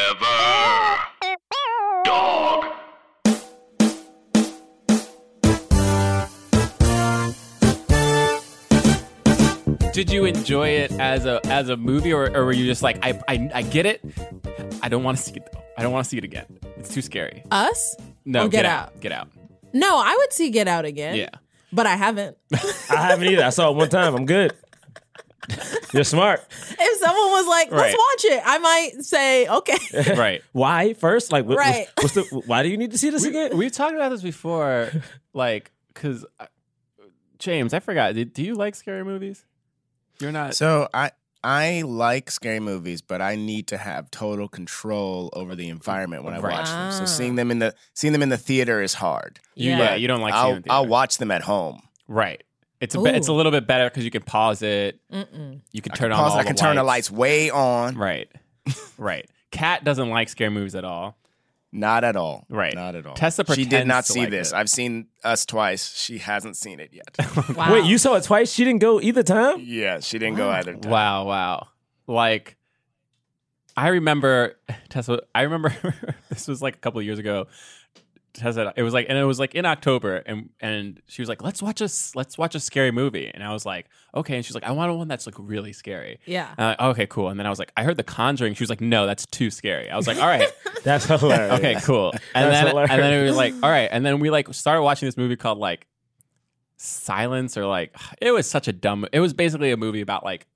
Forever. Dog. Did you enjoy it as a as a movie, or, or were you just like, I, I I get it. I don't want to see it though. I don't want to see it again. It's too scary. Us? No, Oh, get, Get out. Out. Eh? Get out. No, I would see Get Out again. Yeah. But I haven't. I haven't either. I saw it one time. I'm good. You're smart. if someone was like, let's Right. watch it, I might say, okay. Right. Why first? Like, what, Right. what's, what's the? Why do you need to see this again? We've talked about this before, like, because James, I forgot. Did, do you like scary movies? You're not. So I I like scary movies, but I need to have total control over the environment when I Right. watch them. Ah. So seeing them in the seeing them in the theater is hard. you, yeah. Yeah. you don't like. seeing I'll it in I'll theater. watch them at home. Right. It's a bit, it's a Ooh. little bit better because you can pause it. Mm-mm. You can I turn can on. pause- all I can the turn the lights. lights way on. Right. Right. Kat doesn't like scary movies at all. Not at all. Right. Not at all. Tessa she did pretends not to see like this. it. I've seen us twice. She hasn't seen it yet. Wow. Wait, you saw it twice. She didn't go either time. yeah, she didn't go Wow. either. Time. Wow. Wow. Like, I remember Tessa. I remember this was like a couple years ago. Tessa, it was like, and it was like in October, and and she was like, "Let's watch a s- let's watch a scary movie," and I was like, "Okay," and she's like, "I want one that's like really scary." Yeah. And I'm like, okay, cool. And then I was like, I heard The Conjuring. She was like, No, that's too scary. I was like, All right, That's hilarious. okay, cool. And That's then hilarious. and then it was like, all right. And then we like started watching this movie called like Silence or like it was such a dumb. It was basically a movie about like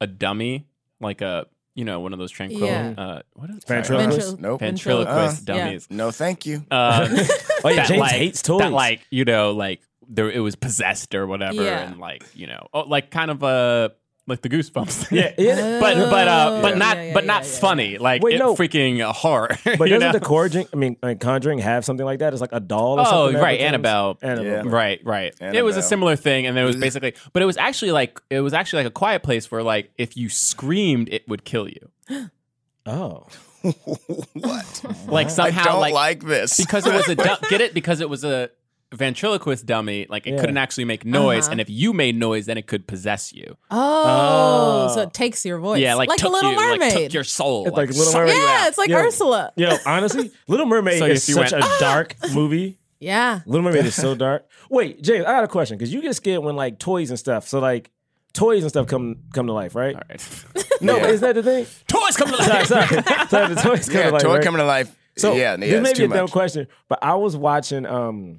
a dummy, like a you know one of those tranquil. Yeah. Uh, what is sorry, Ventriloquist? Ventrilo- Nope. Uh-uh. ventriloquist Uh, yeah. dummies. No, thank you. Um, Oh yeah, that, James like- hates toys. That like you know like there it was possessed or whatever, Yeah. and like you know oh, like kind of a like the goosebumps. thing. yeah, yeah. But but uh Oh, but yeah, not yeah, yeah, but not yeah, yeah. funny like Wait, it no. freaking horror. But you doesn't know? the Conjuring? I mean, I mean, Conjuring have something like that? It's like a doll. Or Oh, something that right, becomes- Annabelle. Annabelle. Yeah. Right, right. It was a Annabelle. similar thing, and then it was basically, but it was actually like it was actually like a quiet place where like if you screamed, it would kill you. Oh, what? Like Uh-huh. somehow, I don't like, like, this. because it was a du- get it because it was a ventriloquist dummy. Like it Yeah. couldn't actually make noise, Uh-huh. and if you made noise, then it could possess you. Oh, Oh. so it takes your voice. Yeah, like, like a took Little you, like, Mermaid. took your soul. It's like Little suck Mermaid. you yeah, out. it's like Yo. Ursula. yo, honestly, Little Mermaid So is if you such a dark movie. Yeah. Little Mermaid is so dark. Wait, James, I got a question because you get scared when like toys and stuff. So like toys and stuff come come to life, right? All right. No, Yeah. but is that the thing? Toys come to Sorry, life. sorry, sorry. The toys come yeah, to life. toy right? coming to life. So yeah, yeah, this may it's be too a dumb much. question, but I was watching um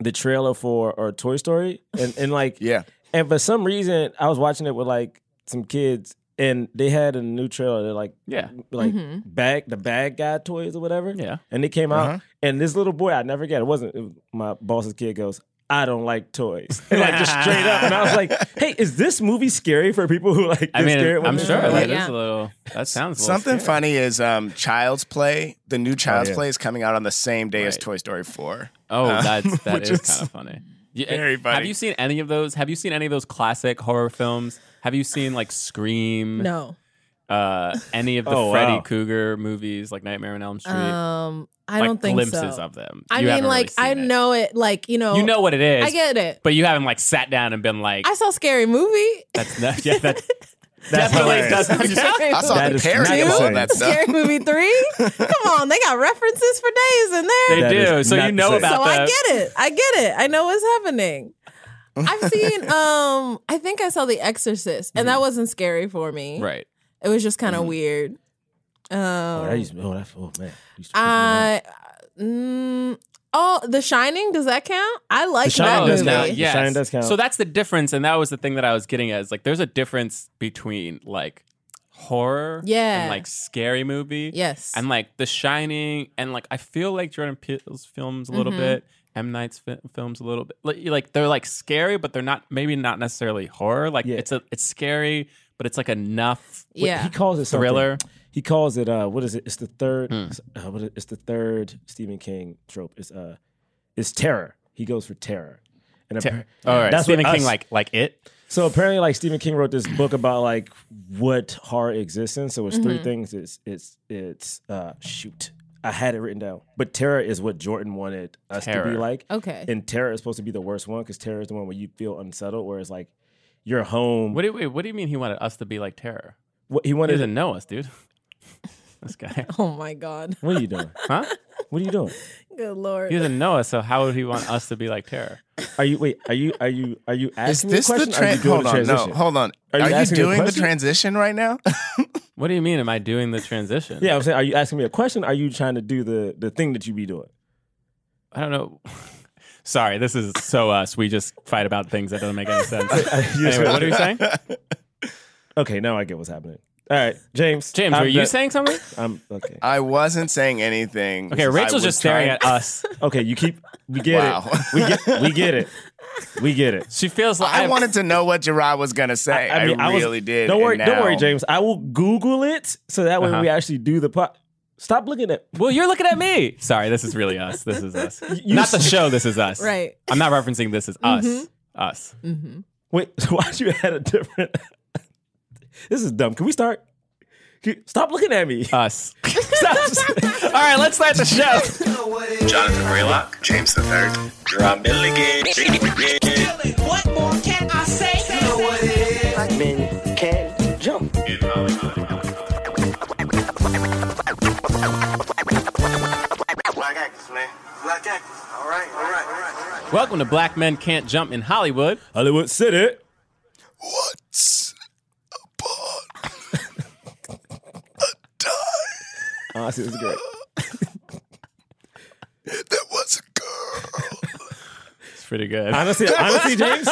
the trailer for or Toy Story, and and like Yeah. and for some reason I was watching it with like some kids, and they had a new trailer. They're like Yeah. like Mhm. bag the bad guy toys or whatever. Yeah. And they came Uh-huh. out, and this little boy, I never get it. wasn't it was my boss's kid goes, I don't like toys. And like just straight up. And I was like, hey, is this movie scary for people who like get I mean, scared when I'm they- sure Yeah. that Like, is a little. That sounds a little Something scary. funny is um, Child's Play. The new Child's Oh, yeah. Play is coming out on the same day as Right. Toy Story 4. Oh, Uh, that's that which is, is kind of funny. Yeah, eh, very Have funny. you seen any of those? Have you seen any of those classic horror films? Have you seen like Scream? No. Uh, any of the Oh, Freddy wow. Krueger movies, like Nightmare on Elm Street? Um, I like don't think glimpses so. of them. I You mean, haven't really like, seen I it. know it. Like, you know, you know what it is. I get it. but you haven't like sat down and been like, I saw Scary Movie. "That's not, yeah, that That's definitely hilarious. doesn't count." I saw That the is parody crazy. of all Dude. that stuff. Scary Movie 3. Come on, they got references for days in there. They That do, is so not you know the about same. so I that. get it. I get it. I know what's happening. I've seen um I think I saw The Exorcist and that wasn't scary for me. Right. It was just kind of weird. Um Mm-hmm. Oh, that used to- oh, that- oh, man. That used to freak Uh, me out. I mm, oh, The Shining. Does that count? I like Shining that does movie. count. yes. The Shining does count. So that's the difference, and that was the thing that I was getting at. Is like, there's a difference between like horror, Yeah. and like scary movie, Yes. and like The Shining, and like I feel like Jordan Peele's films a little Mhm. bit, M Night's fi- films a little bit, like, you- like they're like scary, but they're not maybe not necessarily horror. Like Yeah. it's a it's scary, but it's like enough Wait, yeah. He calls it something. thriller. Hmm. He calls it uh what is it? It's the third uh, what is, it's the third Stephen King trope. It's uh it's terror. He goes for terror. And appa- All right, that's what Stephen King, us- like like it. So apparently, like Stephen King wrote this book about like what horror exists in. So it's Mm-hmm. three things. It's it's it's uh shoot. I had it written down, but terror is what Jordan wanted us to Terror. be like. Okay. and terror is supposed to be the worst one because terror is the one where you feel unsettled, where it's like your home. What do you, wait, what do you mean he wanted us to be like terror? what- he He wanted doesn't know us, dude. This guy, Oh my God. What are you doing? huh? What are you doing? Good Lord. He doesn't know us, so how would he want us to be like terror? Are you wait? Are you are you are you Is asking this me a the question? or are tra- you doing Hold the on, no, transition? hold on. Are Are you you, asking me a doing the question? transition right now? What do you mean? Am I doing the transition? Yeah, I'm saying, are you asking me a question? Are you trying to do the the thing that you be doing? I don't know. Sorry, this is so us. We just fight about things that doesn't make any sense. anyway, what are you saying, Okay, now I get what's happening. All right, James. James? I'm were you not- saying something? I'm okay. I wasn't saying anything. Okay, I Rachel's was just staring trying- uh, at us. Okay, you keep. We get Wow. it. We get. We get it. We get it. She feels like I wanted to know what Gerard was gonna say. I, was- really did. Don't and worry. Don't worry, now- James. I will Google it so that way Uh-huh. we actually do the pot. Stop looking at. Well, you're looking at me. Sorry, this is really us. This is us. you Not the show. This is us. Right. I'm not referencing this is us. Us. Mm-hmm. Wait. Why'd you add a different? this is dumb. Can we start? Can- Stop looking at me. Us. Stop. All right, let's start the show. Jonathan Raylock, James the Third, Rob Milligan. What more can I say? You know what it is. Black actors, man. Black actors. All right, all right, all right, all right. Welcome to Black Men Can't Jump in Hollywood. Hollywood City. What's Honestly, this is great. there was a girl. It's pretty good. Honestly, honestly, James,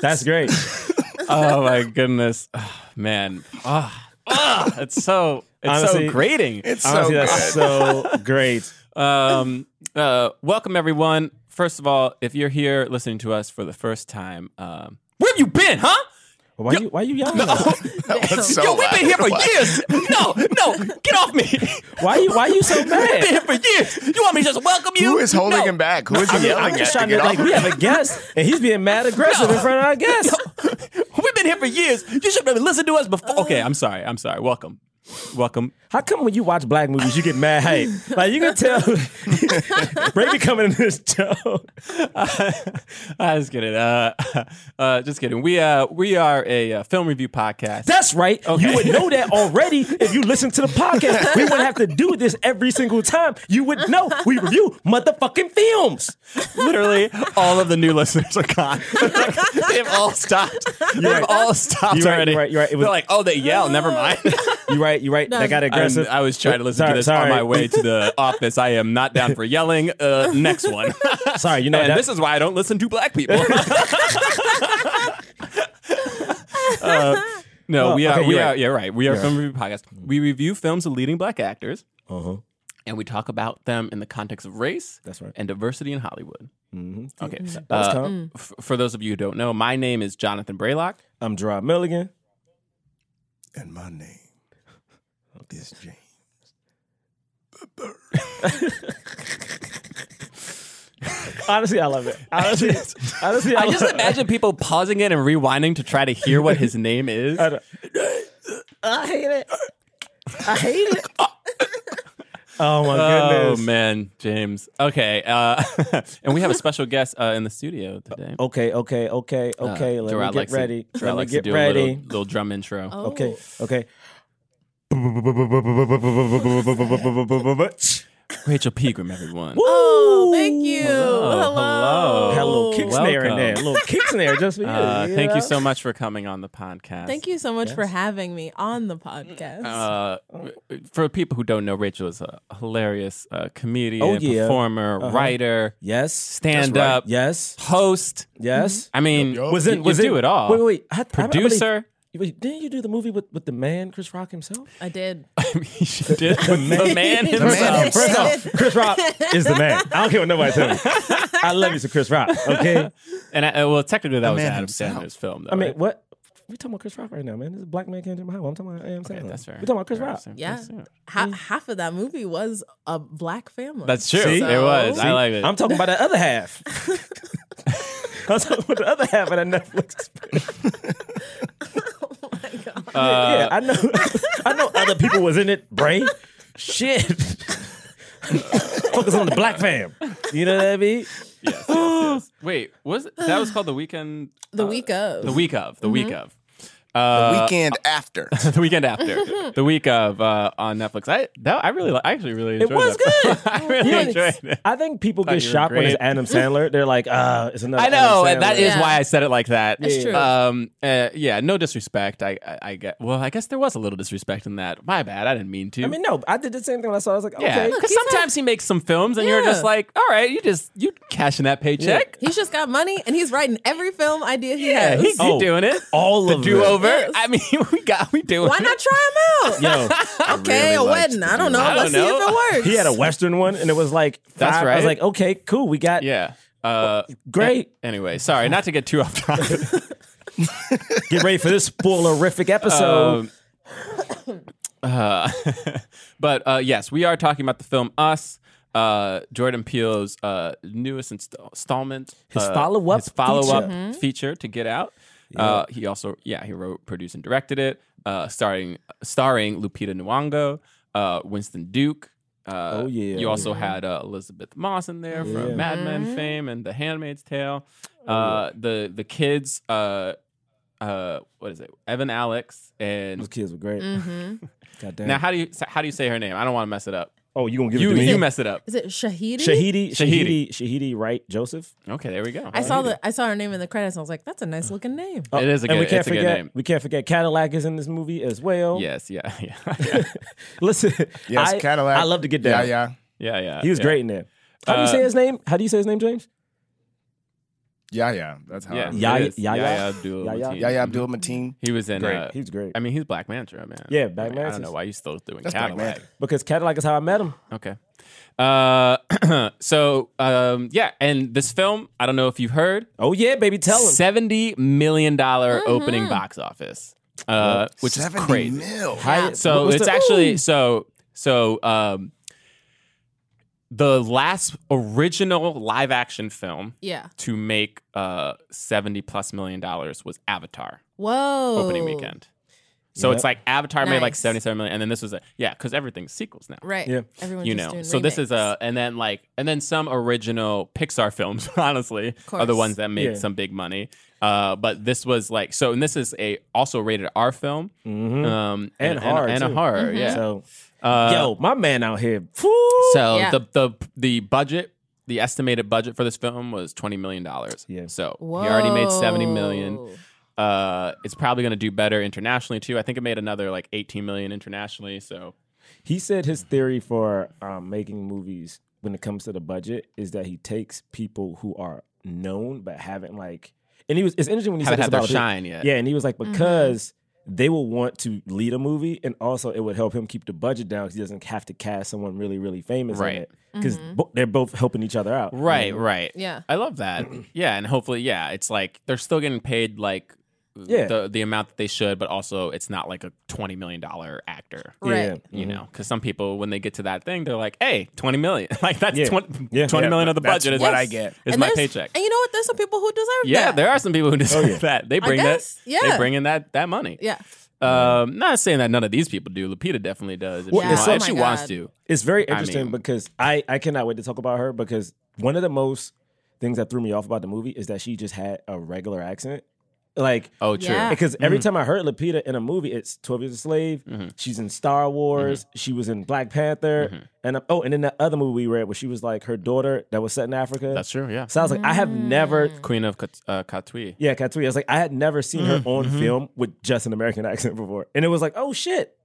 that's great. Oh my goodness, Ah, man. Ah, ah, it's so it's Honestly- so grating. It's Honestly, so that's so great. um, uh, welcome everyone. First of all, if you're here listening to us for the first time, um, where have you been, huh? Why you, why you yelling? at us? good. That's so Yo, we've loud. been here for Why- years. No, no, get off me. We've Why you why you so been mad? here for years. You want me to just welcome you? Who is holding No. him back? Who is he I mean, yelling I'm at just to trying to get off? like we have a guest and he's being mad aggressive in front of our guest. We've been here for years. You should have listened to us Uh. before. Okay, I'm sorry. I'm sorry. Welcome. Welcome. How come when you watch black movies you get mad hype? Like you can tell Brady coming in this show. I just kidding. Uh, uh, just kidding. We uh, we are a uh, film review podcast. That's right. You would know that already if you listen to the podcast. We wouldn't have to do this every single time. You would know we review motherfucking films. Literally, all of the new listeners are gone. They've all stopped. They've right. all stopped You're right, already. you're right, you're right. It was- They're like, oh, they yell. Never mind. You right, you right. That got I'm- aggressive. I was trying to listen Sorry, to this sorry. on my way to the office. I am not down for yelling. Uh, next one. Sorry, you know and that, this is why I don't listen to black people. Uh, no, Well, we are. okay, we you're are. right. Yeah, right. We are film review podcast. We review films of leading black actors, and we talk about them in the context of race. Uh-huh. That's right. And diversity in Hollywood. Mm-hmm. Okay. That's uh, calm. f- for those of you who don't know, my name is Jonathan Braylock. I'm Gerard Milligan. And my name is James. Honestly, I love it. Honestly, honestly, I, I just love imagine people pausing it and rewinding to try to hear what his name is. I don't- I hate it. I hate it. Oh my Oh goodness. man, James. Okay, uh, and we have a special guest uh, in the studio today. Okay, okay, okay, Uh, okay. Let Gerard me get likes to- ready. Gerard Let me likes to get do a ready. Little, little drum intro. Oh. Okay, okay. Rachel Pegram, everyone. Oh, thank you. Hello, Hello. hello. Had a little kick snare in Oh, welcome. there. A little kick snare just for you. Uh, you Thank you know? so much for coming on the podcast. Thank you so much for having me on the podcast. Uh, for people who don't know, Rachel is a hilarious uh, comedian, Oh, yeah. performer, writer, Yes. stand up, Yes. host. Yes. I mean, Was you, in was you in- do Mm-hmm. it all. Wait, wait, wait. I- I- I believe- Producer. Wait, didn't you do the movie with, with the man, Chris Rock himself? I did. I mean, she did the man, himself. himself. First off, Chris Rock is the man. I don't care what nobody tells me. I love you, to Chris Rock. Okay. And I, well, technically that was man Adam himself. Sandler's film, though. I mean, right? what? We talking about Chris Rock right now, man. This is black man can't jump high. I'm talking about Adam Sandler. Yeah, that's fair. We talking about Chris Fair, Rock. fair, Yeah. fair. Ha- half of that movie was a black family. That's true. See? It was. So- I like it. I'm talking about the other half. I'm talking about the other half of that Netflix. experience. Oh my God. Uh, yeah, I know. I know other people was in it. Brain, shit. Focus on the black fam. You know what I mean? Yes, yes, yes. Wait, was it, that was called the weekend? the week of. The week of. The week of. Uh, the weekend after. the weekend after, the week of uh, on Netflix. I that I really, li- I actually really enjoyed was that. I really You know, enjoyed it. I think people Thought get you were shocked when it's great. Adam Sandler. They're like, uh, it's another. I know, Adam and that Sandler. is Yeah. why I said it like that. That's true. Um, uh, yeah, no disrespect. I, I, I get. Well, I guess there was a little disrespect in that. My bad. I didn't mean to. I mean, no, I did the same thing when I saw. it. I was like, yeah, okay, because he's not- sometimes he makes some films, and you're Yeah. just like, all right, you just you cashing that paycheck. He's just got money and he's writing every film idea he Yeah, has. he, he Oh, doing it. all the of do over. Yes. I mean, we got we doing. Why it. not try him out? Yo, Okay, a wedding. I don't know. I don't Let's see know. if it works. he had a Western one, and it was like, That's five- I was right. like, okay, cool, we got Yeah. Uh, great. a- anyway, sorry, not to get too off topic. Get ready for this spoilerific episode. Um, uh, but uh, yes, we are talking about the film Us, uh, Jordan Peele's uh, newest inst- installment, His uh, follow-up his follow-up feature. feature, to Get Out. Uh, he also, yeah, he wrote, produced, and directed it, uh, starring starring Lupita Nyong'o, uh, Winston Duke. Uh, Oh, yeah. You also had uh, Elizabeth Moss in there Yeah. Oh, from Mad Men fame and The Handmaid's Tale. Uh, The the kids. Uh, uh, what is it? Evan Alex and Those kids were great. God damn. now, how do you how do you say her name? I don't want to mess it up. oh, you gonna give You it to me? you mess it up. Is it Shahidi? Shahidi, Shahidi. Shahidi, Shahidi, right? Joseph. Okay, there we go. I saw the I saw her name in the credits. and I was like, that's a nice looking name. It is a Oh, good. and we can't it's a forget. good name. We can't forget Cadillac is in this movie as well. Yes. Yeah. Yeah. Listen, yes, I, Cadillac. I love to get Yeah, down. yeah, Yeah. yeah He was yeah. great in that. How do you Uh, say his name? How do you say his name, James? yeah, yeah. That's how. Yeah. Yeah, Yahya- it is. Yahya- Yahya Abdul. Yahya- Mateen. yeah, yeah. Abdul Mateen. He was in. Uh, He was great. I mean, he's Black Manta, man. Yeah, I mean, Black I Manta's- don't know why you still doing That's Black Cadillac. Manta. because Cadillac is how I met him. Okay. Uh, so um, yeah, and this film, I don't know if you've heard, Oh yeah, baby, tell him. seventy million Mm-hmm. opening box office, uh, which is 70 crazy. Mil. Hi- what So was it's the- actually so so um the last original live action film Yeah. to make uh 70 plus million dollars was Avatar Whoa. opening weekend. So it's Yep. like Avatar made like Oh. Nice. 77 million and then this was a yeah, cuz everything's sequels now. Right. Yeah. Everyone's You just know. doing So this is remakes. a and then like and then some original Pixar films honestly are the course. ones that made Yeah. some big money. Uh, but this was like so and this is a also rated R film. Mhm. Um And horror, and, a too. horror, Mm-hmm. yeah. So Uh, yo, my man out here. Woo! So Yeah. the the the budget, the estimated budget for this film was twenty million dollars. Yeah. So Whoa. he already made seventy million. Uh, it's probably going to do better internationally too. I think it made another like eighteen million internationally. So he said his theory for um, making movies when it comes to the budget is that he takes people who are known but haven't like. And he was. It's interesting when he haven't said had this their about shine yet. Yeah, and he was like, because they will want to lead a movie, and also it would help him keep the budget down because he doesn't have to cast someone really, really famous Right. in it because bo- they're both helping each other out. Mm-hmm. Right. Right. Um, Yeah. I love that. yeah, and hopefully, yeah, it's like they're still getting paid like. Yeah. The, the amount that they should, but also it's not like a twenty million dollar actor. Right. Mm-hmm. you know because some people when they get to that thing they're like hey 20 million like that's Yeah. 20, Yeah. 20 Yeah, million of the that's budget is what my- I get. is And my there's- paycheck And you know what? There's some people who deserve yeah, that. Oh, there are some people who deserve that they bring that guess, yeah. they bring in that that money Yeah. um not saying that none of these people do lupita definitely does if Well, she, it's wa- so- if she Oh my wants God. to It's very interesting mean- because I I cannot wait to talk about her because one of the most things that threw me off about the movie is that she just had a regular accent. Like oh true Yeah. because every time I heard Lupita in a movie, it's Twelve Years a Slave. She's in Star Wars. She was in Black Panther, and um, oh, and in that other movie we read where she was like her daughter that was set in Africa. that's true yeah So I was like, I have never, queen of Kat- uh, katui yeah, Katui. I was like, I had never seen her on film with just an American accent before, and it was like, oh shit,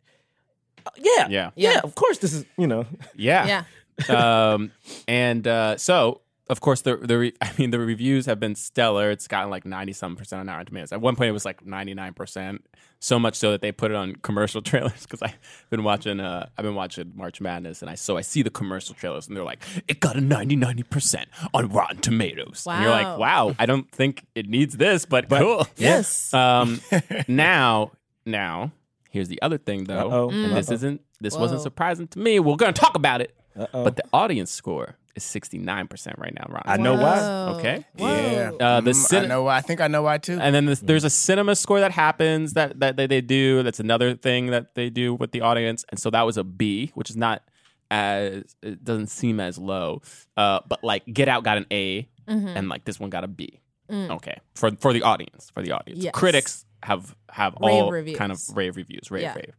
Uh, Yeah. yeah, yeah. Yeah. Of course, this is you know, yeah Yeah. um, and uh, so of course the the re- I mean the reviews have been stellar. It's gotten like ninety some percent on Rotten Tomatoes. At one point it was like ninety nine percent, so much so that they put it on commercial trailers because I've been watching uh, I've been watching March Madness and I so I see the commercial trailers and they're like it got a 99 percent on Rotten Tomatoes. And you're like Wow. wow, I don't think it needs this, but, cool. Yes. Um, now, now, here's the other thing though, Uh-oh. and this isn't this wasn't Mm. Whoa. surprising to me. We're gonna talk about it, but the audience score is 69 percent right now, Ron. I know why. Whoa. Okay. Whoa. Yeah. Uh, the Mm, cin- I know. why- I think I know why too. And then this, there's a Mm. cinema score that happens that, that that they do. That's another thing that they do with the audience, and so that was a B, which is not as it doesn't seem as low. Uh, but like Get Out got an Mm-hmm. A, and like this one got a B. Okay, for for the audience, for the audience, Mm. Yes. critics have have Rave all reviews. kind of rave reviews, rave Yeah. rave.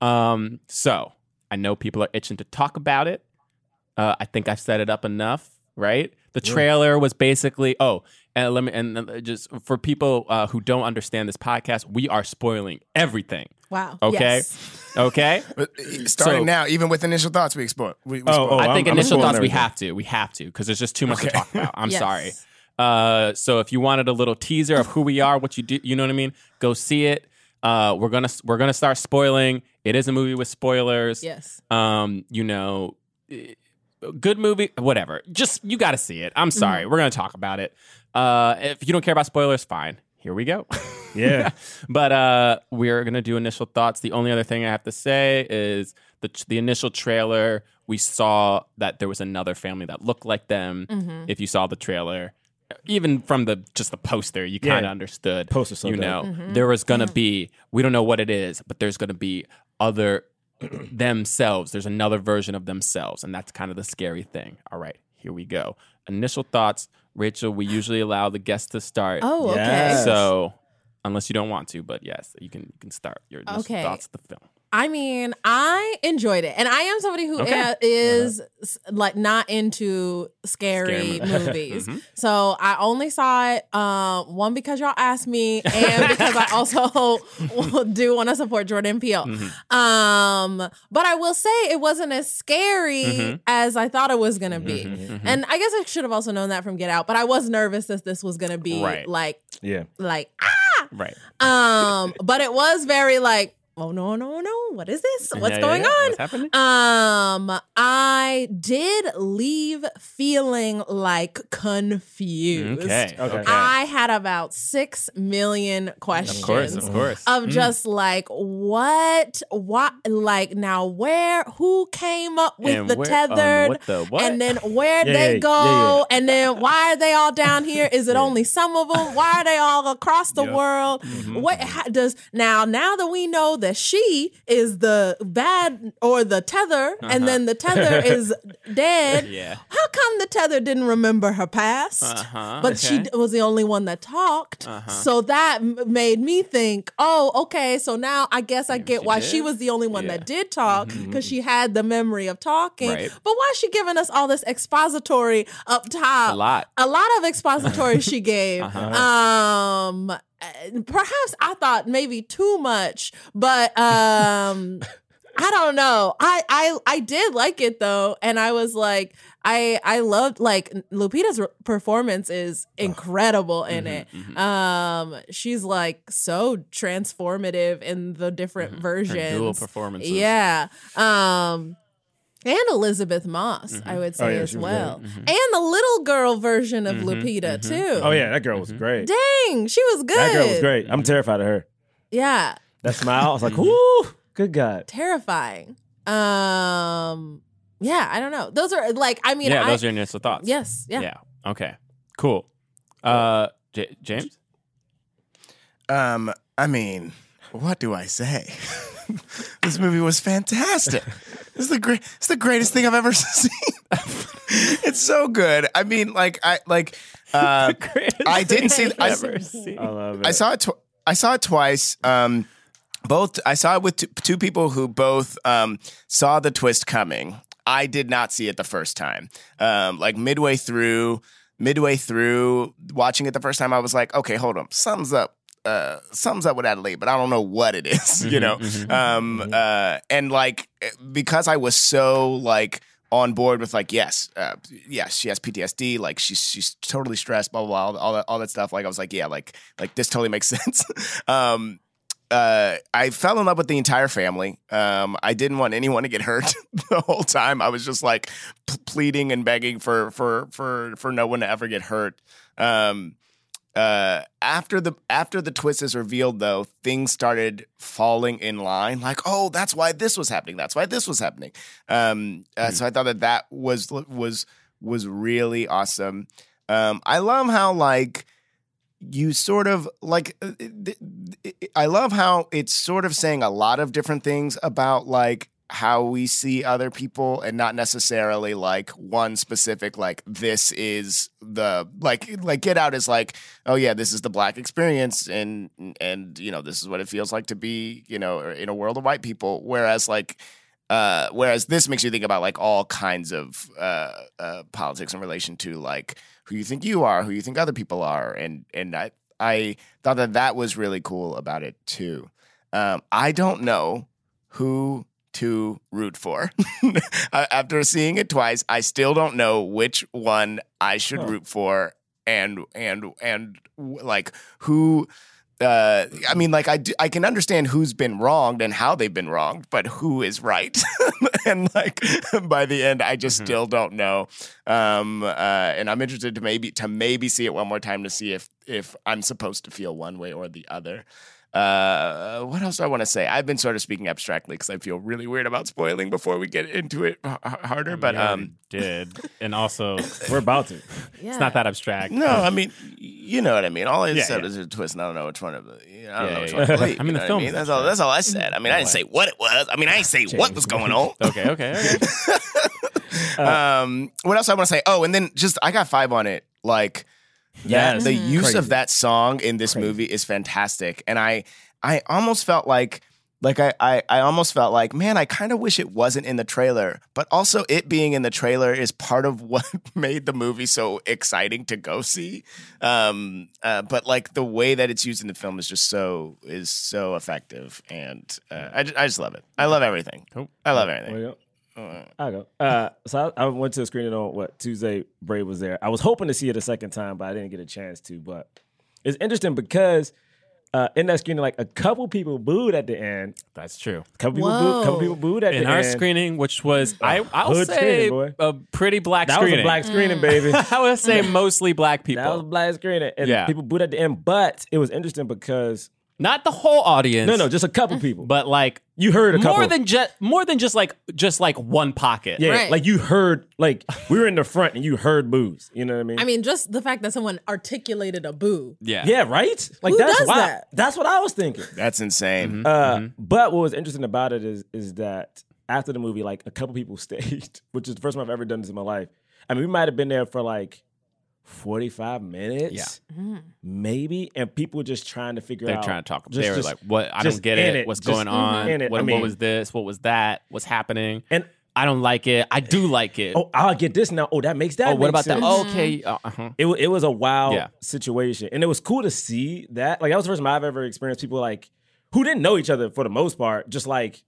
Um, so I know people are itching to talk about it. Uh, I think I've set it up enough, right? The trailer was basically oh, and let me and uh, just for people uh, who don't understand this podcast, we are spoiling everything. Wow. Okay, Yes. okay. But, uh, Starting So- now, even with initial thoughts, we explore. We, we Oh, spoil. oh, I think I'm- I'm initial spoiling thoughts we everything. have to. We have to because there's just too much to talk about. I'm Yes. sorry. Uh, so if you wanted a little teaser of who we are, what you do, you know what I mean? Go see it. Uh, we're gonna we're gonna start spoiling. It is a movie with spoilers. Yes. Um, you know, eh, good movie, whatever. Just you got to see it. I'm sorry. We're gonna talk about it. Uh, if you don't care about spoilers, fine. Here we go. Yeah. But uh, we're gonna do initial thoughts. The only other thing I have to say is the the initial trailer. We saw that there was another family that looked like them. If you saw the trailer, even from the just the poster, you Yeah. kind of understood. Poster's so you dope. know, there was gonna be. We don't know what it is, but there's gonna be other themselves. There's another version of themselves, and that's kind of the scary thing. All right, here we go. Initial thoughts, Rachel. We usually allow the guests to start. Oh, okay. Yes. So, unless you don't want to, but yes, you can you can start your initial Okay. thoughts of the film. I mean, I enjoyed it, and I am somebody who Okay. uh, is s- like not into scary, Scary Mm-hmm. movies. So I only saw it um, one because y'all asked me, and because I also do want to support Jordan Peele. Mm-hmm. Um, but I will say it wasn't as scary Mhm. as I thought it was gonna be. Mhm, mhm. And I guess I should have also known that from Get Out, but I was nervous that this was gonna be Right. like Yeah. like Uh, right. um, but it was very like, oh no, no, no, what is this? Yeah, What's yeah, going yeah. on? What's happening? Um, I did leave feeling like confused. Mm, okay. Okay. I had about six million questions Of course. Of course. Mm. of just like what what like now where who came up with And the where- um, tethered what the what? and then where'd Yeah, they yeah, go yeah, yeah. and then why are they all down here is it only some of them why are they all across the world Mm-hmm, what how does now now that we know that she is the bad or the tether and then the tether is dead Uh-huh. Yeah. how come the tether didn't remember her past Uh-huh, but she okay. d- was the only one that talked Uh-huh. so that m- made me think oh okay so now i guess i get she why did. she was the only one that Yeah. Mm-hmm. did talk because she had the memory of talking Right. but why is she giving us all this expository up top a lot. Uh-huh. a lot of expository she gave. Um, uh, perhaps I thought maybe too much, but um, I don't know. I, I I did like it though, and I was like, I I loved like Lupita's re- performance is incredible in Mm-hmm, it. Um, she's like so transformative in the different Mm-hmm. Her versions. dual performances. Yeah. Um and Elizabeth Moss, Mm-hmm. I would say Oh, yeah, as she was Mm-hmm. well. And the little girl version of Lupita too. Oh yeah, that Mm-hmm. girl was great. Dang, she was good. That girl was great. I'm terrified of her. Yeah. That smile, I was Mm-hmm. like, "Ooh, good God!" Terrifying. Um yeah, I don't know. Those are like I mean yeah. I, Those are your initial thoughts. Yes, yeah. Yeah. Okay. Cool. Uh, J- James. Um, I mean, what do I say? this movie was fantastic. This is the great. It's the greatest thing I've ever seen. it's so good. I mean, like I like. Uh, I didn't see. I, I Oh, love it. I saw it. Tw- I saw it twice. Um, both I saw it with two, two people who both um, saw the twist coming. I did not see it the first time. Um, like midway through, midway through watching it the first time, I was like, okay, hold on, something's up. Uh, something's up with Adelaide, but I don't know what it is, you know. Um, uh, and like because I was so like on board with like yes, uh, yes, she has PTSD. Like she's she's totally stressed, blah blah, blah all, all that all that stuff. Like I was like, yeah, like like this totally makes sense. um, uh, I fell in love with the entire family. Um, I didn't want anyone to get hurt the whole time. I was just like p- pleading and begging for for for for no one to ever get hurt. Um, uh, after the after the twist is revealed, though, things started falling in line. Like, oh, that's why this was happening. That's why this was happening. Um, uh, So I thought that that was was was really awesome. Um, I love how like you sort of like uh, th- th- I love how it's sort of saying a lot of different things about like how we see other people and not necessarily like one specific like this is the like like get out is like oh yeah this is the black experience and and you know this is what it feels like to be you know in a world of white people whereas like uh, whereas this makes you think about like all kinds of uh, uh, politics in relation to like who you think you are, who you think other people are, and and I I thought that that was really cool about it too. Um, I don't know who to root for. A- After seeing it twice, I still don't know which one I should root for, and and and w- like who uh, I mean, like I, do, I can understand who's been wronged and how they've been wronged, but who is right? and like by the end, I just still don't know. Um, uh, and I'm interested to maybe to maybe see it one more time to see if if I'm supposed to feel one way or the other. Uh, what else do I want to say? I've been sort of speaking abstractly because I feel really weird about spoiling before we get into it h- h- harder. But Yeah, um, we did and also We're about to. Yeah. it's not that abstract. Oh. no, I mean, you know what I mean. All I Yeah, said yeah. was a twist, and I don't know which one of the. You know, I don't Yeah, know which yeah, one. yeah. to believe, I mean, you the know what film mean? is That's all. That's all I said. I mean, I didn't say what it was. I mean, I didn't say what was going on. Okay, okay, okay. Um, what else I want to say? Oh, and then just I got five on it. Like that, Yes. the use Crazy. of that song in this Crazy. movie is fantastic, and I, I almost felt like. Like I, I, I almost felt like, man, I kind of wish it wasn't in the trailer, but also it being in the trailer is part of what made the movie so exciting to go see. Um, uh, but like the way that it's used in the film is just so is so effective, and uh, I, ju- I just love it. I love everything. Cool. I love everything. Well, yeah. I go. Uh, so I, I went to a screening on what Tuesday. Bray was there. I was hoping to see it a second time, but I didn't get a chance to. But it's interesting because uh, in that screening, like a couple people booed at the end. That's true. couple people booed. couple Whoa. people booed at In the our end. screening, which was I, I'll hood say screening, boy. a pretty black that was screening. a black Mm. screening, baby. I would say mostly black people, That was a black screening, and Yeah. people booed at the end. But it was interesting because not the whole audience. no, no, just a couple people. but like you heard a couple. more than just more than just like just like one pocket. yeah, Right. like you heard. Like we were in the front, and you heard boos. You know what I mean? I mean, just the fact that someone articulated a boo. yeah, yeah, right. Like Who that's does why. that? That's what I was thinking. That's insane. Uh, Mm-hmm. But what was interesting about it is is that after the movie, like a couple people stayed, which is the first time I've ever done this in my life. I mean, we might have been there for like forty five minutes, Mm. maybe, and people just trying to figure They're out. trying to talk. just- they were just like, "What? I don't just get in it. it, What's just going on? in it. What, I what mean- was this? What was that? What's happening? And I don't like it. I do like it. oh, I'll get this now. Oh, that makes that. Oh, what make about that? sense. Okay, uh, uh-huh. It, wa- it was a wild Yeah. situation, and it was cool to see that. Like that was the first time I've ever experienced people like who didn't know each other for the most part, just like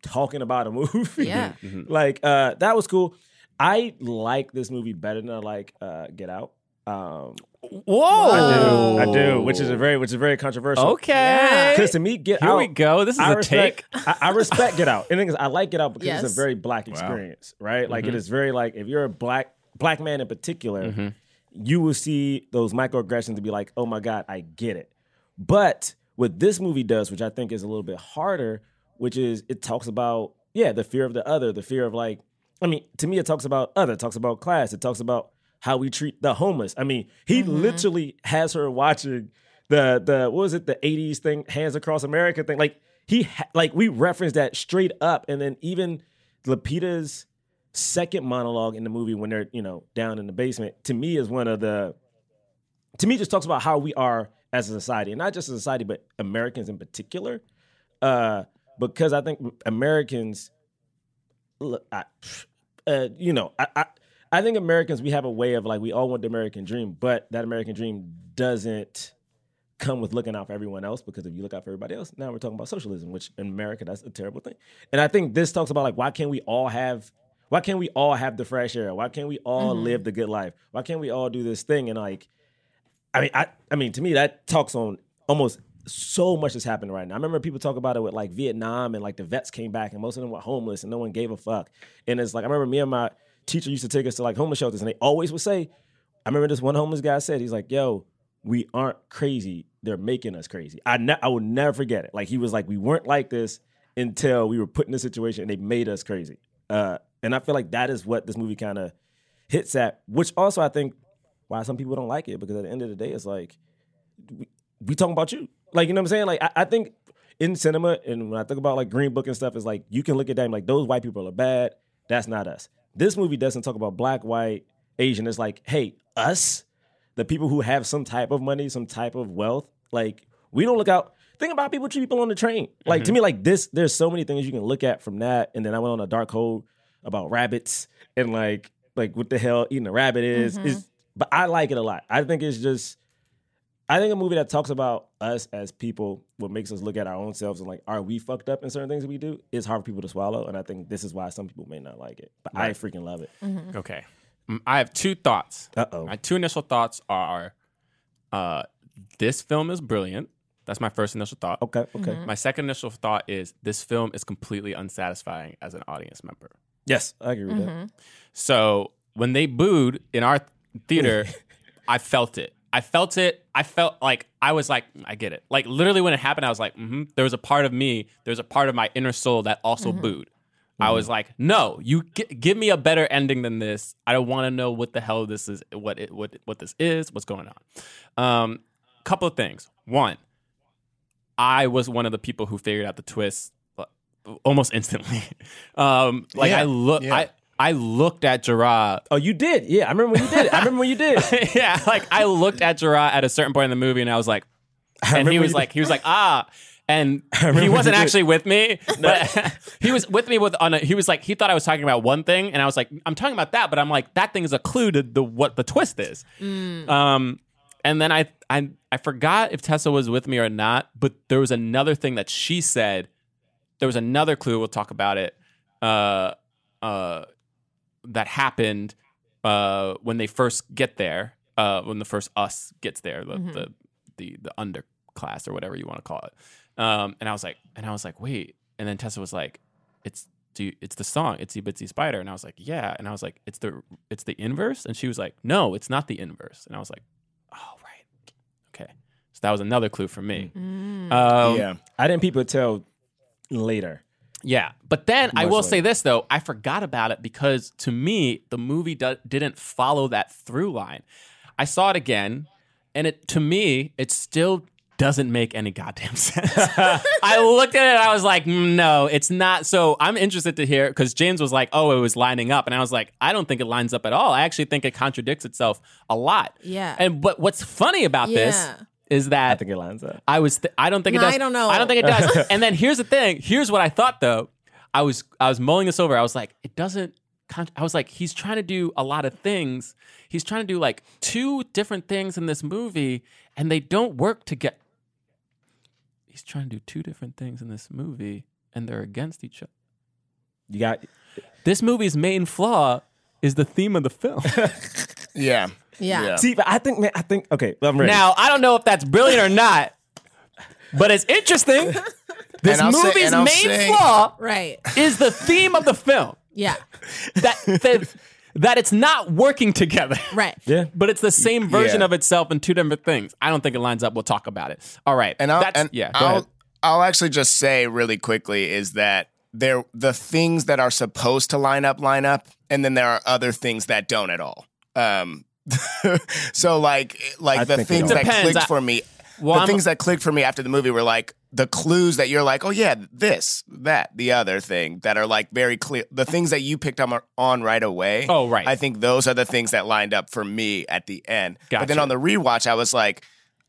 talking about a movie. Yeah. like uh, that was cool. I like this movie better than I like uh, Get Out. Um, Whoa, I do, which is a very which is very controversial. Oh. okay. because to me, Get Here Out. we go. This is I a respect, take. I, I respect Get Out. And the thing is, I like Get Out because it's Yes. a very black experience, right? Like it Mm-hmm. is very like if you're a black black man in particular, you will see those microaggressions and be like, oh my god, I get it. But what this movie does, which I think is a little bit harder, which is it talks about yeah the fear of the other, the fear of like, I mean, to me it talks about other, it talks about class, it talks about how we treat the homeless. I mean, he literally has her watching the the what was it the '80s thing, Hands Across America thing. Like he ha- like we referenced that straight up, and then even Lapita's second monologue in the movie when they're you know down in the basement to me is one of the to me just talks about how we are as a society and not just a society but americans in particular uh because i think americans look I, uh you know I, I i think americans we have a way of like we all want the american dream but that american dream doesn't come with looking out for everyone else because if you look out for everybody else now we're talking about socialism which in america that's a terrible thing and i think this talks about like why can't we all have why can't we all have the fresh air why can't we all live the good life why can't we all do this thing and like I mean, I, I mean, to me, that talks on almost so much that's happening right now. I remember people talk about it with like Vietnam and like the vets came back and most of them were homeless and no one gave a fuck. And it's like I remember me and my teacher used to take us to like homeless shelters and they always would say, I remember this one homeless guy said, he's like, "Yo, we aren't crazy. They're making us crazy." I ne- I will never forget it. Like he was like, "We weren't like this until we were put in this situation and they made us crazy." Uh, and I feel like that is what this movie kind of hits at, which also I think why some people don't like it because at the end of the day, it's like we, we talking about you. Like you know what I'm saying? Like I, I think in cinema, and when I think about like Green Book and stuff, it's like you can look at that and be like those white people are bad. That's not us. This movie doesn't talk about black, white, Asian. It's like, hey, us, the people who have some type of money, some type of wealth, like we don't look out. Think about people treat people on the train. Like to me, like this, there's so many things you can look at from that. And then I went on a dark hole about rabbits and like like what the hell eating a rabbit is. Is but I like it a lot. I think it's just I think a movie that talks about us as people, what makes us look at our own selves and like, are we fucked up in certain things we do? It's hard for people to swallow, and I think this is why some people may not like it. But I freaking love it. Okay. Mm, I have two thoughts. Uh oh. My two initial thoughts are uh, this film is brilliant. That's my first initial thought. Okay. Okay. My second initial thought is this film is completely unsatisfying as an audience member. Yes, I agree with that. So when they booed in our theater, I felt it. I felt it. I felt like I was like, "Mm, I get it. Like literally when it happened, I was like, mm-hmm. there was a part of me, there's a part of my inner soul that also booed. I was like, no, you gi- give me a better ending than this. I don't want to know what the hell this is, what it, what what this is, what's going on. Um, couple of things. One, I was one of the people who figured out the twist uh, almost instantly. um, like Yeah, I look, yeah. I I looked at Gerard Oh, you did? Yeah, I remember when you did it. I remember when you did. it. yeah, like I looked at Gerard at a certain point in the movie, and I was like, and he remember was you- like, he was like, ah, and he remember wasn't you did. actually with me, but he was with me with on. A, he was like, he thought I was talking about one thing, and I was like, I'm talking about that, but I'm like, that thing is a clue to the what the twist is. Um, and then I I I forgot if Tessa was with me or not, but there was another thing that she said. There was another clue. We'll talk about it. Uh, uh, that happened uh, when they first get there, uh, when the first us gets there, the the, the the underclass or whatever you want to call it. Um, and I was like, and I was like, wait. And then Tessa was like, it's do you, it's the song, it's the Bitsy Spider. And I was like, yeah. And I was like, it's the it's the inverse. And she was like, no, it's not the inverse. And I was like, oh right, okay. So that was another clue for me. Um, yeah. I didn't people tell later. yeah, but then I Much will later. say this though, I forgot about it because to me the movie do- didn't follow that through line. I saw it again, and it to me it still doesn't make any goddamn sense. I looked at it, and I was like, "Mm, no, it's not. So I'm interested to hear because James was like, oh, it was lining up, and I was like, I don't think it lines up at all. I actually think it contradicts itself a lot. Yeah. And but what's funny about this Yeah. is that I think it lines up. I was. Th- I don't think it No, does. I don't know. I don't think it does. and then here's the thing. Here's what I thought though. I was I was mulling this over. I was like, it doesn't. Con- I was like, he's trying to do a lot of things. He's trying to do like two different things in this movie, and they don't work together. He's trying to do two different things in this movie, and they're against each other. You got This movie's main flaw is the theme of the film. Yeah. Yeah. see, but I think man, I think okay, I'm ready. now I don't know if that's brilliant or not, but it's interesting. This And I'll say- movie's and I'll main say- flaw Right. is the theme of the film Yeah. that that, that it's not working together. Right. yeah. But it's the same version Yeah. of itself in two different things. I don't think it lines up. We'll talk about it. All right. And I'll, That's, and yeah. Go ahead. I'll, I'll actually just say really quickly is that there the things that are supposed to line up line up, and then there are other things that don't at all. Um, so like like I the think they things don't. that Depends. clicked I- for me, Well, the I'm- things that clicked for me after the movie were like the clues that you're like, oh yeah, this, that, the other thing that are like very clear. The things that you picked on on right away. Oh, right. I think those are the things that lined up for me at the end. But then Gotcha. on the rewatch, I was like,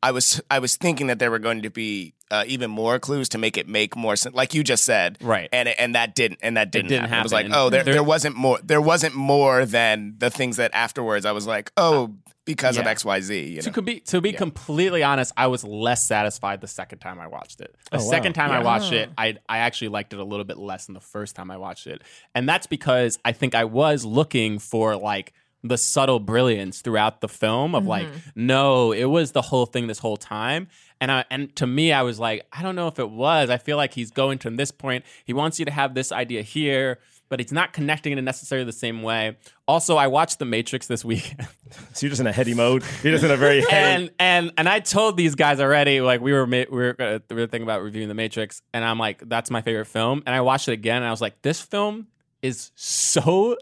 I was I was thinking that there were going to be uh, even more clues to make it make more sense, like you just said, Right. And it- and that didn't and that didn't, didn't happen. It was like, happen. oh, there, There- there wasn't more. There wasn't more than the things that afterwards I was like, oh, because of Uh, Yeah. X Y Z. You know? to com- be to be completely honest, I was less satisfied the second time I watched it. The Oh, wow. second time I watched it, I I actually liked it a little bit less than the first time I watched it, and that's because I think I was looking for like the subtle brilliance throughout the film of like no it was the whole thing this whole time and I, and to me I was like I don't know if it was I feel like he's going to this point he wants you to have this idea here but he's not connecting it in necessarily the same way also I watched The Matrix this weekend So you're just in a heady mode. You're just in a very heady. and and and I told these guys already, like we were ma- we were, uh, we were thinking about reviewing The Matrix, and I'm like, that's my favorite film, and I watched it again, and I was like, this film is so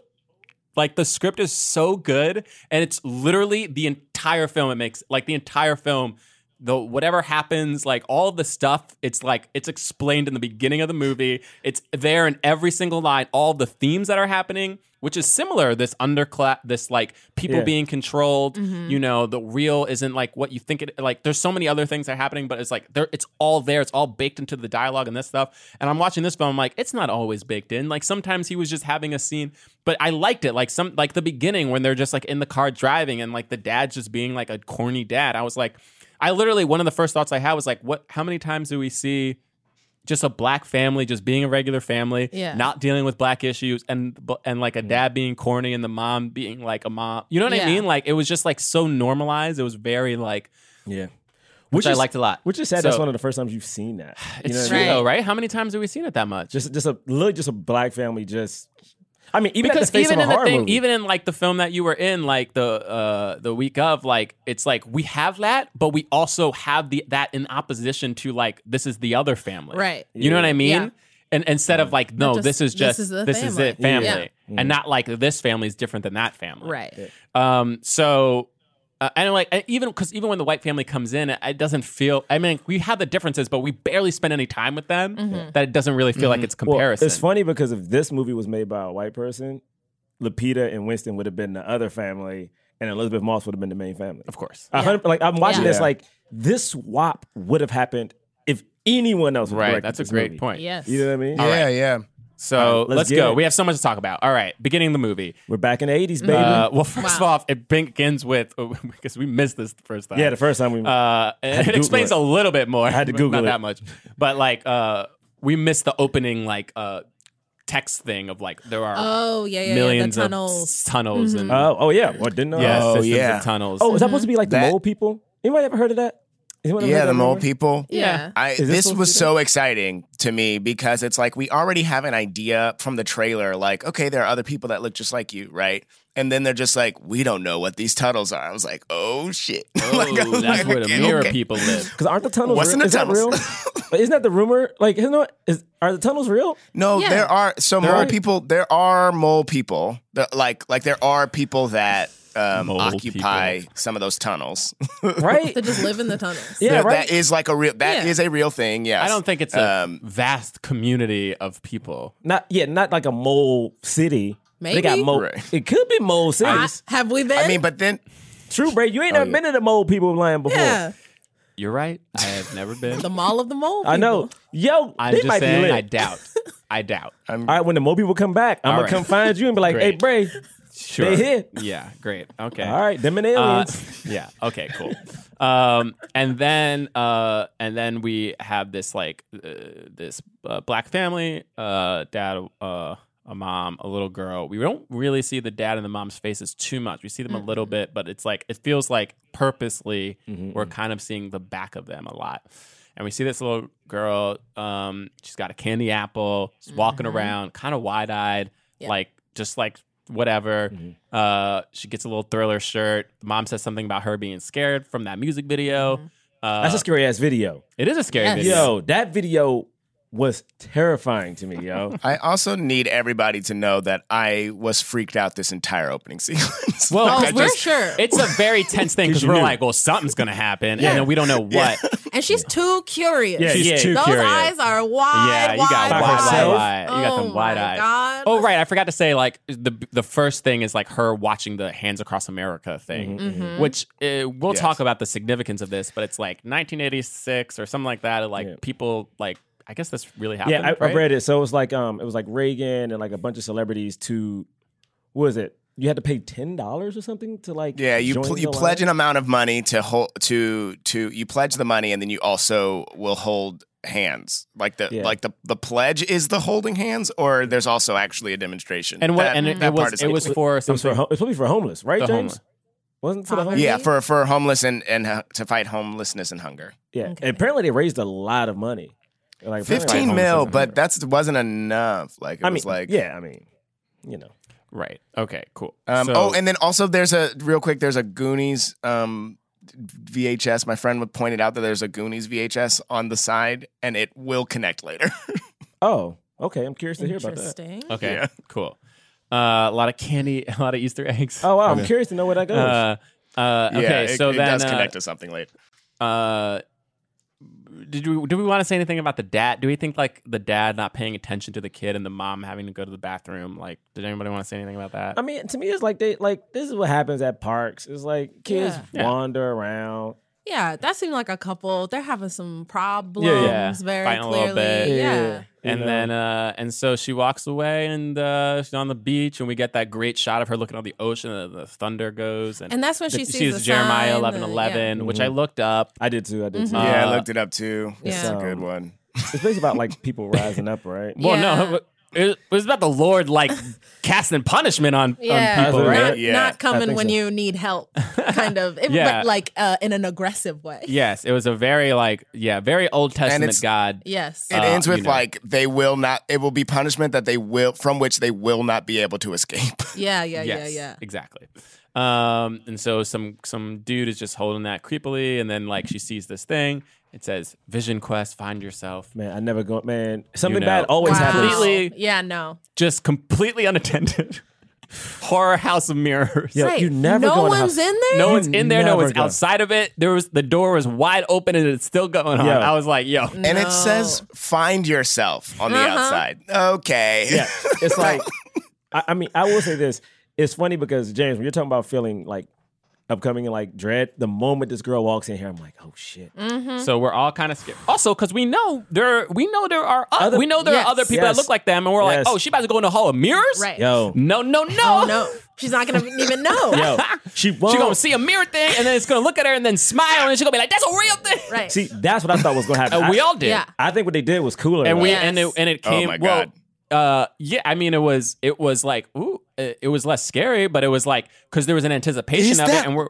like the script is so good, and it's literally the entire film. It makes like the entire film the whatever happens, like all the stuff, it's like it's explained in the beginning of the movie. It's there in every single line. All the themes that are happening, which is similar. This underclass, this like people Yeah. being controlled. You know, the real isn't like what you think it. Like there's so many other things that are happening, but it's like there, it's all there. It's all baked into the dialogue and this stuff. And I'm watching this film. I'm like, it's not always baked in. Like sometimes he was just having a scene, but I liked it. Like some, like the beginning when they're just like in the car driving and like the dad's just being like a corny dad. I was like. I literally one of the first thoughts I had was like, what? How many times do we see just a black family just being a regular family, Yeah. not dealing with black issues, and and like a dad being corny and the mom being like a mom? You know what I Yeah. mean? Like it was just like so normalized. It was very like Yeah. Which I liked a lot. Which is sad. that's So- one of the first times you've seen that. it's what I true, mean? Right. though, right? How many times have we seen it that much? Just just a literally just a black family. Just I mean, even because at the face even of a in the horror thing, movie, even in like the film that you were in, like the uh the week of, like it's like we have that, but we also have the that in opposition to like this is the other family, Right. You know what I mean? Yeah. And instead of like no, just- this is just this this is is, the it family. family, Yeah. Mm. and not like this family is different than that family, Right. Um, so. Uh, and like and even because even when the white family comes in, it, it doesn't feel. I mean, we have the differences, but we barely spend any time with them. Mm-hmm. That it doesn't really feel like it's Mm-hmm. Well, comparison. it's funny because if this movie was made by a white person, Lupita and Winston would have been the other family, and Elizabeth Moss would have been the main family. of course. A hundred- Like I'm watching Yeah. this, like this swap would have happened if anyone else. would Right, directed that's a this great movie. point. Yes. You know what I mean? Yeah, yeah. So right, let's let's, get go. it. We have so much to talk about. All right, beginning of the movie. We're back in the '80s, baby. Uh, well, first Wow. off, it begins with because we missed this the first time. yeah, the first time we. uh, and to it explains a Google little bit more. I had to not Google it. that much, but like uh, we missed the opening like uh, text thing of like there are Oh yeah, yeah, millions yeah. The of s- tunnels. Mm-hmm. tunnels and oh, oh yeah. Well, didn't know. yeah, Oh, systems yeah. and tunnels. Oh, is that supposed to be like the That- mole people? Anybody ever heard of that? Anyone ever heard Yeah, of the that mole rumor? people. Yeah. I, this this supposed to was be so exciting to me because it's like we already have an idea from the trailer, like, okay, there are other people that look just like you, right? And then they're just like, we don't know what these tunnels are. I was like, oh shit. Like, I Oh, was that's like, where the okay, mirror okay. people live. Because aren't the tunnels What's real? in the is that tunnels? real? But Isn't that the rumor? Like, you know, what? is are the tunnels real? No, Yeah. there are so There mole are- people. There are mole people. That, like, like there are people that um, Mole occupy people. some of those tunnels. Right? They just live in the tunnels. yeah, That- right. That is like a real. That is Yeah. a real thing. Yes. I don't think it's a Um, vast community of people. not yeah, not like a mole city. They got Maybe. mole. Right. It could be mole I- cities. have we been? I Oh, mean, but then True, Bray. You ain't never been to the mole people land before. yeah. You're right. I have never been. The mall of the mole. I know. people. Yo, I'm they just might be saying. lit. I doubt. I doubt. All right, when the mole people come back, I'm All gonna right. come find you and be like, "Hey, Great. Bray." Sure. They hit. Yeah, great. Okay. All right, them and Uh, aliens. yeah. Okay. Cool. Um, and then, uh, and then we have this like uh, this uh, black family, uh, dad, uh, a mom, a little girl. We don't really see the dad and the mom's faces too much. We see them a little bit, but it's like it feels like purposely we're kind of seeing the back of them a lot. And we see this little girl. Um, she's got a candy apple. She's walking around, kind of wide eyed, Yeah. like just like whatever. Mm-hmm. Uh, she gets a little thriller shirt. Mom says something about her being scared from that music video. Mm-hmm. Uh, That's a scary ass video. it is a scary Yes. video. Yo, that video was terrifying to me. Yo, I also need everybody to know that I was freaked out this entire opening sequence. Well, Oh, Like, I we're just- sure. It's a very tense thing because you we're knew. like, well, something's gonna happen, and then we don't know what. and she's too curious. Yeah, She's yeah. too Those curious. eyes are wide, yeah, you wide, got wide, By wide, herself. wide. You got Oh them wide my eyed. God. Oh right, I forgot to say like the the first thing is like her watching the Hands Across America thing, Mm-hmm, Mm-hmm. which uh, we'll Yes. talk about the significance of this, but it's like 1986 or something like that. Like Yeah. people like I guess this really happened. yeah, I, I right? read it. So it was like, um, it was like Reagan and like a bunch of celebrities to, what was it? You had to pay ten dollars or something to like. yeah, you join pl- the you line? pledge an amount of money to hold to to you pledge the money and then you also will hold hands. Like the Yeah. like the the pledge is the holding hands or there's also actually a demonstration. And what That- and it, that it part was is it was legal. for It was something. for hom- it was probably for homeless, right, The James? homeless. Ah, Wasn't it for the Poverty? homeless. yeah, for for homeless and and uh, to fight homelessness and hunger. Yeah, and apparently they raised a lot of money. Like apparently, like, Fifteen mil, homeless but is- that's wasn't enough. Like it I mean, was like yeah, I mean, you know, right. Okay. Cool. Um, So- oh, and then also there's a real quick. There's a Goonies um, VHS. My friend would pointed out that there's a Goonies VHS on the side, and it will connect later. oh, okay, I'm curious to hear about that. Interesting. okay. yeah. Cool. Uh, a lot of candy, a lot of Easter eggs. Oh, Oh wow, I'm curious to know where that goes. Uh, uh, okay. it, so it then does uh, connect to something later. Uh, did we do we want to say anything about the dad? Do we think like the dad not paying attention to the kid and the mom having to go to the bathroom? Like, did anybody want to say anything about that? I Um, mean, to me, it's like they like this is what happens at parks. It's like kids Yeah. Yeah. wander around. Yeah, that seemed like a couple. They're having some problems very Fighting a clearly. little bit. Yeah. You and know? then uh and so she walks away and uh she's on the beach and we get that great shot of her looking at the ocean and the thunder goes and, And that's when the- she sees the Jeremiah sign, eleven the- eleven, yeah. which I Mm-hmm. looked up. I did too. I did too. Mhm. yeah, Uh, I looked it up too. It's Yeah. a good one. It's basically about like people rising up, right? Well, Yeah. no, um, it, it was about the Lord like casting punishment on, on people, That's right? right. Not, Yeah, I not coming think when so. you need help, kind of. It, Yeah. But like uh, in an aggressive way. Yes, it was a very like yeah, very Old Testament it's- God. Yes. It Uh, ends with you know. like they will not. It will be punishment that they will from which they will not be able to escape. yeah, yeah, yes, yeah, yeah. exactly. Um, and so some some dude is just holding that creepily, and then like she sees this thing. It says Vision Quest, find yourself. Man, I never go. Man, something know. bad always Wow. happens. Completely- Yeah, no. Just completely unattended. Horror House of Mirrors. Yeah, Right. you never no go in a one's house- in there? No one's in there. No never one's go. outside of it. There was the door was wide open and it's still going on. Yeah. I was like, yo, And it says "find yourself" on the Uh-huh. outside. Okay. Yeah, it's like I, I mean, I will say this. It's funny because James, when you're talking about feeling like upcoming and like dread, the moment this girl walks in here, I'm like, oh shit. Mm-hmm. So we're all kind of scared. Also, because we know there, we know there are other, Other- we know there Yes. are other people Yes. that look like them, and we're Yes. like, oh, she about to go in the hall of mirrors. Right. Yo, No, no, no, Oh, no. She's not going to even know. yo, she won't. She gonna see a mirror thing, and then it's gonna look at her, and then smile, and she gonna be like, that's a real thing. Right. See, that's what I thought was gonna happen. And we all did. Yeah. I, I think what they did was cooler. And we though. Yes. and it and it Oh came. my well, God. Uh, yeah, I mean, it was it was like ooh, it it was less scary, but it was like because there was an anticipation Is of that- it, and we're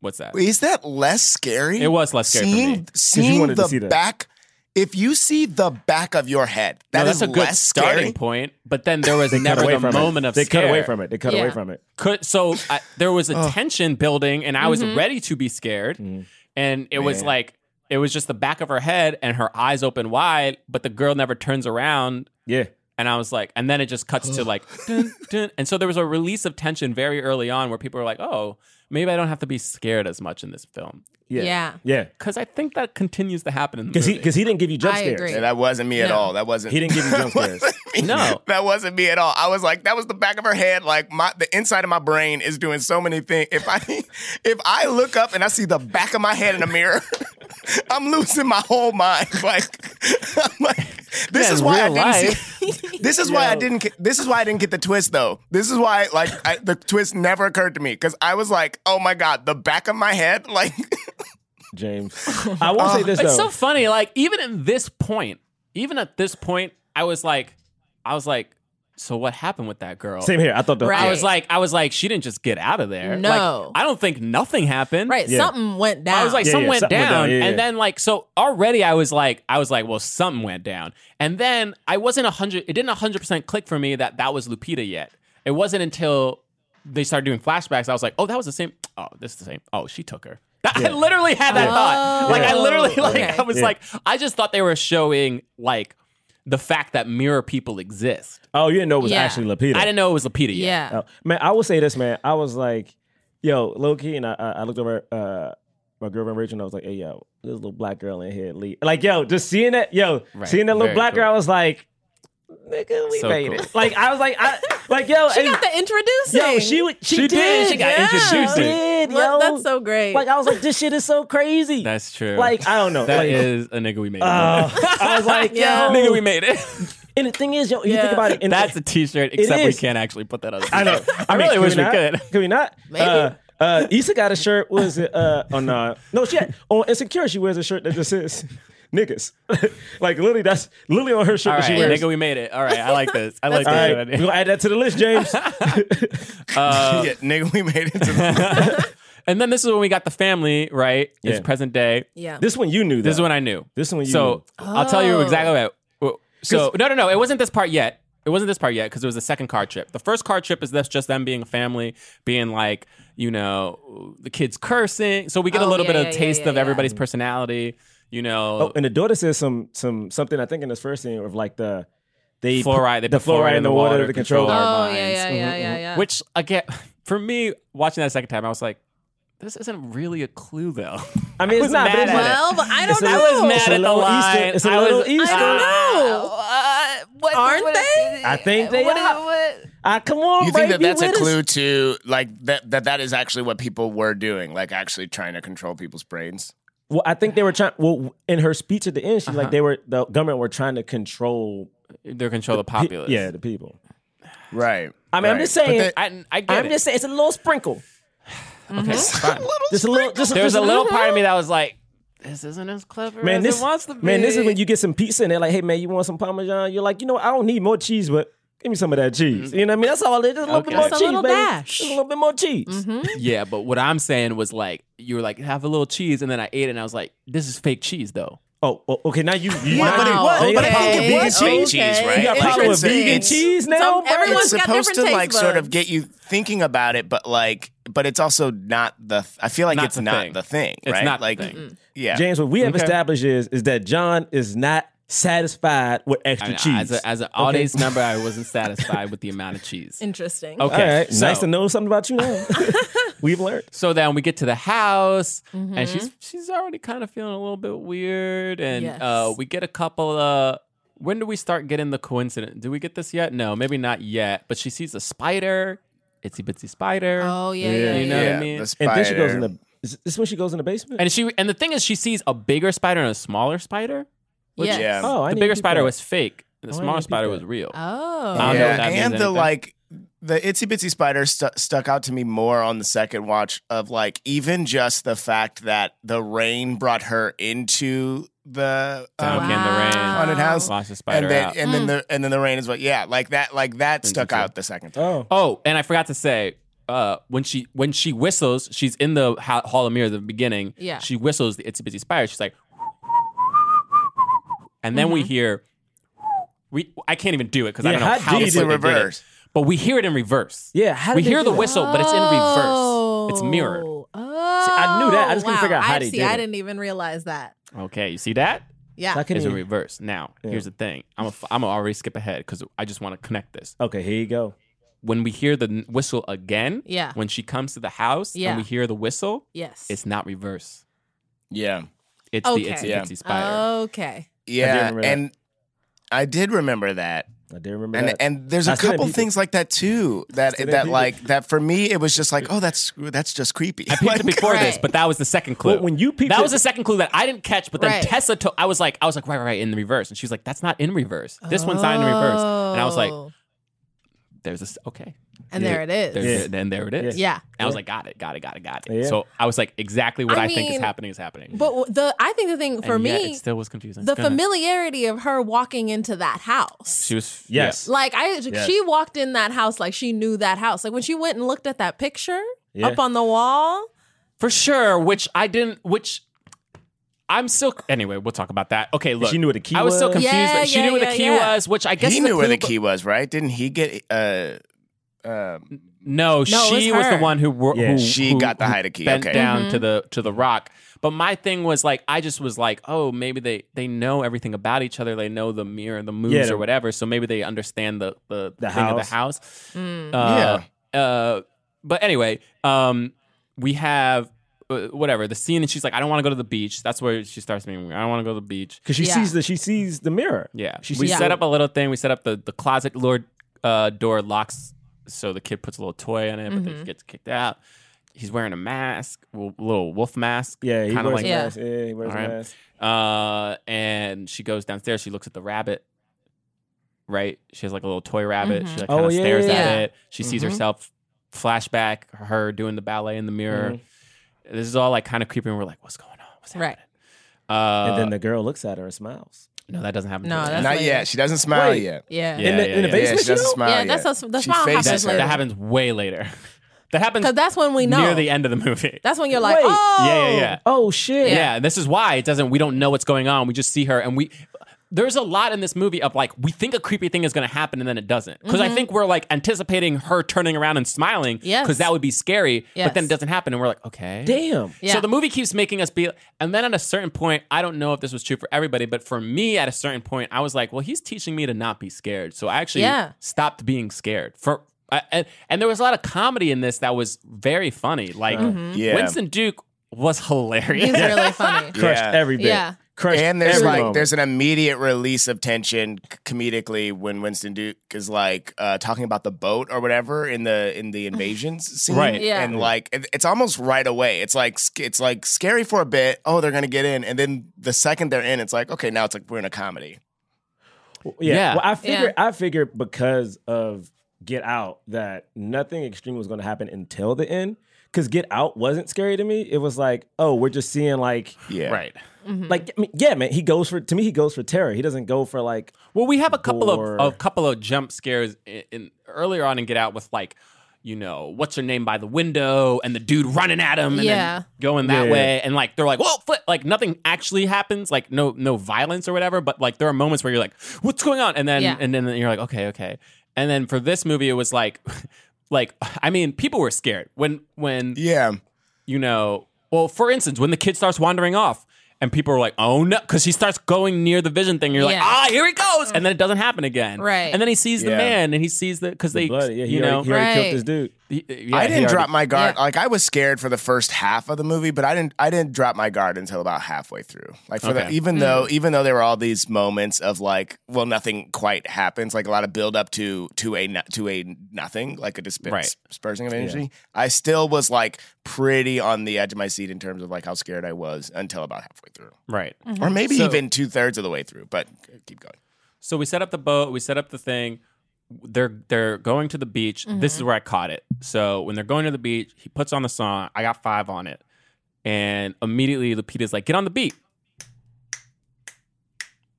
what's that? Is that less scary? It was less scary for Seeing me. 'Cause seeing wanted to the see that. back. If you see the back of your head, Now, that that's is a good less starting scary. point, but then there was Cut never away the from it. moment of they cut away scare. from it. They cut Yeah. away from it. could so I, there was a tension building and i was ready to be scared Mm. and it was Man. like it was just the back of her head and her eyes open wide but the girl never turns around Yeah, and i was like and then it just cuts to like dun, dun. and so there was a release of tension very early on where people were like oh maybe i don't have to be scared as much in this film yeah, Yeah. yeah. because i think that continues to happen in the Because he movie because he didn't give you jump I scares. agree. Yeah, that wasn't me at No. all. That wasn't. He didn't give you jump scares. No. that wasn't me at all. I was like, that was the back of her head. Like my, the inside of my brain is doing so many things. If I, if I look up and I see the back of my head in a mirror, I'm losing my whole mind. Like, I'm like, this Yeah, is why I real didn't see. This is why I Yo. didn't. get- This is why I didn't get the twist though. This is why like I, the twist never occurred to me because I was like, oh my god, the back of my head. Like, James, I will Uh, say this though. It's so funny. Like even at this point, even at this point, I was like, I was like, so what happened with that girl? Same here. I thought the Right. I was like, I was like, she didn't just get out of there. No. like, I don't think nothing happened. Right. Yeah. Something went down. I was like, Yeah, something, yeah, went, something went down, down. Yeah, yeah. and then like, so already I was like, I was like, well, something went down, and then I wasn't hundred. It didn't hundred percent click for me that that was Lupita yet. It wasn't until they started doing flashbacks I was like, oh, that was the same. Oh, this is the same. Oh, she took her. I literally had that Oh. thought. Like I Yeah. literally, like Okay. I was Yeah. like, I just thought they were showing like the fact that mirror people exist. oh, you didn't know it was Yeah. actually Lapita. I didn't know it was Lupita. Yet. yeah. Oh, man, I will say this, man. I was like, yo, low key, and I, I I looked over uh, my girlfriend Rachel, and I was like, hey, yo, this little black girl in here, Lee. Like, yo, just seeing that, yo, Right. seeing that little Very black cool. girl, I was like, nigga, we So made cool. it. Like, I was like, I, like, yo, She and- got the introducing. yo, she, wa- she, She did. did. She got yeah. introduced. She did, Well, yo. that's so great. Like, I was like, this shit is so crazy. that's true. like, I don't know. that like, is a nigga we made. it. uh, I was like, yo, Yeah. nigga we made it. and the thing is, yo, you Yeah. think about it. And That's a T-shirt, except we is. can't actually put that on. I know. I really mean, wish we not? could. Could we not? Maybe. Uh, uh, Issa got a shirt. What is it? Uh, oh no, no. She had, on Insecure. She wears a shirt that just says "niggas." like literally, that's literally on her shirt All that right, she wears. nigga, we made it. All right, I like this. I like All this. right, we're gonna add that to the list, James. yeah, nigga, we made it. To the, And then this is when we got the family. Right, it's Yeah. present day. yeah. this one you knew. This is though. when I knew. This one you So uh, knew. I'll tell you Oh. exactly what. well, So no, no, no. It wasn't this part yet. It wasn't this part yet because it was the second car trip. The first car trip is this just them being a family, being like you know the kids cursing. So we get a Oh, little yeah, bit yeah, of yeah, taste yeah, of yeah. everybody's personality. You know, Oh, and the daughter says some some something. I think in this first scene of like the they put fluoride. They the put fluoride in the water, to control oh, our minds. Mm-hmm. yeah, yeah, yeah, yeah, yeah. Which again, for me watching that a second time, I was like, this isn't really a clue though. I mean, it's not. mad But it's at like, it. Well, but I don't It's- I know. was It's mad a at the little Easter- line. it's a I was- little Easter. I don't know. Uh, what- Aren't what- they? I think they what- are. what- Ah, come on, Oh, You think that baby, that's a with us. clue to like that, that that is actually what people were doing, like actually trying to control people's brains? Well, I think they were trying. Well, in her speech at the end, she Uh-huh. like they were the government were trying to control. They're control the pe- populace. yeah, the people. Right. I mean, I'm right. just saying. But I, I get I'm it. just saying, it's a little sprinkle. Okay, fine. Just a little. Just, There's just a little part of Mm-hmm. me that was like, this isn't as clever Man, as this it wants to be. man, this is when you get some pizza and they're like, "Hey, man, you want some parmesan?" You're like, "You know, what? I don't need more cheese, but give me some of that cheese." You know what I mean? That's all. it is. Just a little Mm-hmm. Okay. Mm-hmm. bit more Just a cheese, little baby. dash. Just a little bit more cheese. Yeah, but what I'm saying was like, you were like, have a little cheese, and then I ate it, and I was like, this is fake cheese, though. Oh, oh, okay. Now you. you Yeah, but it was- Now you but got it a problem fucking with was vegan fake cheese? cheese, right? You got a Like, problem with it's a- vegan it's- cheese now? Some- bro? everyone- it's Everyone's got supposed to different like taste sort of buds. get you thinking about it, but like, but it's also not the. th- I feel like Not it's the not thing. the thing, It's right? not the like, thing. yeah, James, what we have Okay. established is is that John is not satisfied with I extra mean, As, cheese. a, as an audience member, I wasn't satisfied with the amount of cheese. Interesting. Okay, All right, so, nice to know something about you now. We've learned. So then we get to the house, and she's Mm-hmm. she's already kind of feeling a little bit weird, and Yes. uh, we get a couple of. When do we start getting the coincidence? Do we get this yet? No, maybe not yet. But she sees a spider, itsy bitsy spider. Oh yeah, yeah, You yeah. know what I yeah. mean? The And spider. then she goes in the. Is this when she goes in the basement? And she and the thing is, she sees a bigger spider and a smaller spider. Yes. yeah. oh, I the need bigger to keep spider that. was fake. and The Oh, I smaller didn't peep spider was that. real. Oh. I don't know if yeah, that means and the anything. like the itsy bitsy spider stu- stuck out to me more on the second watch of like even just the fact that the rain brought her into the Down um, came the rain. Wow. haunted house Lost the spider and then out. and Hmm. then the and then the rain is what yeah like that like that stuck too. out the second time Oh, Oh, and I forgot to say, uh, when she when she whistles, she's in the ha- hall of mirrors at the beginning. Yeah. She whistles the itsy bitsy spider. She's like, and then we Mm-hmm. hear, we I can't even do it because I Yeah, don't know how how did the fuck you do Oh, they did it. reverse? But we hear it in reverse. yeah. How did we they hear do the that? whistle, but it's in reverse. It's mirrored. Oh. I knew that. I just couldn't wow. figure out how I, they see, did I it. didn't even realize that. Okay, you see that? I Yeah. couldn't It's in even- reverse. Now, here's the thing. I'm a, I'm gonna already skip ahead because I just want to connect this. Okay, here you go. When we hear the n- whistle again, Yeah. when she comes to the house Yeah. and we hear the whistle, Yes. it's not reverse. yeah It's the Okay. itsy Yeah. bitsy spider. Okay. yeah remember that. and I did remember that I did remember and that. and there's I a still didn't couple peep it. things like that too that Still didn't that peep it. like that for me it was just like oh that's that's just creepy I peeped it Like, before this, Right. but that was the second clue. Well, when you peeped that was it- the second clue that I didn't catch. But then Right. Tessa told. I was like, I was like, right, right, right, in the reverse, and she was like, that's not in reverse. This one's not in reverse, and I was like, Oh. there's this. Okay, and there it is. there's it- then there it is. Yeah. And I was like, got it, got it, got it, got it. Yeah. So I was like, exactly what I, I think is mean, happening is happening. But w- the I think the thing for And me, yet it still was confusing. the Go ahead. familiarity of her walking into that house. She was yes. Like I, she walked in that house like she knew that house. Like when she went and looked at that picture Yeah. up on the wall. for sure. Which I didn't. Which I'm still. Anyway, we'll talk about that. Okay, look. she knew what the key I was still was? confused. Yeah, but she yeah, knew what yeah, the key yeah. was. Which I guess he knew where the clue- key was, right? Didn't he get? uh No, uh, No, it was she was, the her. Mm-hmm. one who, wor- Yeah. who She who- got the who hide key. bent Okay. down to the to the rock. But my thing was like I just was like, oh, maybe they they know everything about each other. They know the mirror, the moves, Yeah, the- or whatever. So maybe they understand the the, The thing of house. the house. Mm. Uh, Uh, but anyway, um, we have. uh, Whatever the scene, and she's like, I don't want to go to the beach. That's where she starts being. I don't want to go to the beach. Because she Yeah. sees the she sees the mirror. Yeah. She we sees set the- up a little thing. We set up the, the closet Lord uh, door locks so the kid puts a little toy on it, but then he gets kicked out. He's wearing a mask, w- little wolf mask. Yeah, he kind wears of like a Yeah. mask. Yeah, he wears a All right. mask. Uh, and she goes downstairs. She looks at the rabbit. Right, she has like a little toy rabbit. She like Oh, kind of yeah, stares yeah, at yeah. it. She sees herself flashback, her doing the ballet in the mirror. This is all like kind of creepy. And we're like, what's going on? What's Right. happening? Uh, and then the girl looks at her and smiles. no, that doesn't happen. No, till the that's end. Not later. yet. She doesn't smile Wait. yet. Yeah. Yeah, in the, yeah, in the yeah. Yeah, she basement, doesn't you know? smile Yeah, yet. that's us- the She smile faces happens that, later. that happens way later. that happens Because that's when we know. near the end of the movie. That's when you're like, Wait. oh, yeah, yeah, yeah. Oh shit! yeah. and this is why it doesn't. We don't know what's going on. We just see her, and we. There's a lot in this movie of like we think a creepy thing is going to happen and then it doesn't because Mm-hmm. I think we're like anticipating her turning around and smiling because Yes. that would be scary, but then Yes. it doesn't happen and we're like okay. Damn. Yeah. So the movie keeps making us be, and then at a certain point, I don't know if this was true for everybody, but for me, at a certain point, I was like, well, he's teaching me to not be scared. So I actually Yeah. stopped being scared for. Mm-hmm. I, and, and there was a lot of comedy in this that was very funny. Like Hmm. Yeah. Winston Duke was hilarious. He's really funny. Crushed Yeah. every bit. Yeah. Crushed and there's every like moment. there's an immediate release of tension c- comedically when Winston Duke is like uh, talking about the boat or whatever in the in the invasions scene, Right. Yeah. And like it- it's almost right away. It's like sc- it's like scary for a bit. Oh, they're gonna get in, and then the second they're in, it's like okay, now it's like we're in a comedy. yeah. Yeah. Well, I figured I figured because of Get Out that nothing extreme was going to happen until the end. Because Get Out wasn't scary to me. It was like, oh, we're just seeing like, Yeah, Right. Mm-hmm. like I mean, yeah, man. He goes for to me. He goes for terror. He doesn't go for like Well, we have a couple Gore. of a couple of jump scares in, in earlier on in Get Out with like, you know, what's her name by the window and the dude running at him and then Yeah. going that Yeah. way and like they're like, whoa, foot, like nothing actually happens, like no no violence or whatever, but like there are moments where you're like, what's going on? And then Yeah. and then you're like, okay, okay. And then for this movie, it was like, like I mean, people were scared when when Yeah, you know, well, for instance, when the kid starts wandering off and people are like, oh no, because he starts going near the vision thing. You're like, Yeah. ah, here he goes. And then it doesn't happen again. Right. And then he sees the Yeah. man and he sees the, because they, blood. Yeah, you he already, know, he already Right. killed this dude. he- yeah, I he didn't already- drop my guard. Yeah. Like I was scared for the first half of the movie, but I didn't. I didn't drop my guard until about halfway through. Like for the, Okay. Hmm. even though even though there were all these moments of like, well, nothing quite happens. Like a lot of build up to to a no- to a nothing, like a disp- Right. dispersing of energy. I still was like pretty on the edge of my seat in terms of like how scared I was until about halfway through, Right. Mm-hmm. or maybe So- even two thirds of the way through. But keep going. So we set up the boat, we set up the thing. They're they're going to the beach. Mm-hmm. This is where I caught it. So when they're going to the beach, he puts on the song. I got five on it, and immediately Lupita's like, "Get on the beat."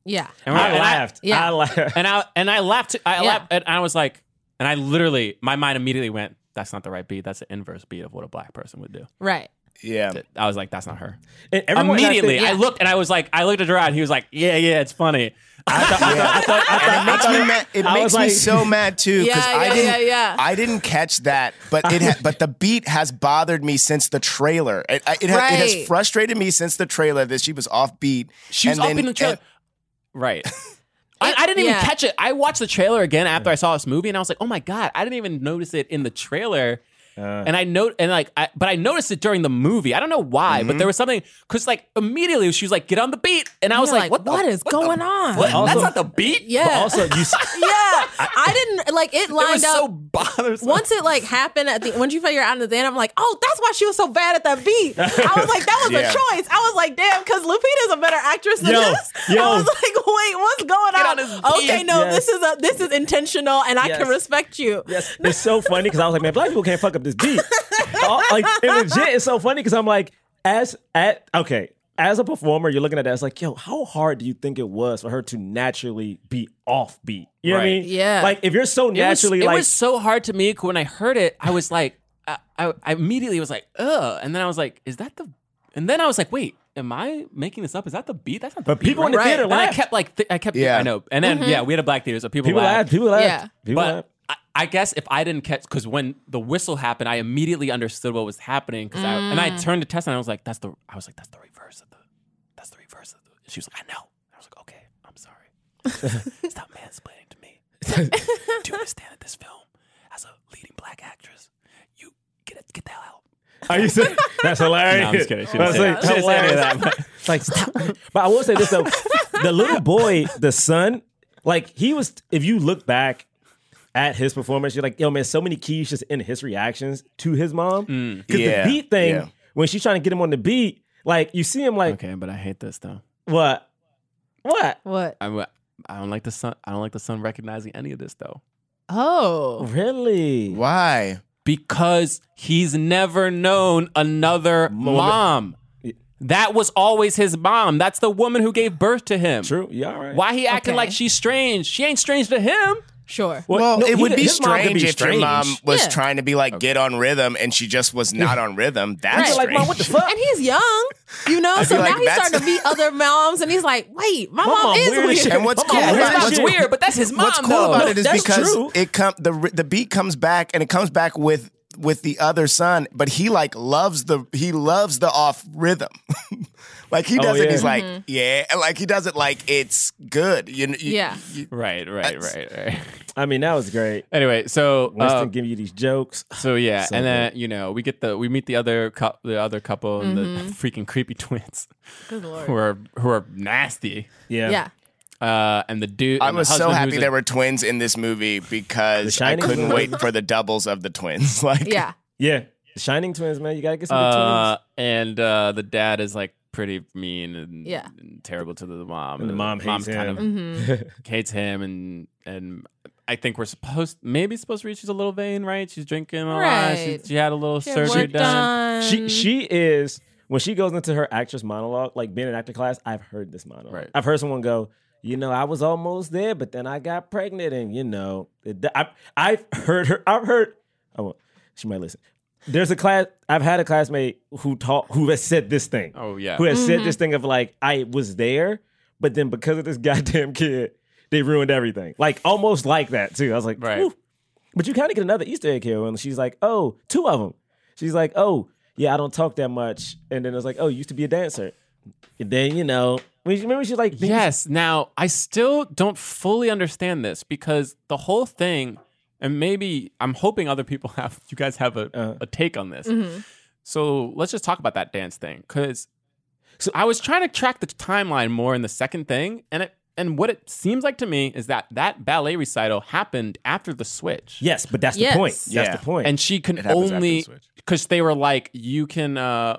Yeah. And we're- I and laughed. yeah. I laughed. and I and I laughed. I Yeah. laughed, and I was like, and I literally, my mind immediately went, "That's not the right beat. That's the inverse beat of what a black person would do." Right. Yeah, That- I was like, "That's not her." And everyone- immediately, I Yeah. looked and I was like, I looked at her and he was like, "Yeah, yeah, it's funny." I thought, I thought, I thought, I thought, And it makes me mad. It I makes was me like- so mad too because Yeah, I yeah, didn't. yeah, yeah. I didn't catch that, but it. Ha- but the beat has bothered me since the trailer. It, I- it, ha- it Right. has frustrated me since the trailer that she was off beat. She was And up then- in the trailer. and- right. I, I didn't even yeah. catch it. I watched the trailer again after I saw this movie, and I was like, "Oh my god!" I didn't even notice it in the trailer, Uh. and I note and like, I, but I noticed it during the movie. I don't know why, Mm-hmm. but there was something because like immediately she was like, "Get on the beat," and I was You're like, "What, the- what is what the- going on? what? Also- That's not the beat." Yeah. But also, you s- yeah. I didn't like it it lined was up. so bothersome. once it like happened at the once you figure out at the end, I'm like, oh, that's why she was so bad at that beat. I was like, that was Yeah. a choice. I was like, damn, because Lupita's a better actress than Yo, this. yo. I was like, wait, what's going Get on on? his beat. okay, no, Yes. this is a this is intentional, and I Yes. can respect you. Yes, it's so funny because I was like, man, black people can't fuck up this beat. All- like, and legit, it's so funny because I'm like, as at okay, as a performer, you're looking at that. It's like, yo, how hard do you think it was for her to naturally be off beat? You know what I Right. mean? Yeah. Like if you're so It was- naturally it was, like, so hard to me when I heard it. I was like, I, I, I immediately was like, ugh, and then I was like, is that the? And then I was like, wait, am I making this up? Is that the beat? That's not the but beat. people in the right? theater And I laughed. kept like, th- I kept, Yeah. I know. And then yeah, we had a black theater, so people, people laughed. laughed. People laughed. Yeah. People laughed. But I, I guess if I didn't catch, because when the whistle happened, I immediately understood what was happening. Because I and I turned to Tessa and I was like, that's the. I was like, that's the reverse of the. That's the reverse of the. And she was like, I know. And I was like, okay, I'm sorry. Stop mansplaining to me. Do you understand that this film, as a leading black actress, you get it, get the hell out. Are you saying that's hilarious? No, I'm just kidding. She That's didn't say- she didn't say any of that, hilarious. like, stop. But I will say this though: the little boy, the son, like he was. If you look back at his performance, you're like, yo, man, so many keys just in his reactions to his mom. Mm, Because Yeah, the beat thing, yeah. when she's trying to get him on the beat, like you see him like Okay, but I hate this though. what, what, What? I, I don't like the sun. I don't like the sun recognizing any of this though. Oh. really? why? because he's never known another mom. That was always his mom. That's the woman who gave birth to him. True. Yeah. All right. Why he acting Okay. like she's strange? She ain't strange to him. Sure. Well, no, it he would did- be his mom could strange be if your mom strange. was Yeah. trying to be like get on rhythm and she just was not on rhythm. That's Right. Like, mom, strange. what the fuck? And he's young, you know, so feel like now he's that's- starting to meet other moms, and he's like, wait, my, My mom, mom is weird as weird. shit. And what's Come cool? on, here's that's what's not It's Shit. weird, but that's his mom. What's cool though. about it is that's because true. it come the the beat comes back and it comes back with with the other son, but he like loves the he loves the off rhythm. like he Oh, does it, yeah. he's like Mm-hmm. yeah, and, like he does it like it's good. You, you Yeah. you- Right, right, right, right. I mean, that was great. Anyway, so uh, Winston giving you these jokes. so yeah, So and then you know we get the we meet the other cou- the other couple and Mm-hmm. the freaking creepy twins Good lord. who are who are nasty. Yeah. yeah. Uh, and the dude, I and the was so husband happy who's a- there were twins in this movie because The I Shining? couldn't wait for the doubles of the twins. Like Yeah. Yeah. The Shining twins, man. You gotta get some good Uh, twins. and uh, the dad is like pretty mean and, Yeah. Mm. and terrible to the mom. And the mom hates kind him. of Mm-hmm. hates him, and and I think we're supposed maybe supposed to read she's a little vain, right? She's drinking a lot. She, Right. she had a little Get surgery work done. Um, She she is when she goes into her actress monologue, like being an actor class, I've heard this monologue. Right. I've heard someone go, you know, I was almost there, but then I got pregnant, and you know, it, I, I've heard her. I've heard. Oh, well, she might listen. There's a class. I've had a classmate who taught who has said this thing. Oh yeah, who has said this thing of like I was there, but then because of this goddamn kid, they ruined everything. Like almost like that too. I was like, Right. "Ooh." But you kind of get another Easter egg here, and she's like, oh, two of them. She's like, oh, yeah, I don't talk that much, and then it's like, oh, you used to be a dancer, and then you know, when you- remember she's like, Yes. Now, I still don't fully understand this because the whole thing, and maybe I'm hoping other people have, you guys have a, Uh. a take on this. So let's just talk about that dance thing because I was trying to track the timeline more in the second thing, and it and what it seems like to me is that that ballet recital happened after the switch. yes, but that's Yes. the point. That's Yeah. the point. And she can It happens after the only switch. because they were like, you can. uh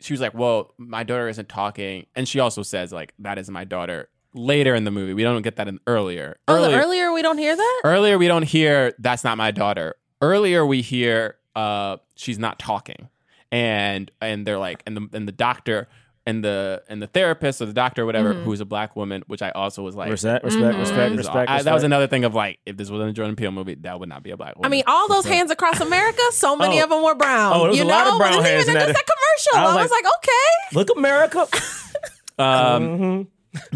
She was like, "Well, my daughter isn't talking," and she also says like, "That is my daughter." Later in the movie, we don't get that in earlier. Oh, the earlier, earlier we don't hear that? earlier we don't hear that's not my daughter. Earlier we hear uh she's not talking, and and they're like, and the and the doctor. And the and the therapist or the doctor or whatever Mm-hmm. who's a black woman, which I also was like, respect, respect, respect, this is- respect, Mm-hmm. I- that was respect. another thing of like, if this wasn't a Jordan Peele movie, that would not be a black woman. I mean, all those hands across America, so many Oh. of them were brown. Oh, there was you a know, lot of brown When hands even in just that- that commercial, I was, like, okay. Look, America. Um,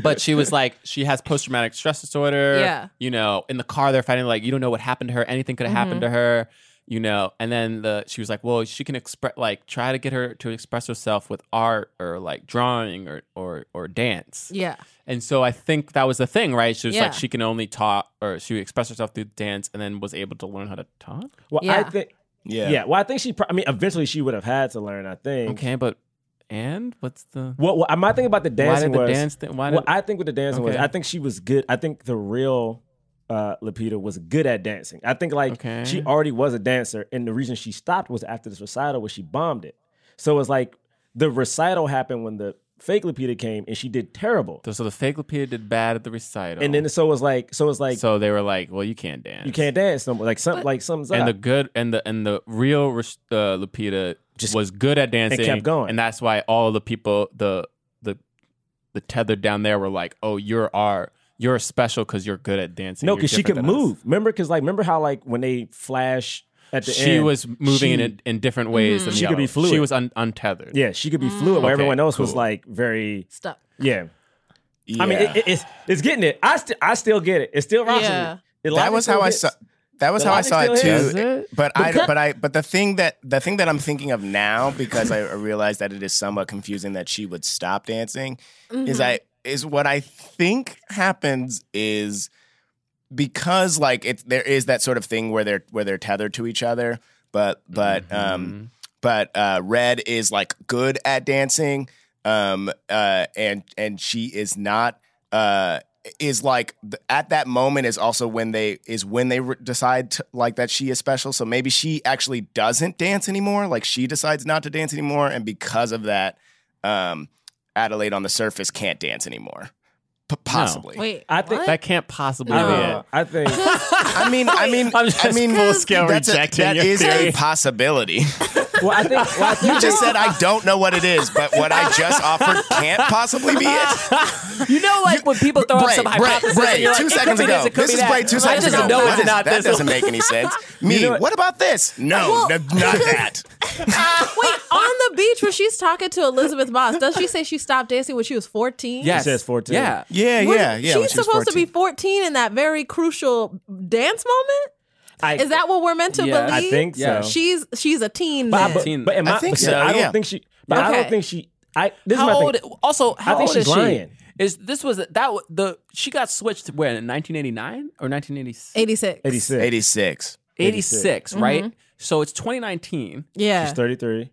But she was like, she has post traumatic stress disorder. Yeah. You know, in the car, they're fighting, like, you don't know what happened to her. Anything could have happened Mm-hmm. to her, you know. And then the she was like, well, she can express, like, try to get her to express herself with art or like drawing or, or, or dance. Yeah, And so I think that was the thing, right? She was Yeah. like, she can only talk or she expressed herself through dance and then was able to learn how to talk. Well, I Yeah. think. yeah. Yeah. Well, I think she. Pro- I mean, eventually she would have had to learn. I think. Okay, but and what's the. Well, well, my thing about the dancing why did the was dance thing? Why did, Well, I think what the dancing was, Okay. I think she was good. I think the real uh, Lupita was good at dancing. I think like Okay. she already was a dancer, and the reason she stopped was after this recital where she bombed it. So it's like the recital happened when the fake Lupita came, and she did terrible. so the fake Lupita did bad at the recital. And then so it was like, so it's like so they were like, "Well, you can't dance. you can't dance no more. Like something, like something's And up. the good and the and the real Ras- uh, Lupita Just- was good at dancing. kept going. and that's why all the people, the the the tethered down there, were like, "Oh, you're our, you're special because you're good at dancing." no, You're because she different could than us." move. Remember, because like remember how like when they flash at the She end, was moving she- Mm-hmm. in in different ways than She the could be others. She fluid. was un- untethered. Yeah, she could be fluid, where Mm. Okay, everyone else was cool. like very stuck. yeah. I mean, it, it, it's it's getting it. I still I still get it. It's still rocking. Yeah. me. The that logic was still how I hits. Uh, saw. That was The how I logic saw it still too. Is hits. it? But I, Because- but I, but the thing that the thing that I'm thinking of now, because I realize that it is somewhat confusing that she would stop dancing, is I is what I think happens is because like it there is that sort of thing where they're where they're tethered to each other, but but um but uh, Red is like good at dancing, um uh and and she is not uh is like th- at that moment is also when they is when they re- decide to, like that she is special so maybe she actually doesn't dance anymore like she decides not to dance anymore and because of that um adelaide on the surface can't dance anymore P- possibly Wait, I think- what? That can't possibly I don't be know. it. I think i mean i mean I'm just i mean full-scale that's a- rejecting that your is theory. a possibility well, I think well, I think you just said i don't know what it is but what i just offered can't possibly be it You know, like when people throw up Bray, some Bray, hypothesis, Bray, you're like, two it could seconds be ago. This, it could This be is that. Bray two I seconds just ago. know That it's is- not that this. doesn't make any sense. Me, know what- what about this? No, no, not that. wait, on the beach when she's talking to Elizabeth Moss, does she say she stopped dancing when she was 14? Yes. says 14. Yeah. Yeah, When- yeah, yeah. She's supposed to be 14 in that very crucial dance moment. I- Is that what we're meant to Yeah. I believe? I think Yeah. so. she's she's a teen but, I- then. but, Teen- but in I my, think but so, I don't yeah. think she. But I Okay. don't think she. I this is How my old? thing. Also, how think old she's is she? lying. Is this was that w- the she got switched to when in 1989 or 1986? 86. 86. 86. 86, right? So it's 2019. Yeah. She's 33.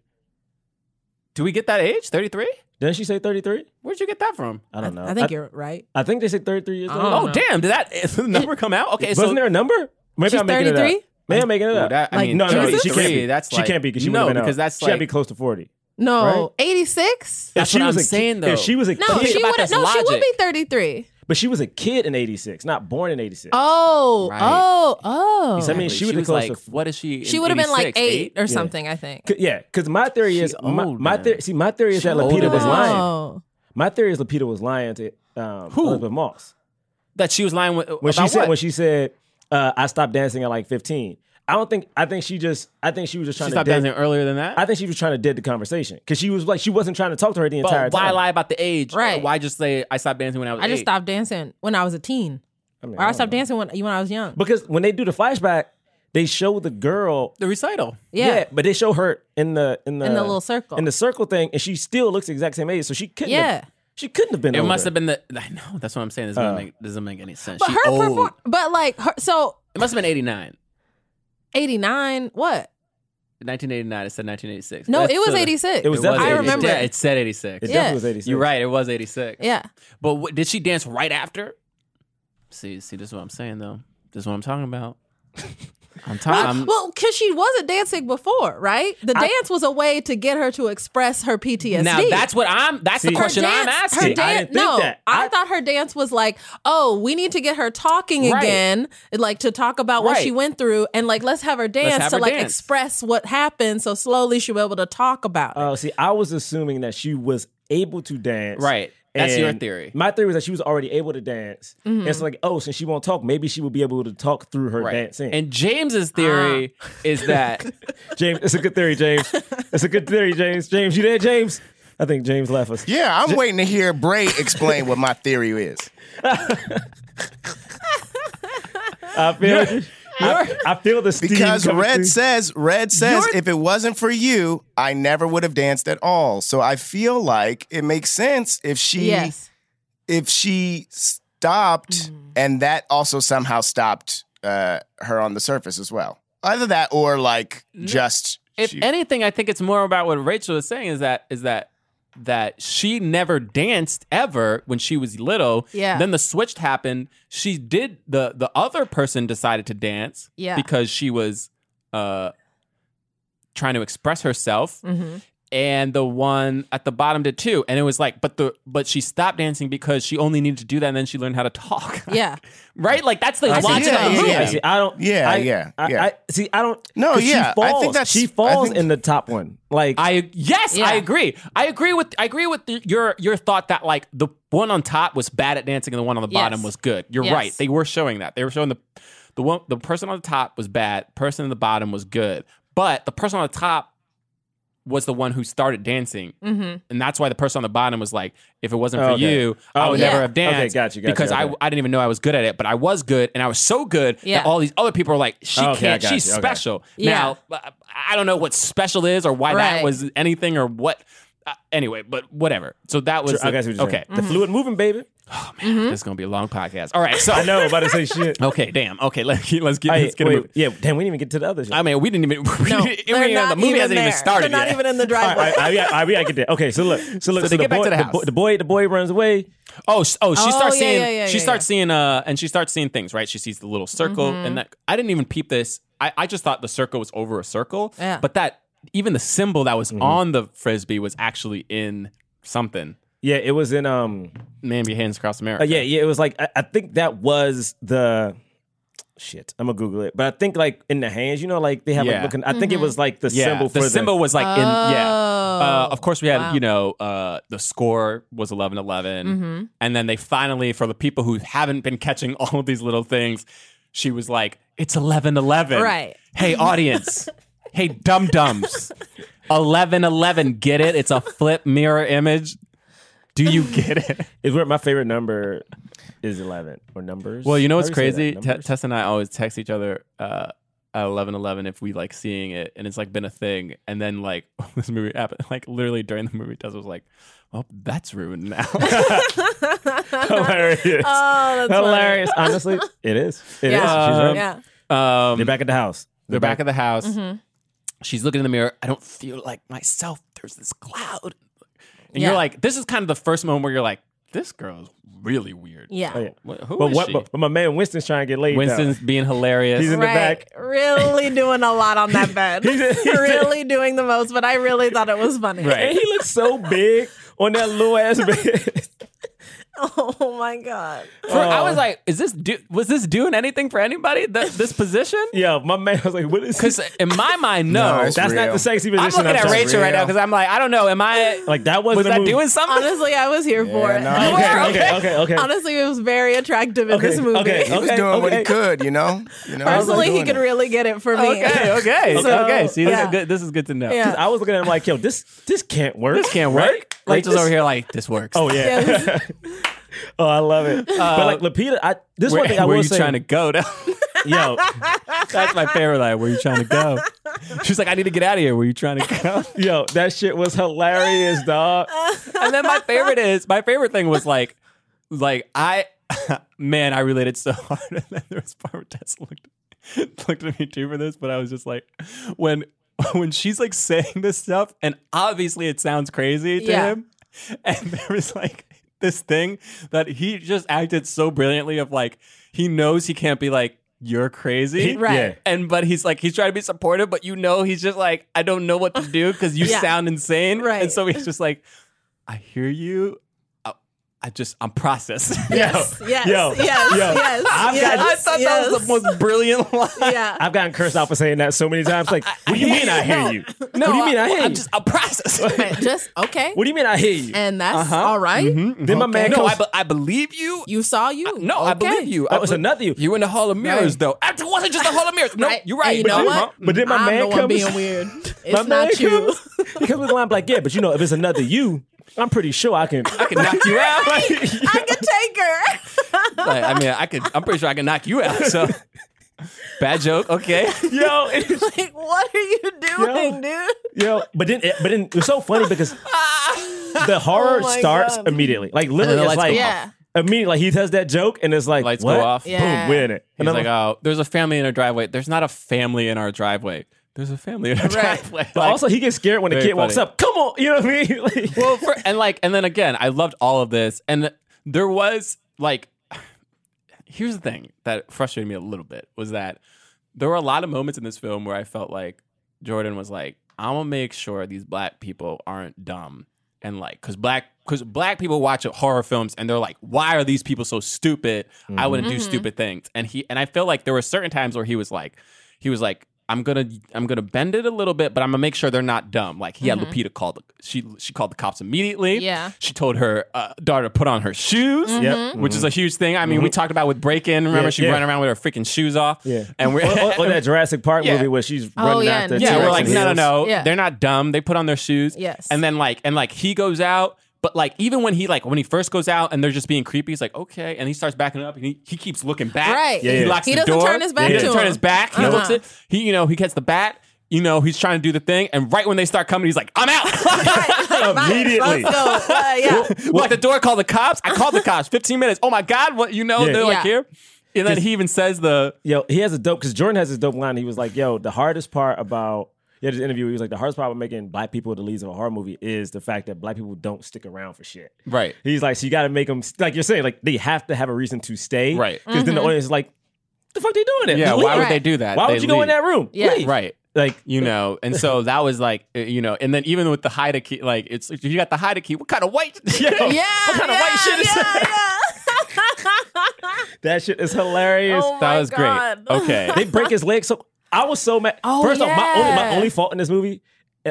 Do we get that age? 33? Didn't she say 33? Where'd you get that from? I don't know. I think you're right. I think they said 33 years old. Oh, damn! Did that did the number come out? Okay, Wasn't so there a number? Maybe She's I'm making it 33? up. Maybe I'm making it Ooh, up. that- I Like, mean, no, no, Jesus? she can't 33, be. That's she like, can't be because she no, would've been because out. that's she like had to be close to 40. No, 86? That's If she what was I'm a saying, kid- If though. she was a No, Think kid, she about would this no, she would logic. be 33. but she was a kid in 86, not born in 86. Oh, Right. oh, oh. I mean, she would've was closed like, to- what is she? she in would have been like 86, eight, or something, I think. C- Yeah, because my theory is my, old my now. theory. See, my theory is that old Lapita was now. lying. Oh. My theory is Lapita was lying to um, Who? Elizabeth Moss That she was lying with when she about said what? when she said uh, I stopped dancing at like 15. I don't think I think she just I think she was just she trying to stopped dead- dancing earlier than that. I think she was trying to dead the conversation because she was like she wasn't trying to talk to her the entire but why time. lie about the age? Right. Why just say I stopped dancing when I was? I just eight? stopped dancing when I was a teen. I mean, Or I I don't stopped know. dancing when when I was young. because when they do the flashback, they show the girl. the recital. yeah. but they show her in the in the In the little circle. in the circle thing, and she still looks the exact same age. So she couldn't. Yeah. have, she couldn't have been. It older. must have been the. I know. That's what I'm saying. This doesn't, make, doesn't make any sense. But She her old. perform but like her so It must have been 89. 89, what? 1989. It said 1986. No, That's it was the- 86. It was definitely I 86. remember. remember. It, said 86. It Yeah. definitely was eighty six. You're right. It was 86. Yeah. But what, did she dance right after? See, see, this is what I'm saying though. This is what I'm talking about. I'm Well, talking. well, because she wasn't dancing before, right? The dance was a way to get her to express her PTSD. now that's what I'm. That's the See- her question I'm dance. Her asking. I dan- didn't think no, that. I, I- thought her dance was like, oh, we need to get her talking Right. again, like to talk about what Right. she went through, and like let's have her dance have to her like dance. express what happened, so slowly she'll be able to talk about Uh, it. Oh, see, I was assuming that she was able to dance. Right. That's your And theory. My theory was that she was already able to dance. And it's like, oh, since she won't talk, maybe she will be able to talk through her Right. dancing. And James's theory Ah. is that James, it's a good theory, James. it's a good theory, James. James, you there, James? I think James left us. Yeah, I'm waiting to hear Bray explain what my theory is. I feel, I, I feel the steam Because coming through. Red says, Red says, if it wasn't for you, I never would have danced at all. So I feel like it makes sense if she yes, Mm. if she stopped and that also somehow stopped uh, her on the surface as well. Either that or like just if she- anything, I think it's more about what Rachel is saying is that is that that she never danced ever when she was little. Yeah. Then the switch happened. She did the the other person decided to dance. Yeah. Because she was uh trying to express herself. Mm-hmm. And the one at the bottom did too. And it was like, but the but she stopped dancing because she only needed to do that and then she learned how to talk. yeah, right? Like that's the see. logic Yeah, of the yeah, movie. yeah. I see. I don't. Yeah, I, yeah, I, yeah. I, see, I don't. No, 'cause she yeah, I falls, think that's- she I falls think- in the top one. Like I yes, Yeah. I agree. I agree with I agree with the, your your thought that like the one on top was bad at dancing and the one on the Yes. bottom was good. You're Yes. right. They were showing that. They were showing the the one the person on the top was bad, person on the bottom was good. But the person on the top was the one who started dancing. Mm-hmm. And that's why the person on the bottom was like, if it wasn't for Okay. you, I Oh, would yeah. never have Okay, danced. gotcha, gotcha, because okay. I, I didn't even know I was good at it, but I was good and I was so good Yeah. that all these other people are like, she Okay, I can't, gotcha, she's okay. special. Yeah. Now, I- I don't know what special is or why Right. that was anything or what. Uh, anyway, but whatever. So that was I the- guess what you're okay. saying. The fluid moving, baby. Man, Mm-hmm. This is gonna be a long podcast. All right, so Mm-hmm. I know. I'm About to say shit. Okay, damn. Okay, let's get let's get, Hey, let's get a wait, movie. yeah, damn, we didn't even get to the other. shit. I mean, we didn't even. we no, didn't- they're we didn't- not the movie even hasn't there. even started They're not yet. even in the All right, all driveway. right, all right, we got- all right, we gotta get there. Okay, so look, so look, So they the get back boy, to the bo- house. The boy, the boy runs away. Oh, s- oh, she Oh, starts yeah, seeing. yeah, yeah, she yeah, Mm-hmm. starts seeing. Uh, and she starts seeing things. Right. She sees the little circle, and that I didn't even peep this. I, I just thought the circle was over a circle. Yeah. But that even the symbol that Mm-hmm. was on the frisbee was actually in something. Yeah, it was in um, Maybe hands across America. uh, yeah, yeah, it was like I, I think that was the shit. I'm gonna Google it, but I think like in the hands, you know, like they have Yeah. like looking. I Mm-hmm. think it was like the Yeah, symbol for the symbol was like in yeah. Uh, of course, we had Oh, wow. you know uh, the score was eleven Mm-hmm. and then they finally for the people who haven't been catching all of these little things, she was like, "It's eleven eleven, Right. Hey, audience, hey, dum dums, eleven eleven, get it? It's a flip mirror image. Do you get it? is where my favorite number is eleven or numbers. Well, you know How what's do you say that? crazy? Te- Numbers? Tess and I always text each other uh, eleven eleven if we like seeing it and it's like been a thing and then like this movie happened like literally during the movie Tessa was like well that's ruined now Hilarious. Oh, that's Hilarious. Honestly, it is. It Yeah. is. She's right. funny. Yeah. um They're back at the house. they're back at the house Mm-hmm. she's looking in the mirror I don't feel like myself there's this cloud and Yeah. you're like this is kind of the first moment where you're like this girl's really weird Yeah. Oh, yeah. Wh- who But is what? she But, but my man Winston's trying to get laid. though. Winston's being hilarious He's in the Right. back. Really doing a lot on that bed. he's- he's- really doing the most, but I really thought it was funny. Right. And he looks so big on that little ass bed. Oh my god. For- I was like, is this do- was this doing anything for anybody? Th- this position? yeah, my man was like, "What is Because this? in my mind, no. No, it's- That's not real. the sexy I'm position." looking at talking Rachel real. right now because I'm like, I don't know. Am I Like that wasn't was a I movie. doing something? Honestly, I was here for it. no, Okay, okay, okay, okay. Honestly, it was very attractive in Okay, this movie. okay. He was Okay, doing what okay. he could, you know. You know, Personally, he doing could it. really get it for me. okay, okay, So, okay. See, this yeah. is good. This is good to know. Yeah. I was looking at him like, "Yo, this this can't work. This can't work. Right? Like Rachel's this- over here like this works. Oh yeah. Yeah. oh, I love it. but like Lapita, I this Uh, where, one thing I where will you say. trying to go? Now? yo, That's my favorite line. Where you trying to go? She's like, I need to get out of here. Where you trying to go? yo, that shit was hilarious, dog. Uh, and then my favorite is my favorite thing was like like I man, I related so hard. And then there was part where Tessa looked looked at me too for this, but I was just like when when she's like saying this stuff, and obviously it sounds crazy to Yeah. him. And there was like this thing that he just acted so brilliantly of like he knows he can't be like you're crazy. Right. Yeah. And but he's like he's trying to be supportive, but you know he's just like I don't know what to do because you Yeah. sound insane. Right. And so he's just like, I hear you. I, I just I'm processing. Yes. Yes. Yo. Yes. Yo. Yes. I've yes, got- I thought that was the yes. most brilliant line. Yeah. I've gotten cursed out for saying that so many times. Like, what do you mean I hear you? No, what do you mean I, hear am you? just I'm processing. Right, Just okay. what do you mean I hear you? And that's all right? then my man no, comes. I, be- I believe you. You saw you. No, I Okay. believe you. oh, I it's be- another you. You in the Hall of Mirrors though. Actually, it wasn't just the Hall of Mirrors. No, Right. you're right. And you know But- what? But then my I'm man the one comes. being weird. my It's man not you. comes- he comes with a line like, yeah, but you know, if it's another you, I'm pretty sure I can. I could knock you out. Like, I could take her. like, I mean, I could. I'm pretty sure I can knock you out. So bad joke. Okay. yo, it- like, what are you doing, dude? Ah. yo. But then, it, but then it was so funny because the horror Oh my starts God. immediately. Like literally, the it's lights go like off. immediately, like he does that joke and it's like Lights what? go off. Yeah. Boom, we're in it. He's And I'm like, oh, there's a family in our driveway. There's not a family in our driveway. There's a family in our driveway. but "Oh, Like, also he gets scared when the Very kid walks funny. up. Come on, you know what I mean? Like, well, for, and like, and then again, I loved all of this, and there was like, here's the thing that frustrated me a little bit was that there were a lot of moments in this film where I felt like Jordan was like, I'm gonna make sure these black people aren't dumb, and like, cause black. Because black people watch horror films and they're like, "Why are these people so stupid? I wouldn't do stupid things." And he and I feel like there were certain times where he was like, he was like, I'm gonna I'm gonna bend it a little bit, but I'm gonna make sure they're not dumb. Like he had Lupita called the, she she called the cops immediately. Yeah. she told her uh, daughter to put on her shoes, Yep. Mm-hmm. which is a huge thing. I mean, we talked about with break in. Remember, Yeah, she yeah. ran around with her freaking shoes off. Yeah. Oh, and we're or, or that Jurassic Park Yeah. movie where she's Oh, running yeah, after. and yeah, T-Rex we're like, and no, no, no. Yeah. They're not dumb. They put on their shoes. Yes. And then like, and like he goes out, but like even when he like when he first goes out and they're just being creepy, he's like, okay. And he starts backing up and he, he keeps looking back. Right. Yeah, He yeah. locks He the doesn't door. turn his back He to doesn't him. turn his back. He Uh-huh. looks it. He, you know, he gets the bat. You know, he's trying to do the thing, and right when they start coming, he's like, I'm out. Right, Immediately. Let's go. Uh, yeah. Lock the door, call the cops. I called the cops. 15 minutes. Oh my God, what you know? Yeah. They're like Yeah. here. And then he even says the Yo, he has a dope because Jordan has this dope line. He was like, "Yo, the hardest part about he had this interview. He was like, the hardest part about making black people the leads of a horror movie is the fact that black people don't stick around for shit. Right. He's like, so you got to make them like you're saying, like they have to have a reason to stay, Right. Because then the audience is like, the fuck they doing it? Yeah, why Leave. would they do that? Why They would you go in leave. that room? Yeah. Leave. Right. Like you know and so that was like uh, you know and then even with the Haida key like it's you got the Haida key what kind of white Yeah. What kind of white shit is that? that shit is hilarious. Oh that my was God. great okay They break his leg. So I was so mad. Oh, First off, my only my yeah. only fault in this movie,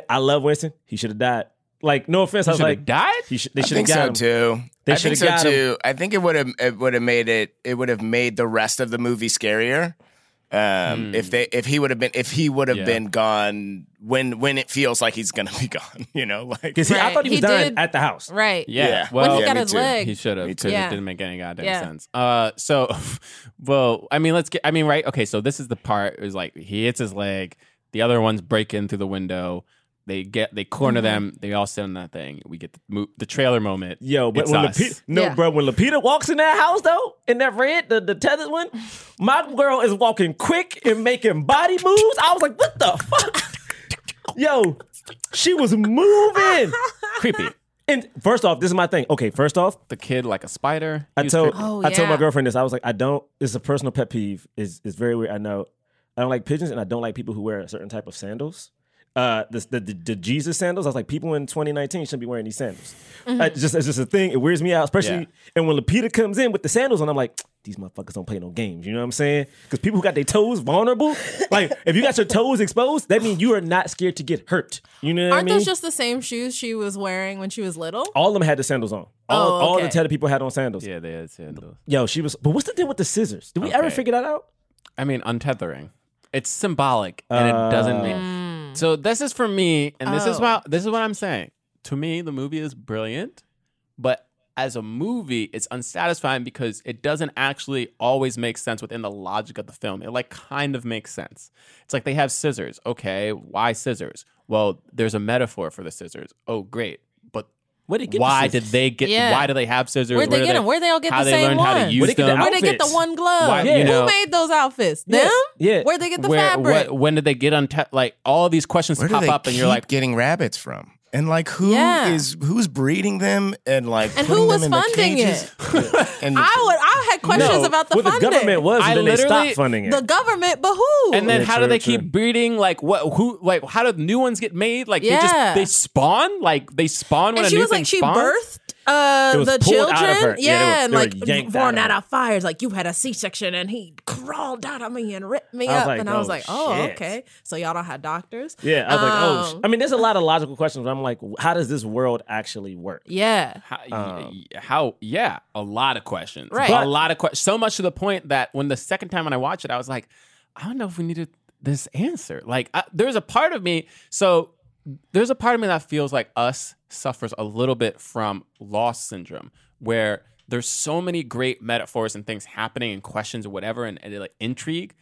I love Winston. He should have died. Like no offense, I was Should've like, died he should. They I should have think got so him. too. They I shoulda think so got him. too. I think it would have it would have made it it would have made the rest of the movie scarier Um, If they, if he would have been, if he would have Yeah. been gone when when it feels like he's gonna be gone, you know, like Because I Right. thought he was He dying did- at the house. Right. Yeah. Yeah. Well, when he yeah, got me his too. leg. He should have Me because too. it didn't make any goddamn Yeah. sense. Uh, so, well, I mean, let's get. I mean, right? Okay, so this is the part is like he hits his leg. The other ones break in through the window. They get they Mm-hmm. corner them. They all sit on that thing. We get the mo- the trailer moment. Yo, but It's when us. Lapita, no, Yeah. bro, when Lapita walks in that house though, in that red, the, the tethered one, my girl is walking quick and making body moves. I was like, what the fuck? Yo, she was moving. creepy, And first off, this is my thing. Okay, first off, the kid like a spider. He I was told creepy. Oh, I told my yeah. girlfriend this. I was like, I don't. It's a personal pet peeve. It's, it's very weird. I know. I don't like pigeons, and I don't like people who wear a certain type of sandals. Uh, the, the, the, the Jesus sandals. I was like, people in 2019 shouldn't be wearing these sandals. I Mm-hmm. just it's just a thing. It weirds me out, especially. Yeah. And when Lapita comes in with the sandals, and I'm like, these motherfuckers don't play no games. You know what I'm saying? Because people who got their toes vulnerable, like if you got your toes exposed, that means you are not scared to get hurt. You know what Aren't I mean? those just the same shoes she was wearing when she was little? all of them had the sandals on. All, Oh, all the okay. tether people had on sandals. Yeah, they had sandals. Yo, she was. But what's the deal with the scissors? Did we ever Okay. figure that out? I mean, untethering. It's symbolic, and it doesn't mean. So this is for me, and this is Mm. Oh. why this is what I'm saying. To me, the movie is brilliant, but as a movie, it's unsatisfying because it doesn't actually always make sense within the logic of the film. It like kind of makes sense. It's like they have scissors. Okay, why scissors? Well, there's a metaphor for the scissors. Oh, great, but. Where did Why did they get? Yeah. Why do they have scissors? Where'd they Where do get them? Where'd they all get how they the same learned how to one? use Where'd they get the them? Where'd they get the outfits? one glove? Why- you know- Who made those outfits? Yeah. Them? Yeah. Where'd they get the Where- fabric? what- when did they get on? like all these questions where do pop they up, and you're keep like, getting rabbits from? And like who is Yeah. who's breeding them and like And who putting was them in the funding cages? and I would. I had questions about the what funding. the government was, I and then they literally- stopped funding it. The government, but who? And then Yeah, how true, do they true. keep breeding? Like what? Who? Like how do new ones get made? Like they just Yeah. they spawn. Like they spawn when and a she new was thing like, she spawns? birthed uh, It was the pulled children. out of her. Yeah, Yeah, they and were- they were like yanked born out out of of, fires. Like you had a C section, and he crawled out of me and ripped me I was up. like, and I was oh, like, oh, shit. okay. So y'all don't have doctors. yeah, I was like, oh, Um, sh-. I mean, there's a lot of logical questions. Where I'm like, how does this world actually work? yeah. How, y- y- how? Yeah, a lot of questions. Right. a lot of questions. So much to the point that when the second time when I watched it, I was like, I don't know if we needed this answer. Like, I, there's a part of me. So there's a part of me that feels like us suffers a little bit from loss syndrome, where there's so many great metaphors and things happening and questions or whatever and, and like intrigue,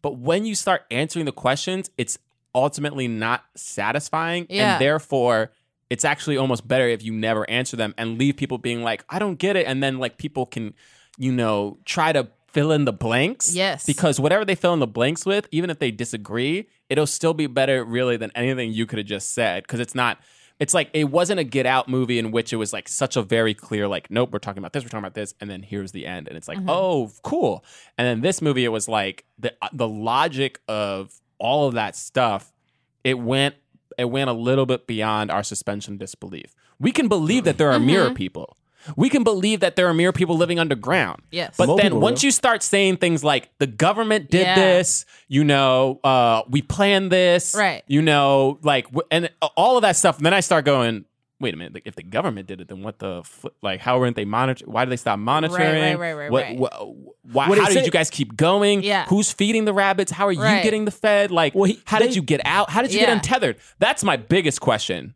but when you start answering the questions, it's ultimately not satisfying, Yeah. and therefore it's actually almost better if you never answer them and leave people being like, I don't get it. And then like people can, you know, try to fill in the blanks. Yes. Because whatever they fill in the blanks with, even if they disagree, it'll still be better really than anything you could have just said. Cause it's not it's like it wasn't a get out movie in which it was like such a very clear like nope we're talking about this we're talking about this and then here's the end and it's like oh cool and then this movie it was like the uh, the logic of all of that stuff it went it went a little bit beyond our suspension of disbelief. We can believe that there are mirror people. We can believe that there are mirror people living underground. Yes. But Most then people once do. you start saying things like the government did Yeah. this, you know, uh, we planned this, Right. You know, like w- and all of that stuff. And then I start going, wait a minute. Like, if the government did it, then what the fl- like? How weren't they monitor? Why did they stop monitoring? right, right, What- right. wh- why? What how it did say- you guys keep going? Yeah. Who's feeding the rabbits? How are you Right. getting the fed? Like, Well, he- how they- did you get out? How did you get Yeah. untethered? That's my biggest question.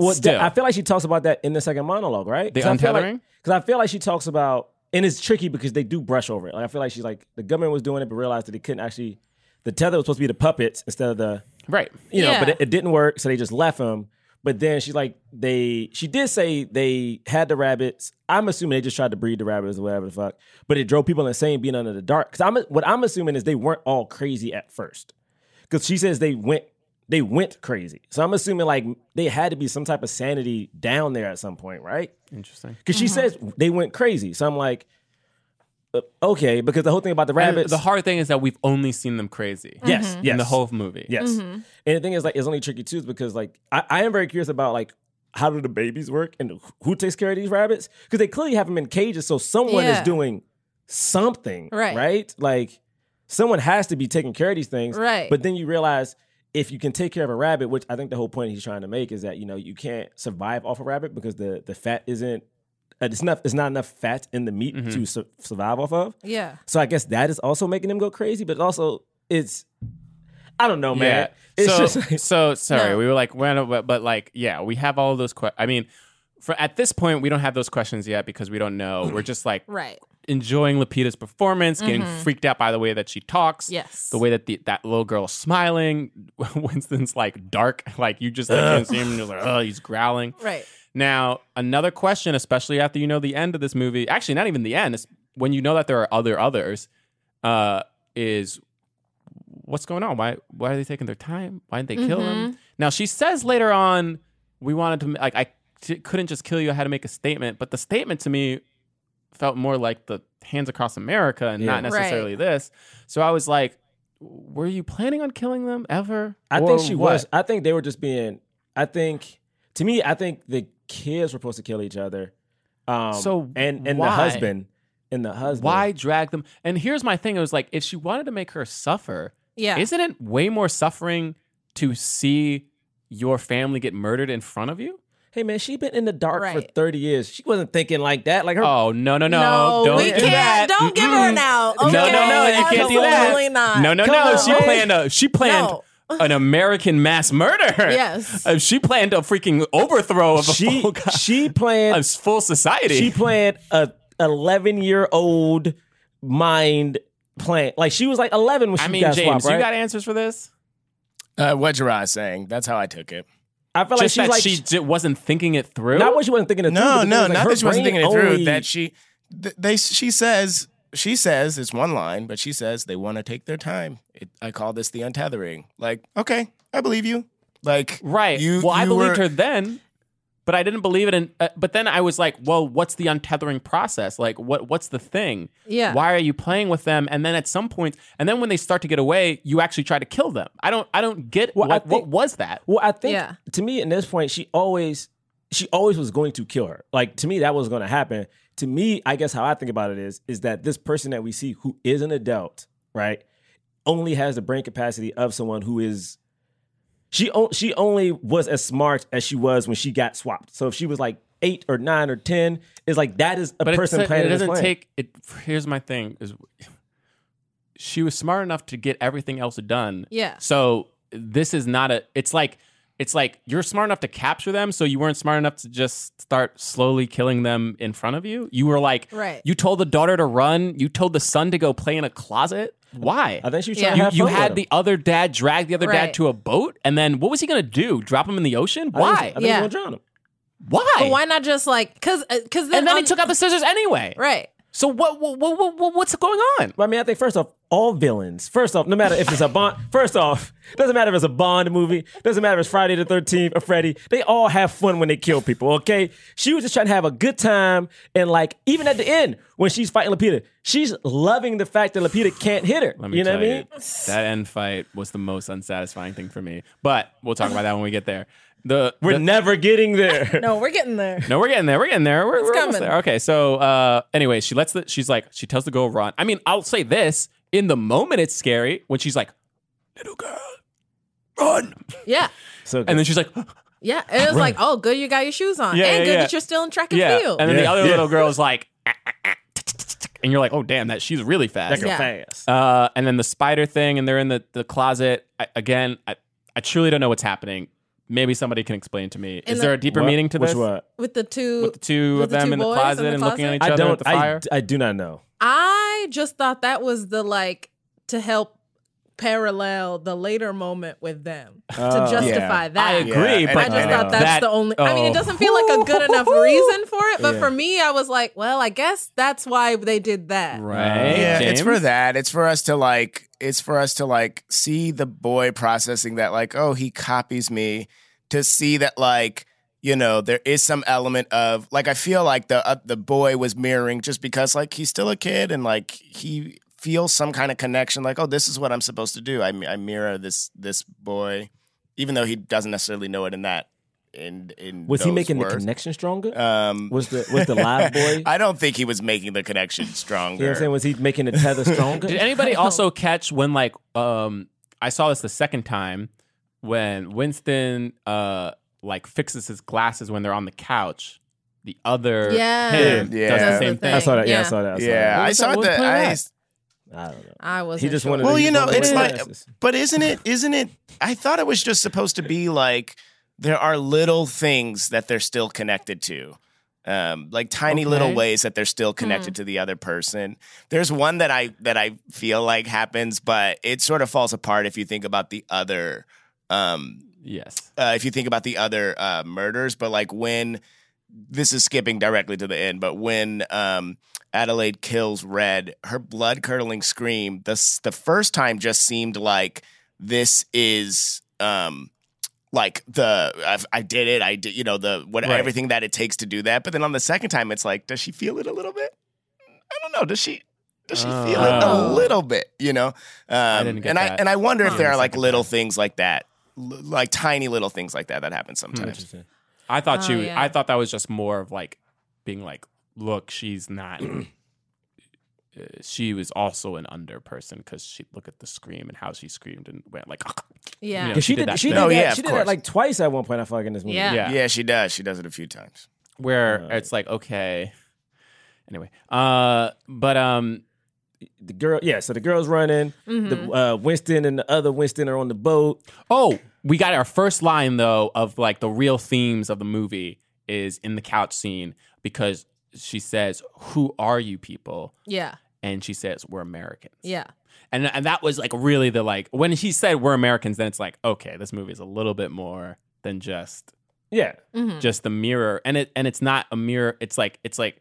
Well, Still. th- I feel like she talks about that in the second monologue, right? The untethering? Because I feel like she talks about, and it's tricky because they do brush over it. Like I feel like she's like the government was doing it, but realized that it couldn't actually. The tether was supposed to be the puppets instead of the Right. you know, but Yeah. it, it didn't work, so they just left him. But then she's like, they she did say they had the rabbits. I'm assuming they just tried to breed the rabbits or whatever the fuck. But it drove people insane being under the dark. Because I'm what I'm assuming is they weren't all crazy at first. Because she says they went they went crazy. So I'm assuming like they had to be some type of sanity down there at some point, right? Interesting. Because she says they went crazy. So I'm like, uh, okay, because the whole thing about the rabbits, the hard thing is that we've only seen them crazy. yes, yes, In the whole movie. Yes. Mm-hmm. And the thing is, like, it's only tricky too, is because like I, I am very curious about like how do the babies work and who takes care of these rabbits? Because they clearly have them in cages, so someone Yeah. is doing something, Right. Right? Like someone has to be taking care of these things, Right. But then you realize if you can take care of a rabbit, which I think the whole point he's trying to make is that you know you can't survive off a rabbit because the the fat isn't uh, it's enough. It's not enough fat in the meat to su- survive off of. Yeah. So I guess that is also making them go crazy. But also, it's I don't know, man. It's Oh, so, just like, so sorry. No. We were like, well, but, but like, yeah, we have all those questions. I mean, for at this point, we don't have those questions yet because we don't know. We're just like Right. Mm-hmm. enjoying Lupita's performance, getting freaked out by the way that she talks. Yes. The way that the, that little girl's smiling. Winston's like dark. Like you just like, can't see him and you're like, oh, he's growling. Right. Now, another question, especially after you know the end of this movie, actually, not even the end, it's when you know that there are other others, uh, is what's going on? Why why are they taking their time? Why didn't they kill him? Now, she says later on, we wanted to, ma- like, I t- couldn't just kill you, I had to make a statement. But the statement to me felt more like the Hands Across America and Yeah. not necessarily this. So I was like, were you planning on killing them ever? I Or think she what? was. I think they were just being. I think to me, I think the kids were supposed to kill each other. Um, So and and why? the husband and the husband. Why drag them? And here's my thing: it was like if she wanted to make her suffer, Yeah. isn't it way more suffering to see your family get murdered in front of you? Hey man, she been in the dark for Right. thirty years. She wasn't thinking like that. Like her. Oh no, no, no! don't we do can't. that. Don't give her an out. No, Okay? no, no! You can't do that. Absolutely not. No, no, Come no! on, she man. planned a. She planned No. an American mass murder. Yes. Uh, she planned a freaking overthrow of a she full, co- she a planned full society. she planned a eleven year old mind plan. Like she was like eleven when she I mean, got James, swapped. Right? you got answers for this? Uh, what Gerard's saying. That's how I took it. I felt like Just she that like she j- wasn't thinking it through. not what she wasn't thinking it through. but the No, thing no, was, like, not her that she wasn't brain thinking it through. only- That she, th- they, she says, she says it's one line, but she says they want to take their time. It, I call this the untethering. Like, okay, I believe you. Like, Right. You, well, I you believed were- her then, but I didn't believe it. In, uh, but then I was like, well, what's the untethering process? Like, what what's the thing? Yeah. Why are you playing with them? And then at some point, and then when they start to get away, you actually try to kill them. I don't. I don't get Well, I what, what think- was that. Well, I think Yeah. to me at this point, she always she always was going to kill her. Like to me, that was going to happen. To me, I guess how I think about it is is that this person that we see who is an adult, right, only has the brain capacity of someone who is. She o- she only was as smart as she was when she got swapped. So if she was like eight or nine or ten, it's like that is a But person it's, planning. it this doesn't plan. take it. Here's my thing: is she was smart enough to get everything else done. Yeah. So this is not a. It's like it's like you're smart enough to capture them, so you weren't smart enough to just start slowly killing them in front of you. You were like, Right. You told the daughter to run. You told the son to go play in a closet. Why? I think she was Yeah. You, trying to have you fun with had him. the other dad drag the other dad Right. to a boat, and then what was he gonna do? Drop him in the ocean? I think- Why? I think yeah. Yeah. gonna drown him. Why? But why not just like because because then and then he on- took out the scissors anyway. right. So what, what, what, what what's going on? Well, I mean, I think first off, all villains. First off, no matter if it's a Bond. First off, doesn't matter if it's a Bond movie. Doesn't matter if it's Friday the Thirteenth or Freddy. They all have fun when they kill people. Okay, she was just trying to have a good time, and like even at the end when she's fighting Lapita, she's loving the fact that Lapita can't hit her. Let me You know tell what I mean? you, that end fight was the most unsatisfying thing for me. But we'll talk about that when we get there. The We're the- never getting there. No, we're getting there. no, we're getting there. We're getting there. We're, we're almost coming. there. Okay, so uh, anyway, she lets the. She's like, she tells the girl run. I mean, I'll say this: in the moment, it's scary when she's like, "Little girl, run," Yeah. So good. and then she's like, Yeah. And it was like, oh, good, you got your shoes on, Yeah, and yeah, good yeah. that you're still in track and "Yeah," field. and then the Yeah, other yeah. little girl's like, "Ah, ah, ah, tick, tick, tick, tick," and you're like, "Oh damn, that she's really that fast." girl Yeah. fast. Uh, and then the spider thing, and they're in the, the closet. I, again, I, I truly don't know what's happening. Maybe somebody can explain to me. In Is the- there a deeper What- meaning to which this? one? With the two, With the two with of the them two in the boys in closet the and looking at closet? each I other at don't. the I, fire. I do not know. I just thought that was the like to help parallel the later moment with them to Oh. justify that. I agree, Yeah, but I just and- thought that's that- the only. I mean, oh. it doesn't feel like a good enough reason for it, but Yeah. for me, I was like, well, I guess that's why they did that. right? yeah, it's for James? that. It's for us to like. It's for us to like see the boy processing that, like, oh, he copies me. To see that, like, you know, there is some element of like I feel like the uh, the boy was mirroring just because like he's still a kid and like he feels some kind of connection, like, oh, this is what I'm supposed to do. I mi- I mirror this this boy, even though he doesn't necessarily know it in that. In in Was he those making words. the connection stronger? Um, was the was the live boy? I don't think he was making the connection you know what stronger. I'm saying? Was he making the tether stronger? Did anybody also catch when like um I saw this the second time when Winston uh like fixes his glasses when they're on the couch the other Yeah. him does Yeah. the That's same the thing. I saw that. Yeah, I Yeah. saw that. I saw yeah, that. I was that- saw what that. play I, that? I don't know. I was. He just wanted. Well, to you use know, one of it's his like- glasses. but isn't it? Isn't it? I thought it was just supposed to be like there are little things that they're still connected to. Um, like tiny little Okay. ways that they're still connected to the other person. There's one that I that I feel like happens, but it sort of falls apart if you think about the other um, Yes. uh, if you think about the other uh, murders, but like when this is skipping directly to the end, but when um, Adelaide kills Red, her blood curdling scream the s- the first time just seemed like this is um like the I've, I did it I did you know the what Right. everything that it takes to do that, but then on the second time it's like does she feel it a little bit? I don't know. Does she? Does she feel it a Oh. little bit? You know, um, didn't get and I that. and I wonder if Huh. there are like Second little things like that l- like tiny little things like that that happen sometimes. Interesting. I thought she Oh, was, yeah. I thought that was just more of like being like, look, she's not. uh, she was also an under person because she look at the scream and how she screamed and went like. you Yeah. know, Oh, Yeah, she did. that She thing. did No, that. yeah, she of did that course. like twice at one point. I feel like in this movie. Yeah. Yeah. Yeah, she does. She does it a few times. where Uh, it's like okay anyway uh but um The girl. Yeah. So the girl's running. The uh, Winston and the other Winston are on the boat. oh we got our first line though of like the real themes of the movie is in the couch scene because she says who are you people Yeah. and she says we're americans Yeah. and and that was like really the like when she said we're americans then it's like okay this movie is a little bit more than just Yeah. Mm-hmm. Mm. just the mirror and it and it's not a mirror it's like it's like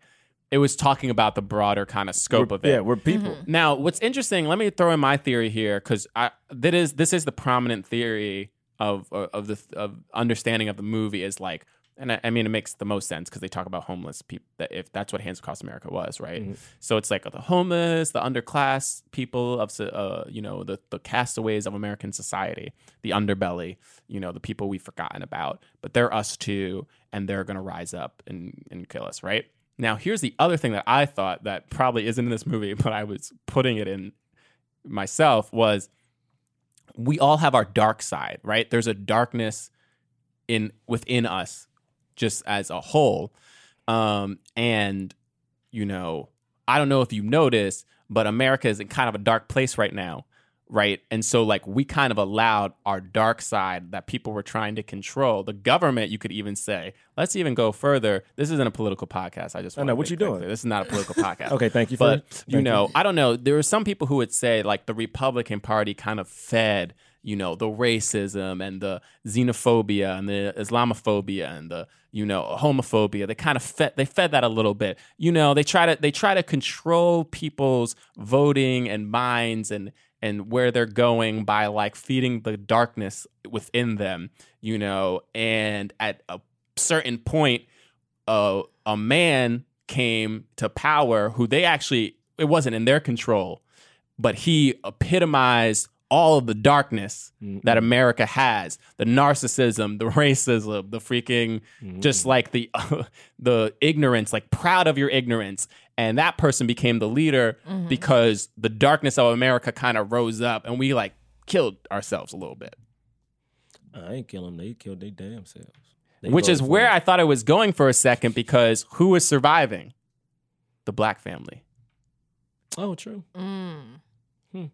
it was talking about the broader kind of scope We're- of it Yeah. We're people. Now, what's interesting? Let me throw in my theory here because that is this is the prominent theory of uh, of the of understanding of the movie is like, and I, I mean it makes the most sense because they talk about homeless people. That if that's what Hands Across America was, right? So it's like the homeless, the underclass people of so- uh, you know the the castaways of American society, the underbelly, you know the people we've forgotten about, but they're us too, and they're gonna rise up and and kill us, right? Now, here's the other thing that I thought that probably isn't in this movie, but I was putting it in myself was we all have our dark side, right? There's a darkness in within us just as a whole. Um, and you know, I don't know if you noticed, but America is in kind of a dark place right now, right? And so like we kind of allowed our dark side that people were trying to control. The government, you could even say, let's even go further. This isn't a political podcast. I just I want know, to what make you that doing? clear. This is not a political podcast. Okay. Thank you. For But that. you Thank know, I don't know. There were some people who would say like the Republican Party kind of fed, you know, the racism and the xenophobia and the Islamophobia and the you know homophobia. They kind of fed they fed that a little bit. You know, they try to they try to control people's voting and minds and and where they're going by like feeding the darkness within them. You know, and at a certain point a a man came to power who they actually it wasn't in their control, but he epitomized all of the darkness that America has the narcissism, the racism, the freaking just like the the ignorance, like proud of your ignorance. And that person became the leader because the darkness of America kind of rose up and we like killed ourselves a little bit. I ain't kill them. They killed their damn selves. They Which is voted for where him. I thought I was going for a second because who is surviving? The black family. Oh, true. Hmm.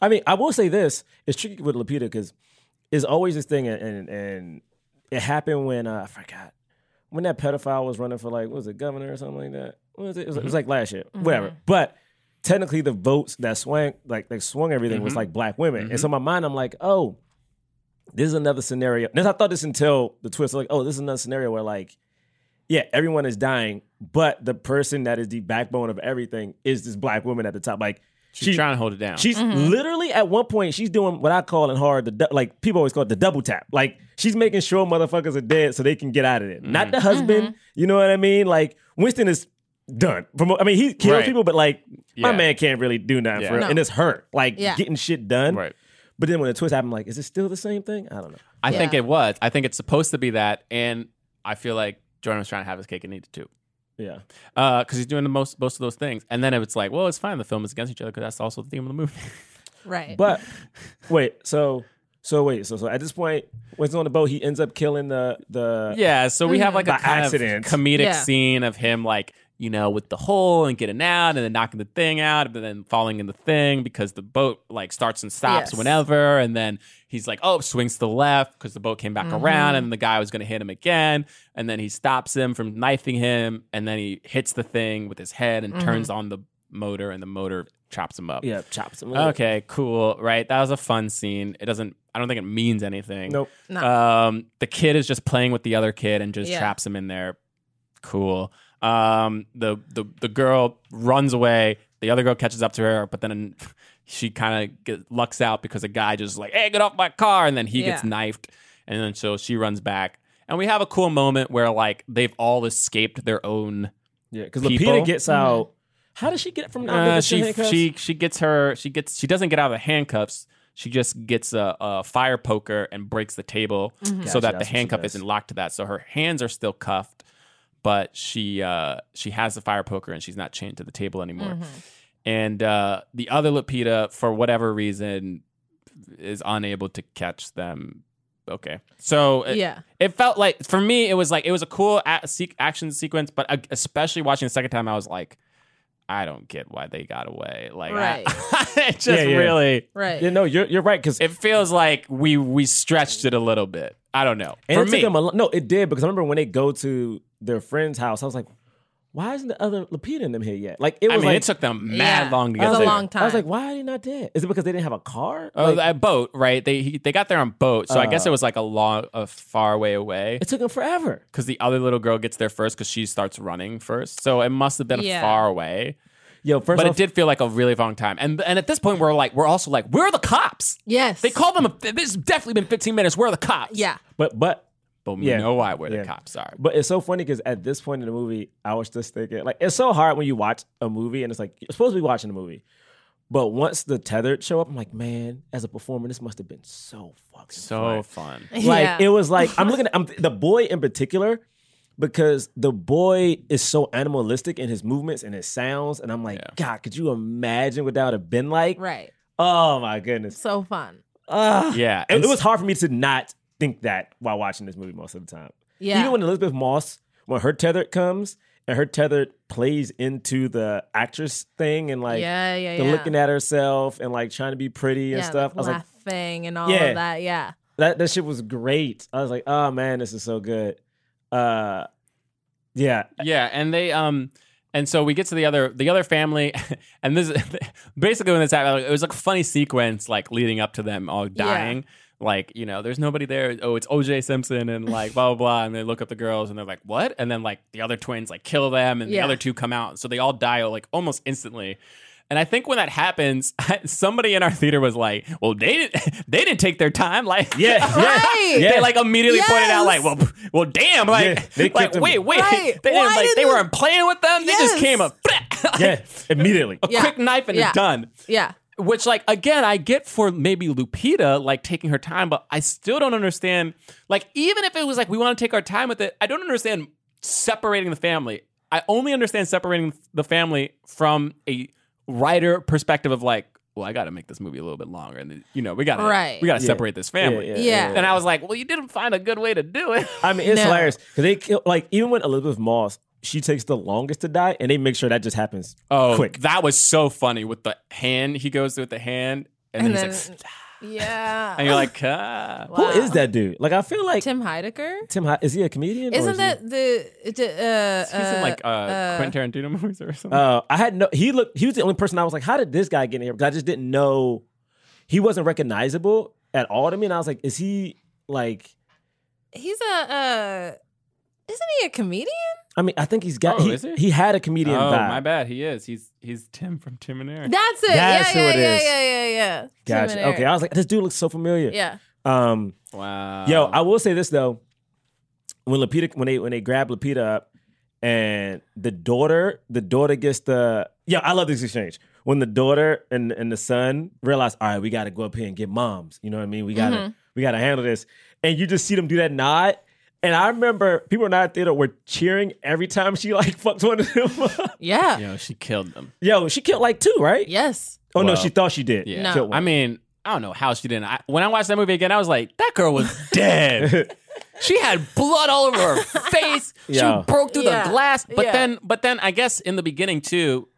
I mean, I will say this: it's tricky with Lapita because it's always this thing, and and, and it happened when uh, I forgot when that pedophile was running for like what was it governor or something like that. What was it? It was, it Mm-hmm. was like last year, whatever. But technically, the votes that swung like that swung everything Mm-hmm. was like black women, and so in my mind, I'm like, oh, this is another scenario. And I thought this until the twist, like, oh, this is another scenario where like yeah, everyone is dying, but the person that is the backbone of everything is this black woman at the top. Like She's she- trying to hold it down. She's Mm-hmm. literally at one point she's doing what I call in hard the du- like people always call it the double tap. Like she's making sure motherfuckers are dead so they can get out of Mm-hmm. it. Not the husband, Mm-hmm. you know what I mean? Like Winston is done. From I mean he kills Right. people, but like my Yeah. man can't really do nothing Yeah. for her, No. and it's her like Yeah. getting shit done. Right. But then when the twist happened, I'm like, is it still the same thing? I don't know. I think Yeah. it was. I think it's supposed to be that. And I feel like Jordan was trying to have his cake and eat it too. Yeah, Because he's doing the most most of those things. And then it's like, well, it's fine. The film is against each other because that's also the theme of the movie. Right. but wait, so So wait, so so at this point, when he's on the boat, he ends up killing the the Yeah, so we have like a By kind accident. of comedic Yeah. scene of him like you know with the hole and getting out and then knocking the thing out and then falling in the thing because the boat like starts and stops Yes. whenever and then he's like oh swings to the left because the boat came back Mm-hmm. around and the guy was going to hit him again and then he stops him from knifing him and then he hits the thing with his head Mm-hmm. and turns on the motor and the motor chops him up. yeah chops him. up. Okay, cool. Right. That was a fun scene. It doesn't I don't think it means anything. Nope. No. uh, Um the kid is just playing with the other kid and just Yeah. traps him in there. Cool. Um the the the girl runs away. The other girl catches up to her, but then she kind of lucks out because a guy just like, "Hey, get off my car!" and then he gets Yeah. knifed, and then so she runs back, and we have a cool moment where like they've all escaped their own Yeah, because People? Lupita gets out. How does she get from out Uh, of she the handcuffs? she she gets her she gets she doesn't get out of the handcuffs. She just gets a, a fire poker and breaks the table so Gotcha, that the that's what she handcuff does. isn't locked to that. So her hands are still cuffed, but she uh, she has the fire poker and she's not chained to the table anymore. Mm-hmm. And uh, the other Lupita, for whatever reason, is unable to catch them. Okay, so uh, it- Yeah. it felt like for me it was like it was a cool a- se- action sequence, but uh, especially watching the second time, I was like, I don't get why they got away. Like, I- it just Yeah, yeah. really Right. yeah, no, you're you're right because it feels like we we stretched it a little bit. I don't know. and for it me, took them a lo- no, it did because I remember when they go to their friend's house, I was like, why isn't the other Lupita in them here yet? Like it I was mean, like it took them mad Yeah. long to I get It was a there. like- long I was like, time. why are they not dead? Is it because they didn't have a car? Oh, Like, that boat, right? They he, they got there on boat, so I guess it Uh. was like a long, a far way away. it took them forever. Because the other little girl gets there first, because she starts running first. So it must have been Yeah. far away. Yo, first but it off, did feel like a really long time. And and at this point, we're like, we're also like, where are the cops? Yes. They called them. A, this has definitely been 15 minutes. Where are the cops? Yeah. but but But we Yeah. know why where Yeah. the cops are. But it's so funny because at this point in the movie, I was just thinking, like, it's so hard when you watch a movie and it's like, you're supposed to be watching a movie. But once the tethered show up, I'm like, man, as a performer, this must have been so fucking So fun. fun. Like, Yeah. it was like, I'm looking at I'm, the boy in particular because the boy is so animalistic in his movements and his sounds. And I'm like, God, could you imagine what that would have been like? Right. Oh my goodness. So fun. Ugh. Yeah. It, it was hard for me to not think that while watching this movie most of the time. Yeah. Even when Elizabeth Moss, when her tethered comes and her tethered plays into the actress thing and like yeah, yeah, the yeah. looking at herself and like trying to be pretty yeah, and stuff. I was like, laughing and all Yeah. of that. Yeah. that, that shit was great. I was like, oh man, this is so good. Uh, yeah. yeah, and they um and so we get to the other the other family and this basically when this happened like, it was like a funny sequence like leading up to them all dying. Like, you know, there's nobody there. Oh, it's OJ Simpson and like blah blah blah. And they look up the girls and they're like, What? And then like the other twins like kill them and the Yeah. other two come out. So they all die like almost instantly. And I think when that happens, somebody in our theater was like, "Well, they didn't, they didn't take their time." Like, Yeah. yeah, Right. Yeah. they like immediately pointed out like Yes. well p- well damn like, Yeah, they like, kicked him. wait wait Right. they didn't, Why like did they you- weren't playing with them they just Yes. came up yeah. Immediately. a Yeah. quick knife and Yeah. it's done Yeah. which like again I get for maybe Lupita like taking her time but I still don't understand like even if it was like we want to take our time with it I don't understand separating the family I only understand separating the family from a writer perspective of like well I got to make this movie a little bit longer and you know we got to Right. we got to Yeah. separate this family Yeah, Yeah. and I was like well you didn't find a good way to do it I mean, it's No. hilarious because they kill, like even when Elizabeth Moss, she takes the longest to die, and they make sure that just happens Oh, quick. that was so funny with the hand. He goes with the hand, and, And then, he's then- like, Yeah. and you're like, ah. Who is that dude? Like, I feel like Tim. Tim Heidecker? Hi- is he a comedian? or Isn't is he- that the uh, he's in like uh, uh, Quentin Tarantino movies or something. Uh, I had no. He looked. He was the only person I was like, "How did this guy get in here?" Because I just didn't know. He wasn't recognizable at all to me, and I was like, "Is he like?" he's a uh, isn't he a comedian? I mean, I think he's got. Oh, he, is he? had a comedian oh, vibe. my bad. He is. He's he's Tim from Tim and Eric. That's it. yeah, That's who yeah, it yeah, is. yeah, yeah, yeah. Tim Gotcha. and Okay, Eric. I was like, "This dude looks so familiar." yeah. Um. wow. Yo, I will say this though. When Lapita, when they when they grab Lapita up, and the daughter, the daughter gets the yeah, I love this exchange. When the daughter and and the son realize, all right, we got to go up here and get moms. You know what I mean? We gotta Mm-hmm. we gotta handle this. And you just see them do that nod. And I remember people in our theater were cheering every time she like fucked one of them. up. Yeah. Yo, she killed them. Yo, she killed like two, right? Yes. Oh no, Well, she thought she did. yeah. No. Killed one. I mean, I don't know how she didn't. I, when I watched that movie again, I was like, that girl was dead. she had blood all over her face. Yeah. She broke through Yeah. the glass. But Yeah. then, but then I guess in the beginning too.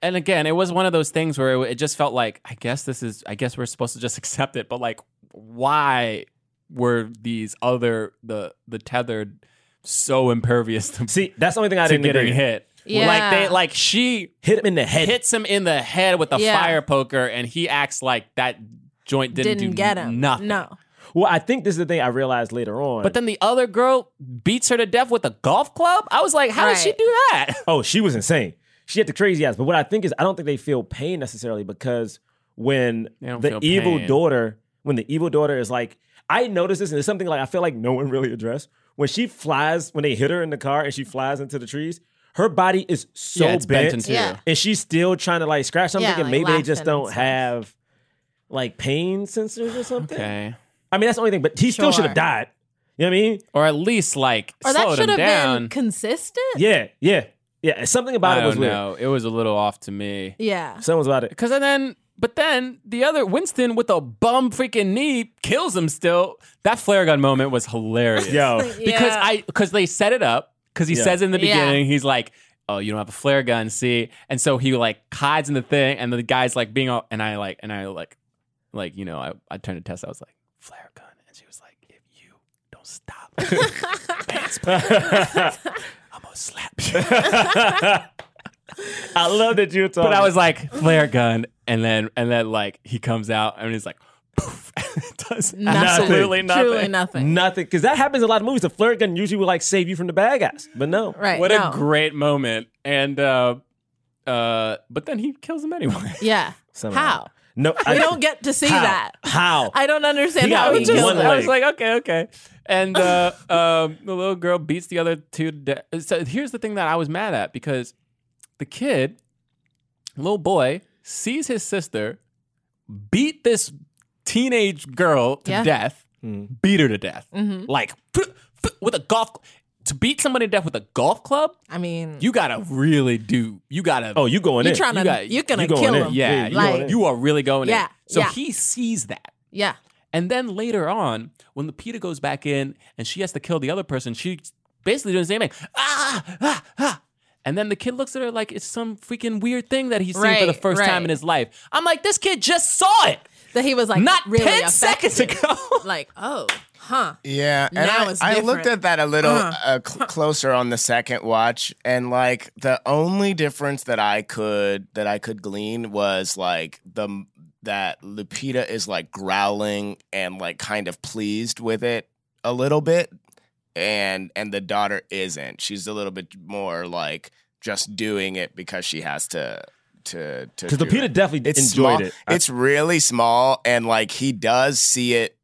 And again, it was one of those things where it, it just felt like I guess this is. I guess we're supposed to just accept it. But like, why were these other the the tethered so impervious to, See, that's the only thing I to didn't getting agree. Hit. hit? Yeah. Like they like she him in the head. hits him in the head with a Yeah. fire poker, and he acts like that joint didn't, Didn't, do get him. nothing. No. Well, I think this is the thing I realized later on. But then the other girl beats her to death with a golf club. I was like, how did she Right. do that? oh, she was insane. She had the crazy eyes. But what I think is, I don't think they feel pain necessarily because when They don't the feel evil pain. daughter, when the evil daughter is like, I noticed this, and it's something like I feel like no one really addressed. When she flies, when they hit her in the car and she flies into the trees, her body is so Yeah, it's bent bent, in two. Yeah. and she's still trying to like scratch something, Yeah, and like maybe they laughing just and don't stuff. have like pain sensors or something. Okay. I mean, that's the only thing. But he still should Sure. have died. You know what I mean? Or at least like Or slow that should them have down. been consistent. Yeah, yeah, yeah. Something about I it was don't weird. know. It was a little off to me. Yeah. Something about it. Because then, but then the other Winston with a bum freaking knee kills him. Still, that flare gun moment was hilarious. Yo, because I because they set it up because he Yeah. says in the Yeah. beginning he's like, "Oh, you don't have a flare gun, see?" And so he like hides in the thing, and the guy's like being all, and I like and I like like you know I I turned to Tessa, I was like, "Flare gun," and she was like, "If you don't stop, pants, I'm gonna slap you." I love that you're talking. But I was like, "Flare gun," and then and then like he comes out and he's like, "Poof." Does absolutely nothing. Truly nothing. nothing because that happens in a lot of movies. The flare gun usually will like save you from the bad guys, but no. Right. What no. a great moment. And uh uh but then he kills him anyway. Yeah. How? No, We don't get to see how? that. How? I don't understand He how got he just- killed one him. I was like, okay, okay. And uh, um, the little girl beats the other two. To death. So here's the thing that I was mad at because the kid, little boy, sees his sister beat this teenage girl to Yeah. Mm-hmm. death, Hmm. beat her to death, like with a golf. To beat somebody to death with a golf club, I mean, you gotta really do. You gotta. Oh, you going you're in? trying you to, got- you're going to you going kill in. him. yeah, yeah, you, like- are- you are really going Yeah, in. So yeah. he sees that. Yeah. And then later on, when Lupita goes back in and she has to kill the other person, she's basically doing the same thing. Ah, ah, ah. And then the kid looks at her like it's some freaking weird thing that he's seen for the Right, first right. time in his life. I'm like, this kid just saw it That he was like, not really 10 affected. seconds ago. Like, oh, huh. Yeah, and Now I, it's I different. Uh-huh. looked at that a little uh, cl- closer on the second watch, and like the only difference that I could that I could glean was like the m- that Lupita is like growling and like kind of pleased with it a little bit, and and the daughter isn't. She's a little bit more like just doing it because she has to to to. Because do Lupita it. definitely It's enjoyed small. it. I- It's really small, and like he does see it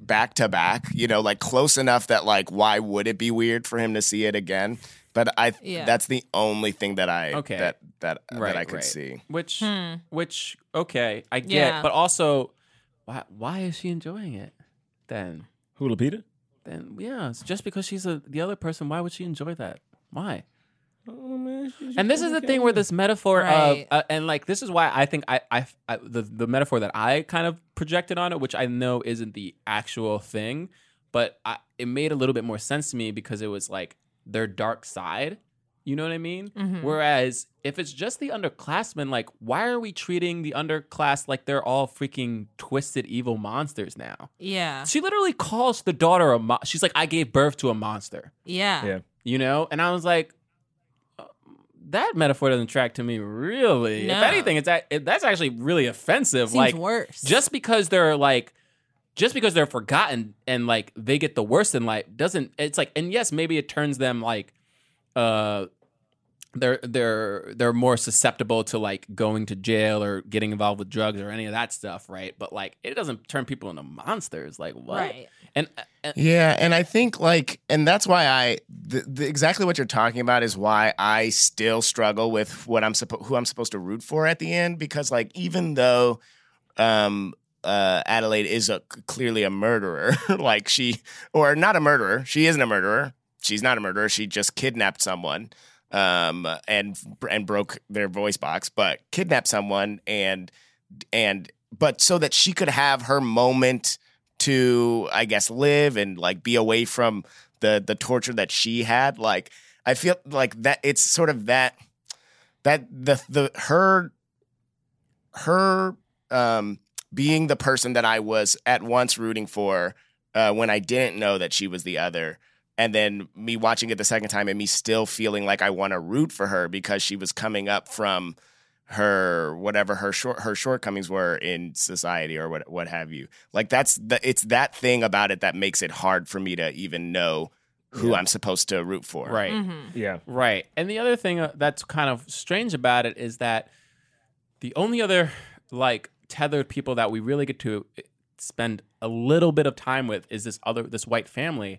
back to back. You know, like close enough that like why would it be weird for him to see it again? But I Yeah. that's the only thing that I Okay. that that that I could right. see. Which, which, okay, I get. Hmm. Yeah. But also, why, why is she enjoying it then? Who Lupita? Then, yeah, it's just because she's a, the other person, why would she enjoy that? Why? And this is the thing where this metaphor Right. of, uh, and like this is why I think I, I, I the, the metaphor that I kind of projected on it, which I know isn't the actual thing, but I, it made a little bit more sense to me because it was like their dark side. You know what I mean? Mm-hmm. Whereas if it's just the underclassmen, like why are we treating the underclass like they're all freaking twisted evil monsters now? Yeah. She literally calls the daughter a mo- she's like I gave birth to a monster Yeah. Yeah. you know? And I was like, uh, that metaphor doesn't track to me, really. No. If anything, it's a- it, that's actually really offensive. Seems like, worse. just because they're like, just because they're forgotten and like they get the worst in life doesn't. It's like, and yes, maybe it turns them like, uh, they're they're they're more susceptible to like going to jail or getting involved with drugs or any of that stuff, right? But like, it doesn't turn people into monsters. Like, what? Right. And uh, and Yeah, and I think like, and that's why I the, the, exactly what you're talking about is why I still struggle with what I'm supposed who I'm supposed to root for at the end because like even though um uh Adelaide is a clearly a murderer like she or not a murderer she isn't a murderer she's not a murderer she just kidnapped someone um and and broke their voice box but kidnapped someone and and but so that she could have her moment to, I guess, live and like be away from the the torture that she had. Like I feel like that it's sort of that that the the her her um being the person that I was at once rooting for uh, when I didn't know that she was the other. And then me watching it the second time and me still feeling like I want to root for her because she was coming up from her whatever her short her shortcomings were in society or what what have you. Like that's the it's that thing about it that makes it hard for me to even know who I'm supposed to root for. Right. Mm. Mm-hmm. Yeah. Right. And the other thing uh, that's kind of strange about it is that the only other like tethered people that we really get to eh, spend a little bit of time with is this other this white family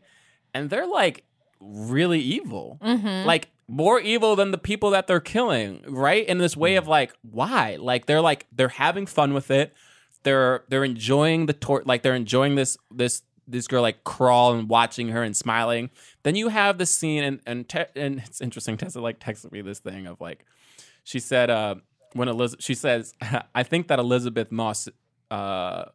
and they're like really evil. Like more evil than the people that they're killing, right? In this way of like why? Like they're like they're having fun with it. They're they're enjoying the tor- like they're enjoying this this this girl like crawl and watching her and smiling. Then you have the scene and and te- and it's interesting Tessa like texted me this thing of like she said uh when Elizabeth she says I think that Elizabeth Moss uh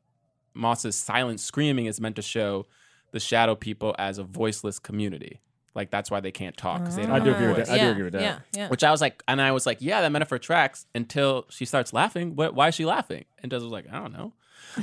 Moss's silent screaming is meant to show the shadow people as a voiceless community. Like that's why they can't talk because they don't Ah. I have do a agree with voice. that. I do agree with that. Oh, Yeah, yeah. Which I was like, and I was like, yeah, that metaphor tracks until she starts laughing. What, why is she laughing? And Des was like, I don't know.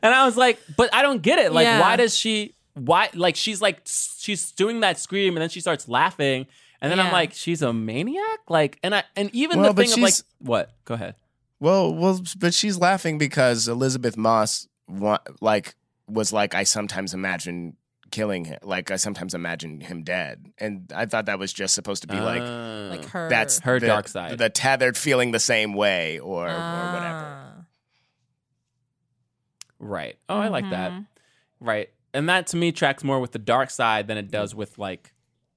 and I was like, but I don't get it. Like, Yeah. why does she, why, like, she's like, s- she's doing that scream and then she starts laughing. And then I'm Yeah. like, she's a maniac? Like, and I, and even Well, the but thing of like, she's- what? Go ahead. Well, well, but she's laughing because Elizabeth Moss wa- like was like I sometimes imagine killing him, like I sometimes imagine him dead, and I thought that was just supposed to be like Uh, Like her. that's Her the- dark side. the tethered feeling the same way or or whatever. Ah. right. Oh, I like that. Mhm. Right. And that to me tracks more with the dark side than it Mm. does with like,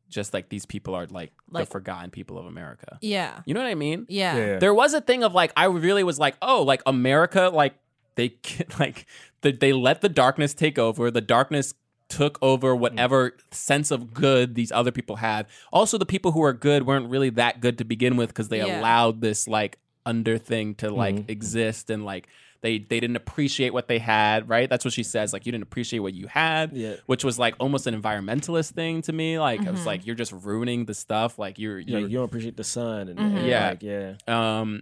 just like these people are like, Like- the forgotten people of America. Yeah. You know what I mean? Yeah. Yeah. there was a thing of like I really was like, oh, like America, like they can- like the, they let the darkness take over. The darkness took over whatever sense of good these other people had. Also, the people who are good weren't really that good to begin with because they Yeah. allowed this like under thing to like exist and like. They, they didn't appreciate what they had, right? That's what she says. Like you didn't appreciate what you had, Yeah. which was like almost an environmentalist thing to me. Like I was like, you're just ruining the stuff. Like you're You, you're, know, you don't appreciate the sun and, Mm-hmm. and, Yeah. like, yeah. um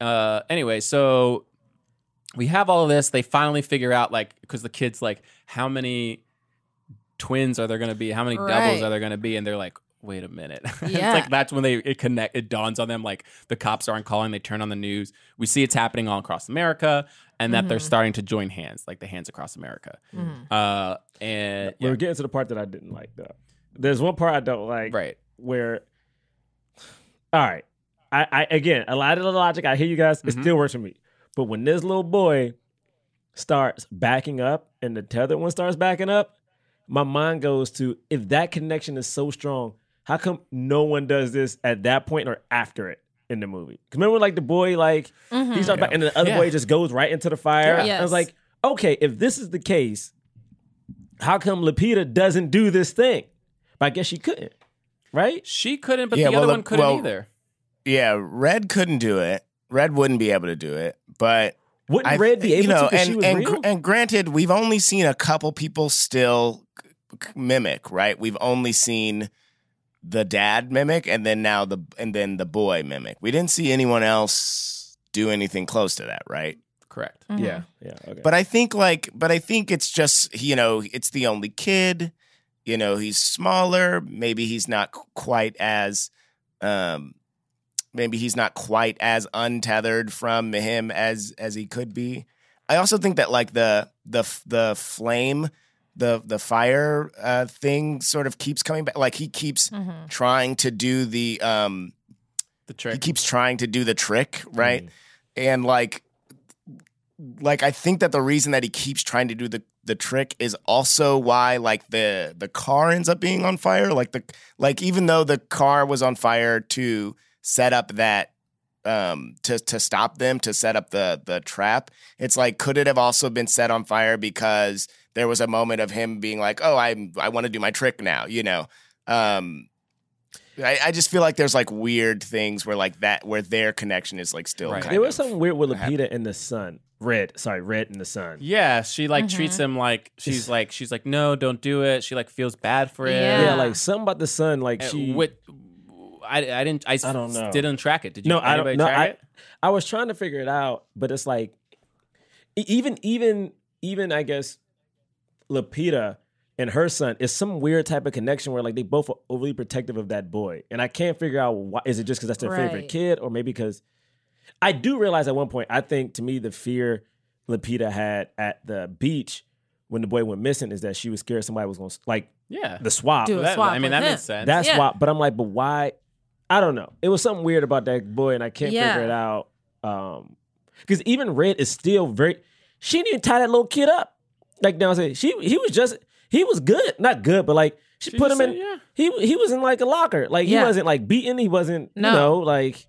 uh anyway so we have all of this they finally figure out like because the kids like how many twins are there going to be how many doubles Right. are there going to be and they're like wait a minute it's Yeah. like that's when they it connect it dawns on them like the cops aren't calling they turn on the news we see it's happening all across america and that they're Mm-hmm. starting to join hands like the hands across america uh and We yeah, were getting to the part that I didn't like though. There's one part I don't like. right Where all right. I, I again a lot of the logic I hear you guys, it still works for me. But when this little boy starts backing up and the tethered one starts backing up, my mind goes to if that connection is so strong, how come no one does this at that point or after it in the movie? 'Cause remember, like the boy, like he starts back, and the other Yeah. boy just goes right into the fire. Mm-hmm. Yeah. I was Yes. like, okay, if this is the case, how come Lapita doesn't do this thing? But I guess she couldn't, right? she couldn't but Yeah, the well, other the- one couldn't well- either Yeah, Red couldn't do it. Red wouldn't be able to do it, but Wouldn't Red be you able know, to? 'cause and, she was and, real? gr- and granted, we've only seen a couple people still c- mimic, right? We've only seen the dad mimic, and then now the and then the boy mimic. We didn't see anyone else do anything close to that, right? correct Mm-hmm. yeah, yeah. Okay. But I think like, but I think it's just you know, it's the only kid. You know, he's smaller. Maybe he's not qu- quite as, um, maybe he's not quite as untethered from him as as he could be. I also think that like the the f- the flame, the the fire uh, thing sort of keeps coming back. Like he keeps Mm-hmm. trying to do the um, the he trick keeps trying to do the trick, right? And like like I think that the reason that he keeps trying to do the the trick is also why like the the car ends up being on fire. Like the like even though the car was on fire to set up that um to to stop them to set up the the trap, it's like could it have also been set on fire because there was a moment of him being like, "Oh, I I want to do my trick now," you know. Um I, I just feel like there's like weird things where like that where their connection is like still Right. kind There of was something weird with Lapita in the sun. Red, sorry, red in the sun. Yeah, she like treats Mm-hmm. him like she's like she's like no, don't do it. She like feels bad for him. Yeah, Yeah. like something about the sun. Like And she, what I, I didn't I, I don't know. didn't track it. Did you? no, I anybody don't. No, track I, it? I was trying to figure it out, but it's like, e- even, even, even. I guess Lapita and her son is some weird type of connection where like they both are overly protective of that boy, and I can't figure out why. Is it just because that's their favorite Right. kid, or maybe because I do realize at one point I think to me the fear Lapita had at the beach when the boy went missing is that she was scared somebody was going to like Yeah, the swap. Do a That- swap I mean with that him. makes sense. That's Yeah. why. But I'm like, but why? I don't know. It was something weird about that boy, and I can't Yeah. figure it out. Um, because even Red is still very. She didn't even tie that little kid up. Like now, say she he was just he was good, not good, but like she, put him just in. said, yeah. He he was in like a locker. Like he Yeah. wasn't like beaten. He wasn't No. you know like.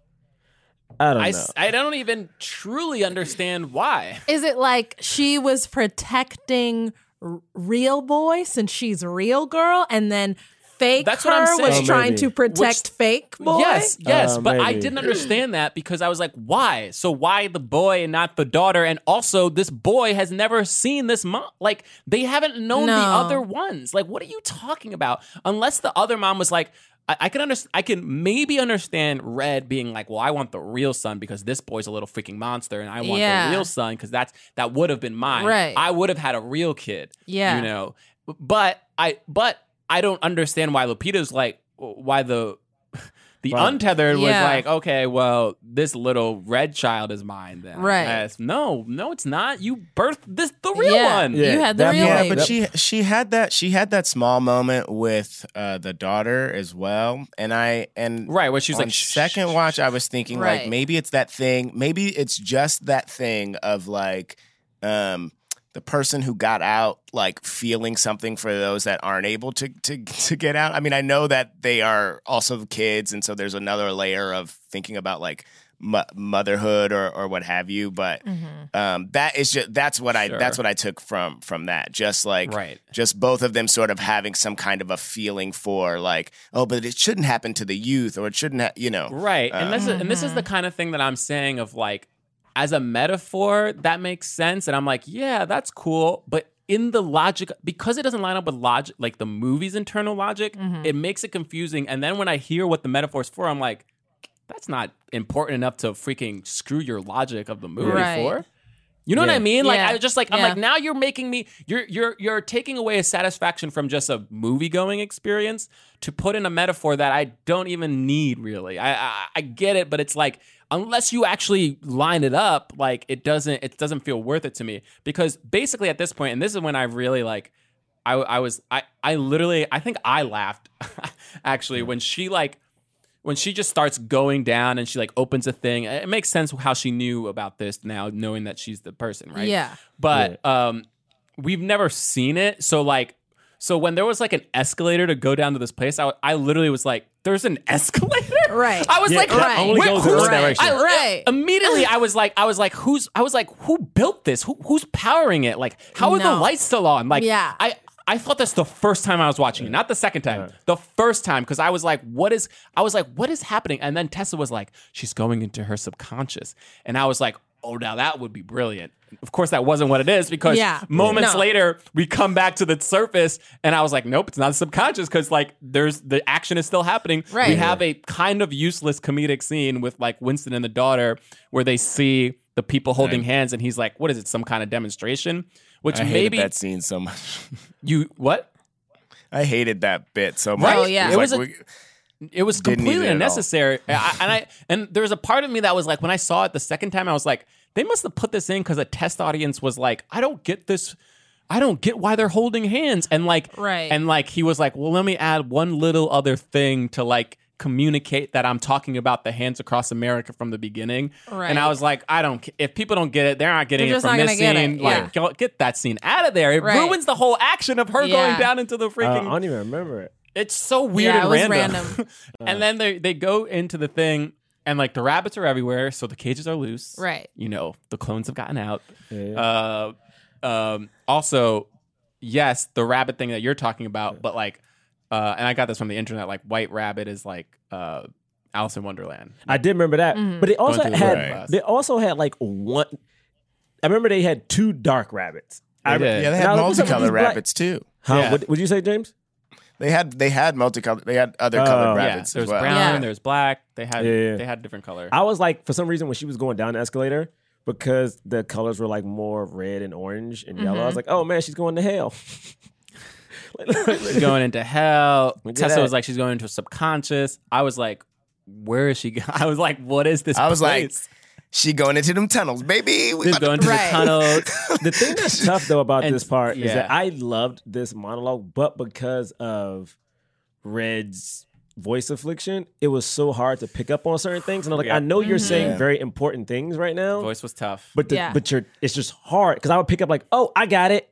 I don't I, know. s- I don't even truly understand why. Is it like she was protecting r- real boy since she's real girl, and then fake That's her what I'm was saying. Oh, trying maybe. to protect fake boy? Yes, yes, Uh, but I maybe. didn't understand that because I was like, why? So why the boy and not the daughter? And also, this boy has never seen this mom. Like they haven't known the No. other ones. Like what are you talking about? Unless the other mom was like. I I can understand. I can maybe understand Red being like, "Well, I want the real son because this boy's a little freaking monster, and I want Yeah. the real son because that's that would have been mine. Right. I would have had a real kid. Yeah. you know. But I, but I don't understand why Lupita's like, why the the Right. untethered Yeah. was like, okay, well, this little red child is mine then. Right. Yes. No, no, it's not. You birthed this the real Yeah. one. You had the that real part- yeah, baby. but she she had that she had that small moment with uh, the daughter as well, and I and Right, where she's on like, "Shh, second watch, I was thinking Right. like maybe it's that thing, maybe it's just that thing of like um the person who got out like feeling something for those that aren't able to to to get out. I mean, I know that they are also kids, and so there's another layer of thinking about like. mo- motherhood or, or what have you but um, that is just that's what i Sure. that's what i took from from that just like Right. just both of them sort of having some kind of a feeling for like oh but it shouldn't happen to the youth or it shouldn't ha-, you know Right. And this is and this is Mm-hmm. the kind of thing that I'm saying of like as a metaphor, that makes sense. And I'm like, yeah, that's cool. But in the logic, because it doesn't line up with logic, like the movie's internal logic, Mm-hmm. it makes it confusing. And then when I hear what the metaphor's for, I'm like, that's not important enough to freaking screw your logic of the movie Right. for. You know what Yeah. I mean? Like Yeah. I just like I'm Yeah. like now you're making me you're you're you're taking away a satisfaction from just a movie going experience to put in a metaphor that I don't even need really. I, I I get it, but it's like unless you actually line it up, like it doesn't it doesn't feel worth it to me because basically at this point, and this is when I really like I I was I I literally I think I laughed actually when she like when she just starts going down and she like opens a thing it makes sense how she knew about this now knowing that she's the person right Yeah. but um we've never seen it so like so when there was like an escalator to go down to this place i, I literally was like there's an escalator Right. i was Yeah, like it only "Wait, goes in who's- one direction." I- Right. immediately i was like i was like who's i was like who built this who, who's powering it like how are the No. lights still on like Yeah. i I thought that's the first time I was watching it, not the second time. The first time, because I was like, "What is?" I was like, "What is happening?" And then Tessa was like, "She's going into her subconscious," and I was like, "Oh, now that would be brilliant." Of course, that wasn't what it is because Yeah. moments No. later we come back to the surface, and I was like, "Nope, it's not subconscious," because like there's the action is still happening. We Right. have a kind of useless comedic scene with like Winston and the daughter where they see the people holding hands, and he's like, "What is it? Some kind of demonstration?" Which i hated maybe that scene so much you what? i hated that bit so much Right? Oh, yeah. it was, It like, was It was Didn't completely need it at all. unnecessary. And I, and I and there was a part of me that was like, when I saw it the second time, I was like, they must have put this in because a test audience was like, I don't get this. I don't get why they're holding hands. And like, Right. and like he was like, well, let me add one little other thing to like communicate that I'm talking about the hands across America from the beginning. And I Right. was like, I don't. ca- If people don't get it, they're not getting They're it just from not this gonna get scene. it. Like, y'all get that scene out of there. It Right. ruins the whole action of her Yeah. going down into the Uh, freaking. I don't even remember it. It's so weird and Yeah, it was random. random. and then they they go into the thing and like the rabbits are everywhere, so the cages are loose. Right. You know, the clones have gotten out. Yeah. Uh, um, also, yes, the rabbit thing that you're talking about, but like uh, and I got this from the internet. Like White Rabbit is like uh, Alice in Wonderland. I did remember that, but they also through the had right. they also had like one. I remember they had two dark rabbits. I, They did. Yeah, they Now, what's had up with these multicolored black- rabbits too. Huh? Yeah. What would you say, James? They had they had multicolored. They had other colored Oh. Yeah, rabbits there's as well. brown, Yeah. there's black. They had Yeah, yeah. they had different color. I was like, for some reason, when she was going down the escalator, because the colors were like more red and orange and yellow, I was like, oh man, she's going to hell. she's going into hell. We did Tessa that. was like, she's going into a subconscious. I was like, where is she? Go-? I was like, what is this? I was like, place? she going into them tunnels, baby. We She's about going to the Right. tunnels. the thing that's tough though about And- this part is yeah. that I loved this monologue, but because of Red's voice affliction, it was so hard to pick up on certain things. And I'm like, Yeah. I know you're Yeah. saying very important things right now, Voice was tough. but the, Yeah. but you're it's just hard because I would pick up like, oh, I got it,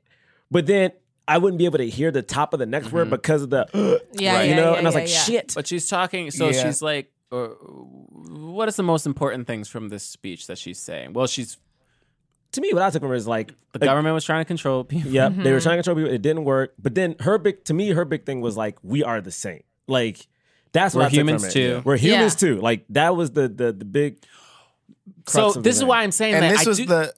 but then I wouldn't be able to hear the top of the next Mm-hmm. word because of the Yeah, you yeah, know, yeah, and I was yeah, like, yeah. shit. But she's talking, so Yeah. she's like, uh, what is the most important things from this speech that she's saying? Well, she's to me, what I took from it is like, the government was trying to control people. yep, they Mm-hmm. were trying to control people. It didn't work. But then her big, to me, her big thing was like, we are the same. Like that's what We're I took from humans it. too. We're humans Yeah. too. Like that was the the the big. So crux of the this is thing. why I'm saying and that. this I was do- the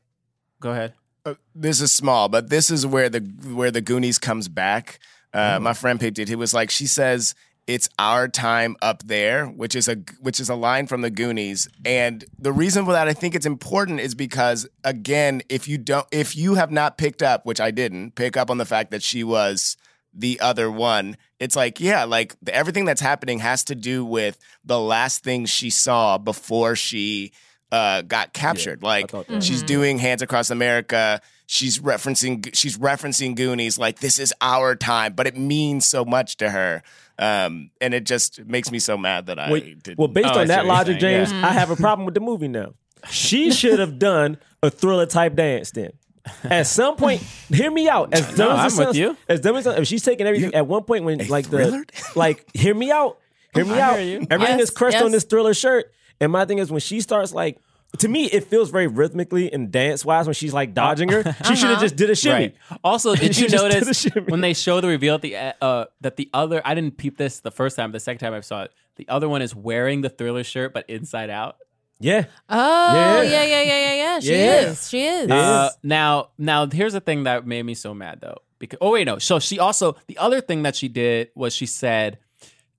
go ahead. uh, this is small, but this is where the where the Goonies comes back. Uh, Mm. My friend picked it. He was like, she says, "It's our time up there," which is a which is a line from the Goonies. And the reason for that, I think it's important, is because again, if you don't, if you have not picked up, which I didn't pick up on the fact that she was the other one. It's like, yeah, like the, everything that's happening has to do with the last thing she saw before she uh, got captured. like thought that. Mm-hmm. she's doing Hands Across America. She's referencing she's referencing Goonies. Like this is our time, but it means so much to her, um, and it just makes me so mad that I Well, did. well, based Oh, I on see what that you're logic, saying, James, I have a problem with the movie now. She should have done a thriller type dance then. At some point, hear me out. As dumb I'm as it with sounds- you. As dumb as it sounds- if she's taking everything, at one point when like the like, hear me out. Hear me out. Everything Yes, is crushed on yes. this thriller shirt. And my thing is when she starts like to me, it feels very rhythmically and dance wise when she's like dodging her. She should have just did a shimmy. Uh-huh. Right. Also, did She you just did a notice shimmy. when they show the reveal at the e- uh, that the other? I didn't peep this the first time. The second time I saw it, the other one is wearing the Thriller shirt but inside out. Yeah. Oh, yeah, Yeah. yeah, yeah, yeah, yeah. She Yeah. is. She is. Yeah. Uh, now, now here's the thing that made me so mad though. Because oh wait, no. So she also the other thing that she did was she said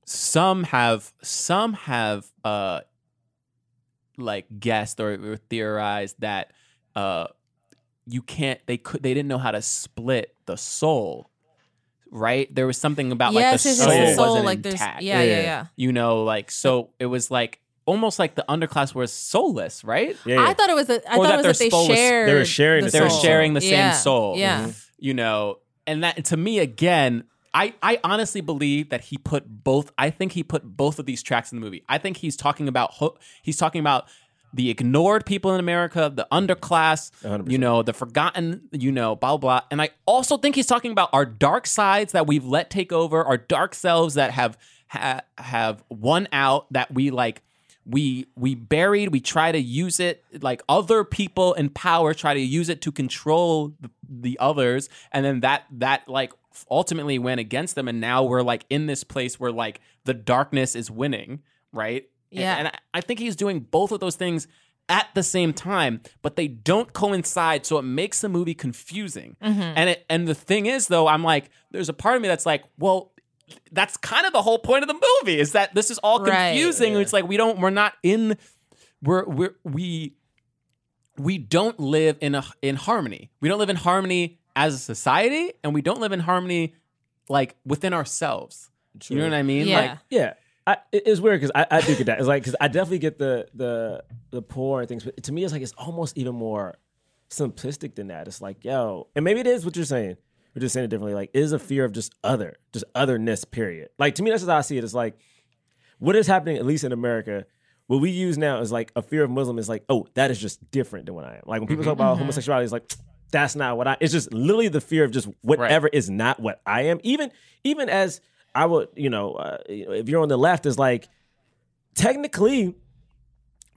some have some have uh like guessed or, or theorized that uh you can't they could they didn't know how to split the soul. Right? There was something about yes, like yes, the yes, soul, yes. wasn't like there's intact. yeah, yeah, yeah. You know, like so it was like almost like the underclass was soulless, right? Yeah. I thought it was that. I Or thought that it was that their they soul was- they shared. were sharing the they were soul. sharing the same Yeah, soul. Mm-hmm. Yeah. You know, and that to me again, I I honestly believe that he put both. I think he put both of these tracks in the movie. I think he's talking about ho- he's talking about the ignored people in America, the underclass, 100%. you know, the forgotten, you know, blah blah. blah. And I also think he's talking about our dark sides that we've let take over, our dark selves that have ha- have won out that we like we we buried we try to use it like other people in power try to use it to control the, the others and then that that like ultimately went against them and now we're like in this place where like the darkness is winning right And- Yeah. and, I, I think he's doing both of those things at the same time but they don't coincide so it makes the movie confusing and it and the thing is though i'm like there's a part of me that's like well that's kind of the whole point of the movie is that this is all Right. confusing. It's like we don't we're not in we're we're we we don't live in a in harmony. We don't live in harmony as a society and we don't live in harmony like within ourselves. You know what I mean? Yeah. Like Yeah, I, it- it's weird because I, I do get that. It's like because I definitely get the the the poor and things, but to me, it's like it's almost even more simplistic than that. It's like, yo, and maybe it is what you're saying. We're just saying it differently. Like, it is a fear of just other, just otherness. Period. Like to me, that's just how I see it. It's like what is happening, at least in America. What we use now is like a fear of Muslim is like, oh, that is just different than what I am. Like when people talk about homosexuality, it's like that's not what I. It's just literally the fear of just whatever is not what I am. Even even as I would, you know, uh, you know, if you're on the left, it's like technically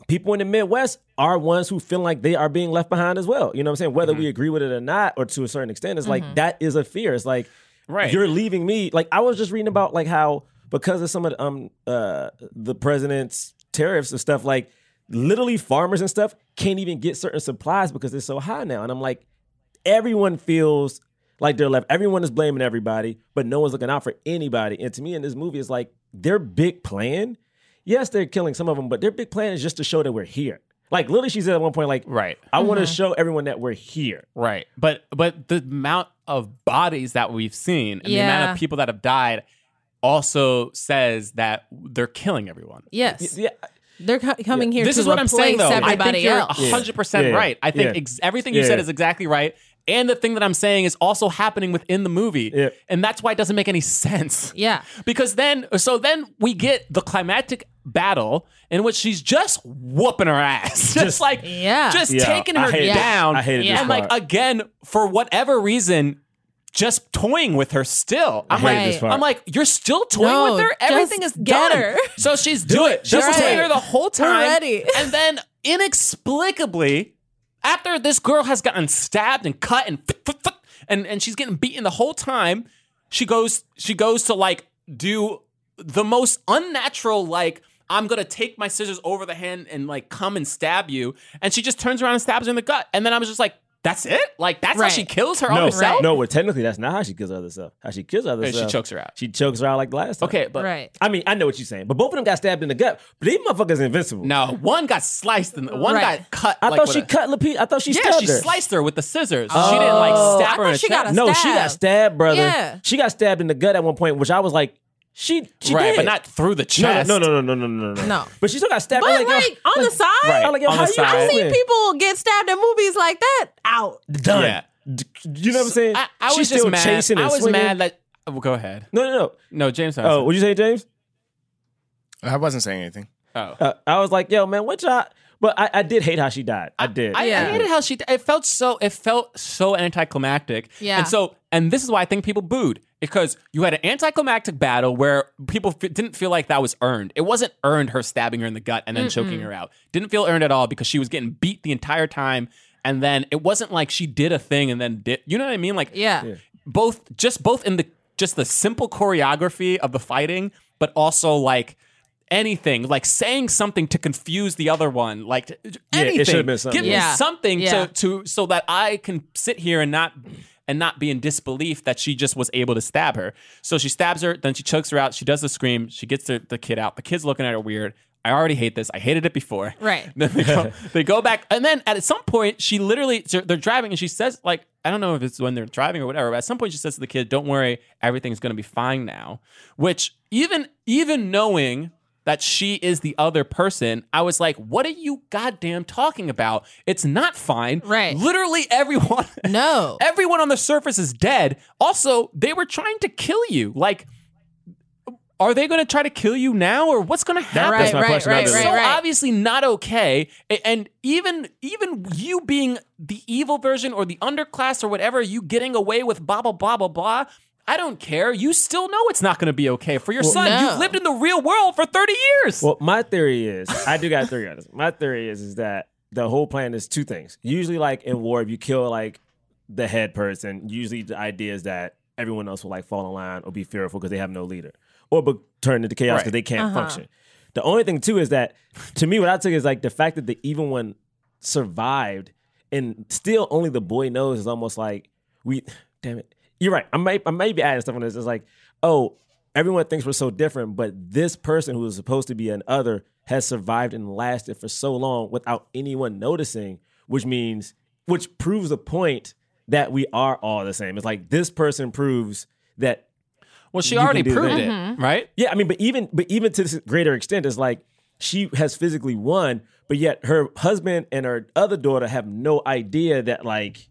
people in the Midwest are ones who feel like they are being left behind as well. You know what I'm saying? Whether we agree with it or not, or to a certain extent, it's like that is a fear. It's like Right. You're leaving me. Like I was just reading about like how because of some of the, um uh the president's tariffs and stuff, like literally farmers and stuff can't even get certain supplies because they're so high now. And I'm like, everyone feels like they're left. Everyone is blaming everybody, but no one's looking out for anybody. And to me, in this movie, it's like their big plan. Yes, they're killing some of them, but their big plan is just to show that we're here. Like literally, she said at one point, like, Right. I want to show everyone that we're here. Right. But but the amount of bodies that we've seen and the amount Yeah. of people that have died also says that they're killing everyone. Yes, Yeah, they're co- coming here. this to is what I'm saying though. replace I think Everybody you're else. 100% Yeah. right. I think Yeah. ex- everything you said Yeah. is exactly right. And the thing that I'm saying is also happening within the movie. Yeah. And that's why it doesn't make any sense. Yeah. Because then, so then we get the climactic battle in which she's just whooping her ass. Just, like, Yeah. just Yeah, taking I her hated- down. I hated this And like, part. again, for whatever reason, just toying with her still. I'm hated like, this part. I'm like, you're still toying No, with her? just Everything is get done. her. So she's doing it. Just Right. toying her the whole time. ready. And then inexplicably, after this girl has gotten stabbed and cut and and and she's getting beaten the whole time, she goes she goes to like do the most unnatural like I'm gonna take my scissors over the hand and like come and stab you, and she just turns around and stabs her in the gut, and then I was just like, that's it, like that's how Right. she kills her no, own self. no. Well, technically, that's not how she kills her other self. How she kills her other oh, Yeah, she self, chokes her out. She chokes her out like the last time. Okay, but right. I mean, I know what you're saying, but both of them got stabbed in the gut. But these motherfuckers invincible. no, one got sliced and one Right. got cut. I like, thought with she a- cut Lapita. I thought she Yeah, stabbed she her. sliced her with the scissors. She didn't like Oh. stab I her. thought in she the chest. got a no, she got stabbed. stabbed, brother. Yeah. She got stabbed in the gut at one point, which I was like, she, she right, did. but not through the No, chest. no, no, no, no, no, no, no. No. But she still got stabbed. But I'm like, yo, on the side, I'm like, yo, on how the you side. I've seen doing? people get stabbed in movies like that. Out. done. Yeah. D- You know what I'm saying? I, I She's was just still mad. chasing I and was swinging. mad that. Well, go ahead. No, no, no. No, James. Oh, Oh, what'd you say, James? I wasn't saying anything. Oh. Uh, I was like, yo, man, what y'all? But I, I did hate how she died. I did. I, Yeah. I hated how she. It felt so. It felt so anticlimactic. Yeah. And so, and this is why I think people booed because you had an anticlimactic battle where people f- didn't feel like that was earned. It wasn't earned. Her stabbing her in the gut and then choking her out didn't feel earned at all because she was getting beat the entire time. And then it wasn't like she did a thing and then did. You know what I mean? Like, Yeah. Yeah. both just both in the just the simple choreography of the fighting, but also like anything like saying something to confuse the other one like t- anything should've been something. Give me Yeah. something Yeah. to to so that I can sit here and not and not be in disbelief that she just was able to stab her. So she stabs her, then she chokes her out. She does the scream. She gets the, the kid out. The kid's looking at her weird. I already hate this. I hated it before. Right. Then they go, they go back, and then at some point she literally so they're driving, and she says like I don't know if it's when they're driving or whatever. But at some point she says to the kid, "Don't worry, everything's going to be fine now." Which even even knowing that she is the other person, I was like, "What are you goddamn talking about? It's not fine." Right. Literally everyone. No. Everyone on the surface is dead. Also, they were trying to kill you. Like, are they going to try to kill you now, or what's going to happen? right, my right, question. right, That's right, so right. obviously not okay. A- And even even you being the evil version or the underclass or whatever, you getting away with blah blah blah blah blah. I don't care. You still know it's not going to be okay for your son. no. You've lived in the real world for thirty years. Well, my theory is, I do got a theory on this. My theory is, is that the whole plan is two things. Usually, like in war, if you kill like the head person, usually the idea is that everyone else will like fall in line or be fearful because they have no leader or be- turn into chaos because they can't function. The only thing too is that, to me, what I took is like the fact that the evil one survived and still only the boy knows is almost like we. Damn it, you're right. I might I might be adding stuff on this. It's like oh everyone thinks we're so different, but this person who was supposed to be an other has survived and lasted for so long without anyone noticing, which means, which proves a point that we are all the same. It's like this person proves that, Well, she you can already do proved that. it, Mm-hmm. right? yeah, I mean, but even, but even to this greater extent, it's like she has physically won, but yet her husband and her other daughter have no idea that like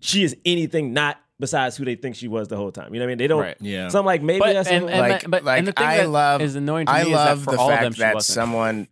she is anything not besides who they think she was the whole time. You know what I mean? They don't. Right. Yeah. So I'm like, maybe But- that's and- and- like, but- like the thing I that love is annoying to I me is that love for the all of fact them she that wasn't. someone.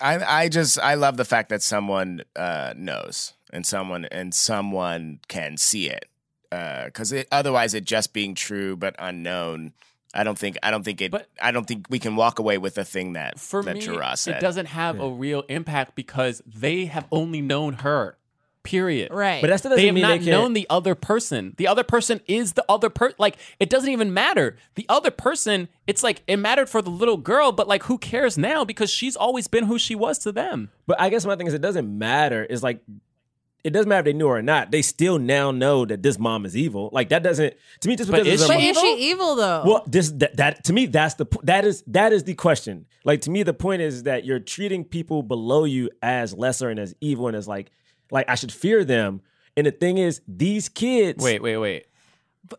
I I just I love the fact that someone uh, knows and someone and someone can see it because it, otherwise it just being true but unknown. I don't think I don't think it. But- I don't think we can walk away with a thing that for that me, Gerard said. it doesn't have a real impact because they have only known her. Period. Right. But that still doesn't They have mean not they can't. known the other person. The other person is the other person. Like it doesn't even matter. The other person. It's like it mattered for the little girl, but like who cares now because she's always been who she was to them. But I guess my thing is, it doesn't matter. It's like it doesn't matter if they knew or not. They still now know that this mom is evil. Like that doesn't to me just because is it's a but she is she evil Oh. though? well, this that, that to me that's the po- that is that is the question. Like to me, the point is that you're treating people below you as lesser and as evil and as like like I should fear them. And the thing is, these kids. Wait, wait, wait.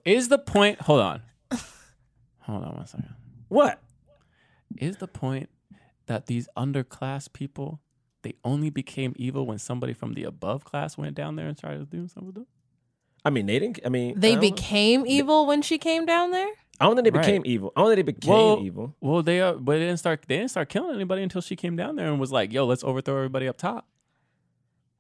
Is the point? Hold on. Hold on one second. what? Is the point that these underclass people they only became evil when somebody from the above class went down there and tried to do something? with them? I mean, they didn't. I mean, I they don't- became evil when she came down there. I don't think they Right. became evil. I don't think they became Well, evil. Well, they are, but they didn't start. They didn't start killing anybody until she came down there and was like, "Yo, let's overthrow everybody up top."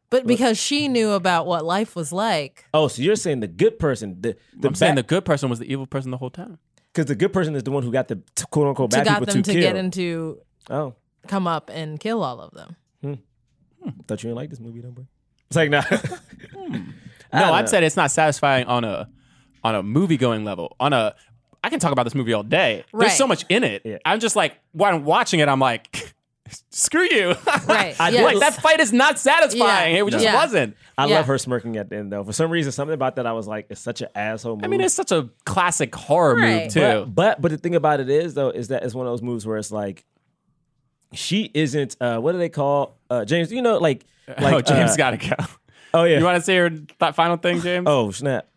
But because she knew about what life was like, Oh, so you're saying the good person, the the I'm saying the bad- good person was the evil person the whole time. Because the good person is the one who got the t- quote unquote to bad got people them to to kill. get into oh, come up and kill all of them. thought you didn't like this movie, don't boy. It's like nah. No, don't I'd know. said it's not satisfying on a on a movie going level. On a I can talk about this movie all day. Right. There's so much in it. Yeah. I'm just like when I'm watching it, I'm like, screw you. Right. I- Yes. Like that fight is not satisfying. Yeah. It just Yeah. wasn't. I Yeah. love her smirking at the end though. For some reason, something about that I was like, it's such an asshole. Move. I mean, it's such a classic horror Right. move too. but, but but the thing about it is though is that it's one of those moves where it's like she isn't. uh What do they call uh James? You know, like like oh, James uh, gotta go. Oh yeah. You want to say your th- final thing, James? oh snap.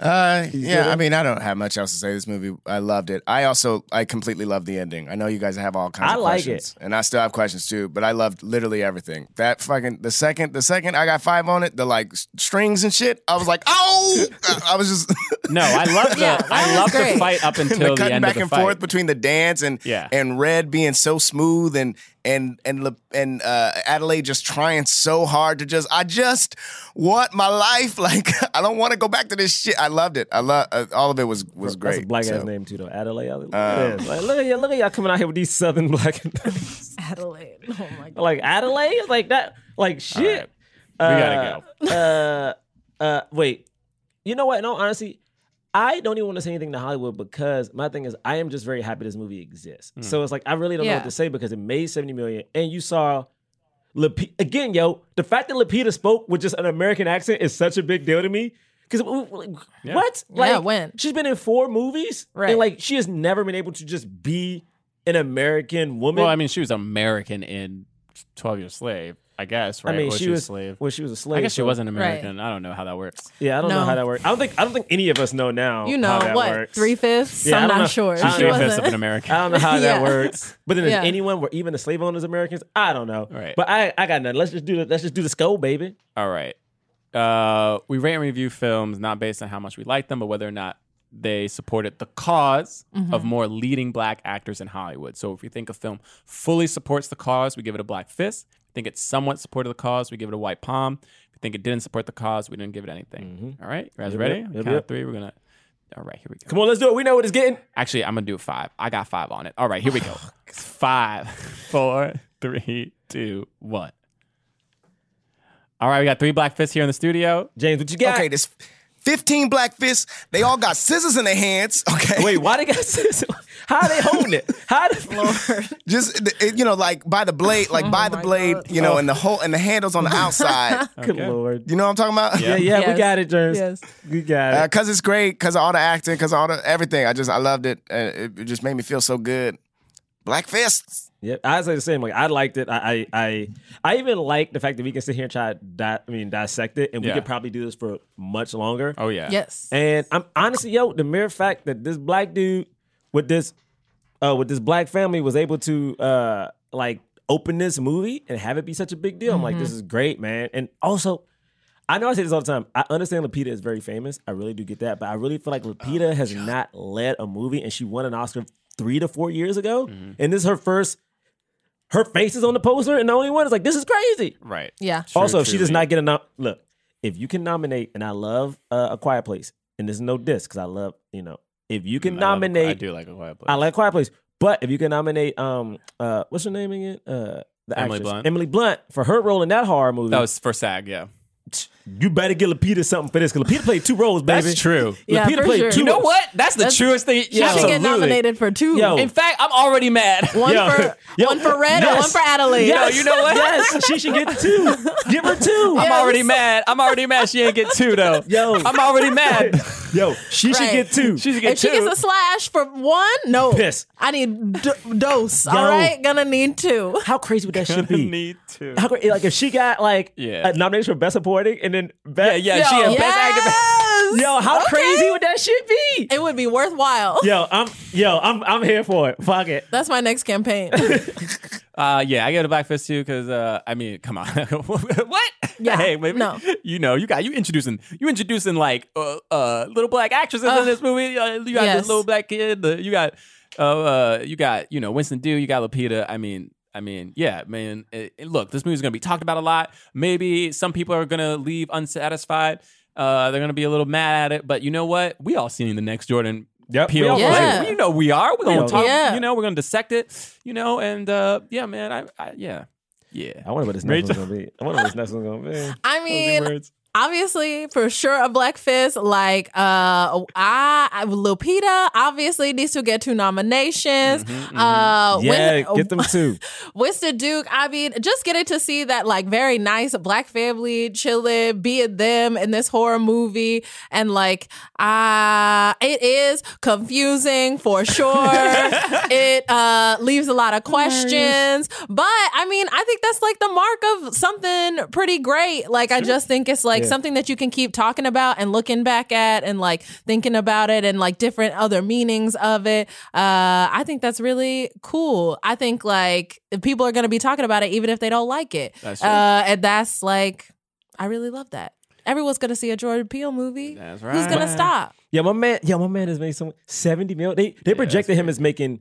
Uh, yeah, good? I mean, I don't have much else to say. This movie, I loved it. I also, I completely love the ending. I know you guys have all kinds I of like questions, and I still have questions too. But I loved literally everything. That fucking the second, the second I got five on it, the like s- strings and shit. I was like, oh, I was just No, I love the Yeah, that I was love the great. fight up the until the, cutting end back of the and fight. forth between the dance and Yeah. and Red being so smooth and and and Le- and uh, Adelaide just trying so hard to just I just want my life like I don't want to go back to this shit. I loved it. I love uh, all of it was was great. That's a black ass So- um, name too though. Adelaide. Look at this. Like, look at y'all. Look at y'all coming out here with these southern black. Adelaide. Oh my god. like Adelaide. It's Like that. Like shit. we gotta go. uh, uh, wait. You know what? No, honestly, I don't even want to say anything to Hollywood because my thing is I am just very happy this movie exists. Mm. So it's like I really don't know Yeah. what to say because it made seventy million, and you saw. Lupita, again, yo, the fact that Lupita spoke with just an American accent is such a big deal to me. Because what? Like, Yeah, when? she's been in four movies, Right. And like, she has never been able to just be an American woman. Well, I mean, she was American in Twelve Years Slave, I guess, I right? Or she was a slave. Well, she was a slave. I guess she so- wasn't Right. American. I don't know how that works. Yeah, I don't No. know how that works. I don't think I don't think any of us know now. You know how that what? works. Three fifths. Yeah, I I'm don't not know. sure. I don't She know. Three-fifths wasn't. Uh, of an American. I don't know how Yeah. that works. But then Yeah. there's anyone where even the slave owners Americans. I don't know. Right. But I, I got nothing. Let's just do the let's just do the skull, baby. All right. Uh, we rate and review films not based on how much we like them, but whether or not they supported the because of Mm-hmm. more leading black actors in Hollywood. So if we think a film fully supports the cause, we give it a black fist. If we think it somewhat supported the cause, we give it a white palm. If we think it didn't support the cause, we didn't give it anything. All right. You guys Mm-hmm. Yep, ready? yep, Count yep, of yep. three. We're going to. All right. Here we go. Come on, let's do it. We know what it's getting. Actually, I'm gonna do five. I got five on it. All right, here we go. five, four, three, two, one. All right, we got three black fists here in the studio. James, what you got? Okay, this 15 black fists. They all got scissors in their hands. Okay. Wait, why they got how they holding it? How the Just th- it- you know, like by the blade, Oh like by the blade, you Oh. know, and the whole and the handles on the outside. Good lord. you know what I'm talking about? Yeah, yeah, Yes. we got it, James. Yes. We got it. Because Uh, it's great. Because all the acting. Because all the everything. I just I loved it. Uh, it. It just made me feel so good. Black fists. Yep, I say the same. Like I liked it. I, I, I, I even like the fact that we can sit here and try to, di- I mean, dissect it, and Yeah. we could probably do this for much longer. Oh yeah. Yes. And I'm honestly, yo, the mere fact that this black dude with this uh with this black family was able to uh like open this movie and have it be such a big deal. I'm like, this is great, man. And also, I know I say this all the time. I understand Lupita is very famous. I really do get that, but I really feel like Lupita has not led a movie and she won an Oscar three to four years ago. And this is her first her face is on the poster and the only one is like, this is crazy. Right. yeah. Also, if she does truly. not get a nom- look, if you can nominate, and I love uh, A Quiet Place, and there's no diss because I love you know, if you can I love a- nominate, I do like a quiet place. I like Quiet Place, but if you can nominate, um, uh, what's her name again? Uh, the Emily actress. Blunt. Emily Blunt for her role in that horror movie. that was for SAG. Yeah. You better get Lapita something for this because Lapita played two roles, baby. That's true. Yeah, Lupita for played sure. two. You You know what? That's the That's- truest thing. She Yeah. should get Absolutely. nominated for two. Yo. In fact, I'm already mad. one Yo. for Yo. one for red and Yes. one for Adelaide. Yo, you know what? Yes, she should get two. Give her two. I'm Yeah, already this- mad. I'm already mad. She ain't get two though. Yo. I'm already mad. Yo, she should Right. get two. She should get If two. she gets a slash for one, no. Piss. I need d- dose. All right, gonna need two. How crazy would that shit be? need to. How great, like if she got like Yeah. a nomination for best supporting and then best, Yeah, yeah, she yo, a- Best actor- Yes! yo, how Okay. crazy would that shit be? It would be worthwhile. Yo, I'm yo, I'm I'm here for it. Fuck it. That's my next campaign. Uh, yeah, I go to Black Fist too because uh, I mean, come on, what? Yeah, hey, maybe no. you know you got you introducing you introducing like uh, uh, little black actresses Uh, in this movie. Uh, you got yes. this little black kid. The, you got uh, uh, you got you know Winston Dew. You got Lupita. I mean. I mean, yeah, man. It, it- look, this movie's gonna be talked about a lot. Maybe some people are gonna leave unsatisfied. Uh, they're gonna be a little mad at it, but you know what? We all seen the next Jordan Yep, we Peele all flick. Yeah. You know we are. We're gonna know. talk. Yeah. You know we're gonna dissect it. You know, and uh, yeah, man. I, I yeah, yeah. I wonder what this next one's gonna be. I wonder what this next one's gonna be. I mean, obviously for sure a black fist like uh i I- lupita obviously needs to get two nominations uh Mm-hmm, Yeah, Win- get them two. winston duke i mean just getting to see that like very nice black family chilling being them in this horror movie and like uh it is confusing for sure it uh leaves a lot of questions but i mean i think that's like the mark of something pretty great like i just think it's like Yeah. something that you can keep talking about and looking back at and like thinking about it and like different other meanings of it uh i think that's really cool i think like people are going to be talking about it even if they don't like it That's true. uh and that's like i really love that everyone's going to see a jordan peele movie That's who's going to right. stop Yeah, my man. Yeah, my man has made some seventy mil. They they projected him as making,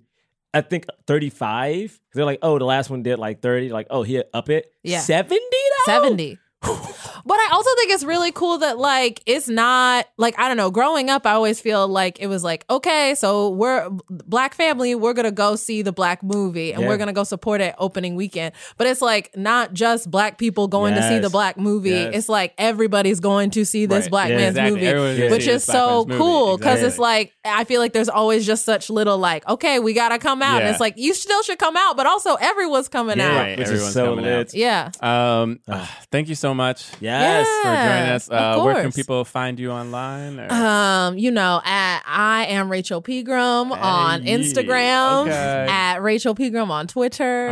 I think thirty five. They're like, oh, the last one did like thirty. Like, oh, he up it. Yeah. seventy. 70. but I also think it's really cool that like it's not like I don't know, growing up I always feel like it was like okay, so we're black family, we're going to go see the black movie and Yeah. we're going to go support it opening weekend. But it's like not just black people going to see Yes. the black movie. Yes. It's like everybody's going to see this Right. black Yeah, man's exactly. movie, Everyone's gonna which see this is black so man's movie. cool cuz Exactly. it's like I feel like there's always just such little like okay, we got to come out. And Yeah. it's like you still should come out, but also everyone's coming Yeah, out. Right, which is everyone's so coming out. lit. Yeah. Um, ah, thank you so much Yes. Yeah. for joining us. of Uh, where can course. people find you online? Or- Um, you know, at I am Rachel Pegram on yeah. Instagram, Okay. at Rachel Pegram on Twitter.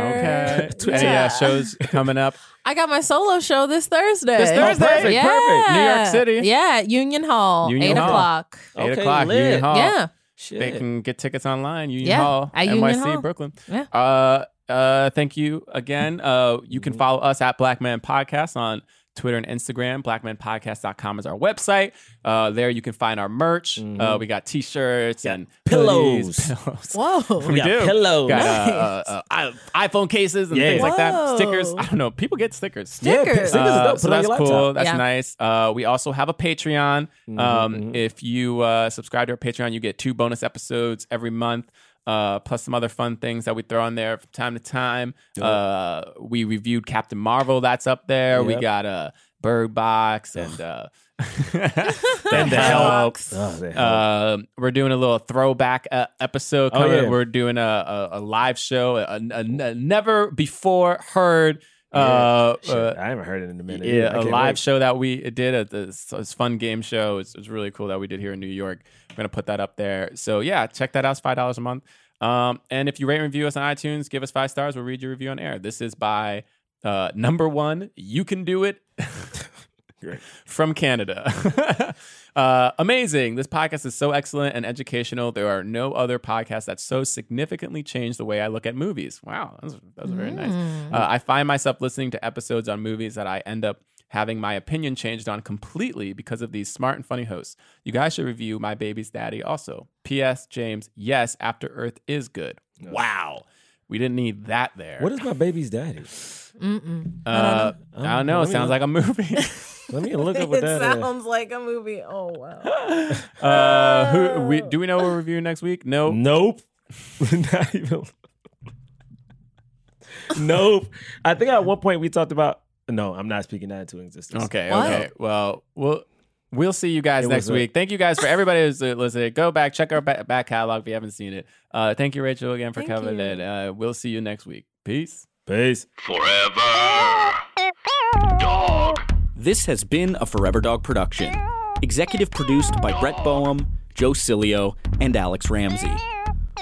okay. Any Yeah. uh, shows coming up? I got my solo show this Thursday. This Thursday? Oh, Perfect, yeah. perfect. New York City. Yeah, Union Hall, Union eight Hall. Oh. o'clock. Eight Okay, o'clock. lit. Union Hall. Yeah. Shit. They can get tickets online. Union Yeah, Hall, at NYC, Union Hall. Brooklyn. Yeah. Uh, uh, thank you again. Uh, you Mm-hmm. can follow us at Black Man Podcast on Twitter and Instagram. BlackmanPodcast.com is our website. Uh, there you can find our merch. Mm-hmm. Uh, we got T-shirts and pillows. hoodies, pillows. Whoa. We We got do. pillows. Got, uh, uh, uh, i- iPhone cases and Yeah. things like that. Whoa. Stickers. I don't know. People get stickers. Yeah, stickers. stickers is dope. Uh, Put so it on that's your cool. laptop. Mm-hmm, That's Yeah. nice. Uh, we also have a Patreon. Um, if you uh, subscribe to our Patreon, you get two bonus episodes every month. Uh, plus some other fun things that we throw on there from time to time. Uh, we reviewed Captain Marvel. That's up there. We Yep. got uh, Bird Box and uh, then the Hulk. Box. Oh, they- Um, we're doing a little throwback uh, episode. Oh, coming. yeah. We're doing a, a, a live show, a, a- a never before heard. Uh, Shit, uh, I haven't heard it in a minute. I yeah, a can't live wait. show that we did at this, this fun game show. It's, it's really cool that we did here in New York. We're gonna put that up there. So yeah, check that out. It's five dollars a month. Um, and if you rate and review us on iTunes, give us five stars. We'll read your review on air. This is by uh, number one. You can do it. From Canada. uh, amazing. This podcast is so excellent and educational. There are no other podcasts that so significantly change the way I look at movies. Wow, that's, that's very nice. Uh, I find myself listening to episodes on movies that I end up having my opinion changed on completely because of these smart and funny hosts. You guys should review My Baby's Daddy also. P.S. James, yes, After Earth is good. Wow. We didn't need that there. What is my baby's daddy? uh, I don't know. It me sounds look. like a movie. Let me look up what It that is. sounds like a movie. Oh wow. Uh, who we do we know we're reviewing next week? No. Nope. Not even. nope. I think at one point we talked about No, I'm not speaking that into existence. Okay. What? Okay. Well, we'll we'll see you guys It next was a- week. Thank you guys for everybody who's uh, listening. Go back, check our ba- back catalog if you haven't seen it. Uh, thank you, Rachel, again for Thank covering you. it. Uh, we'll see you next week. Peace. Peace. Forever. Dog. This has been a Forever Dog production. Executive produced by Brett Boehm, Joe Cilio, and Alex Ramsey.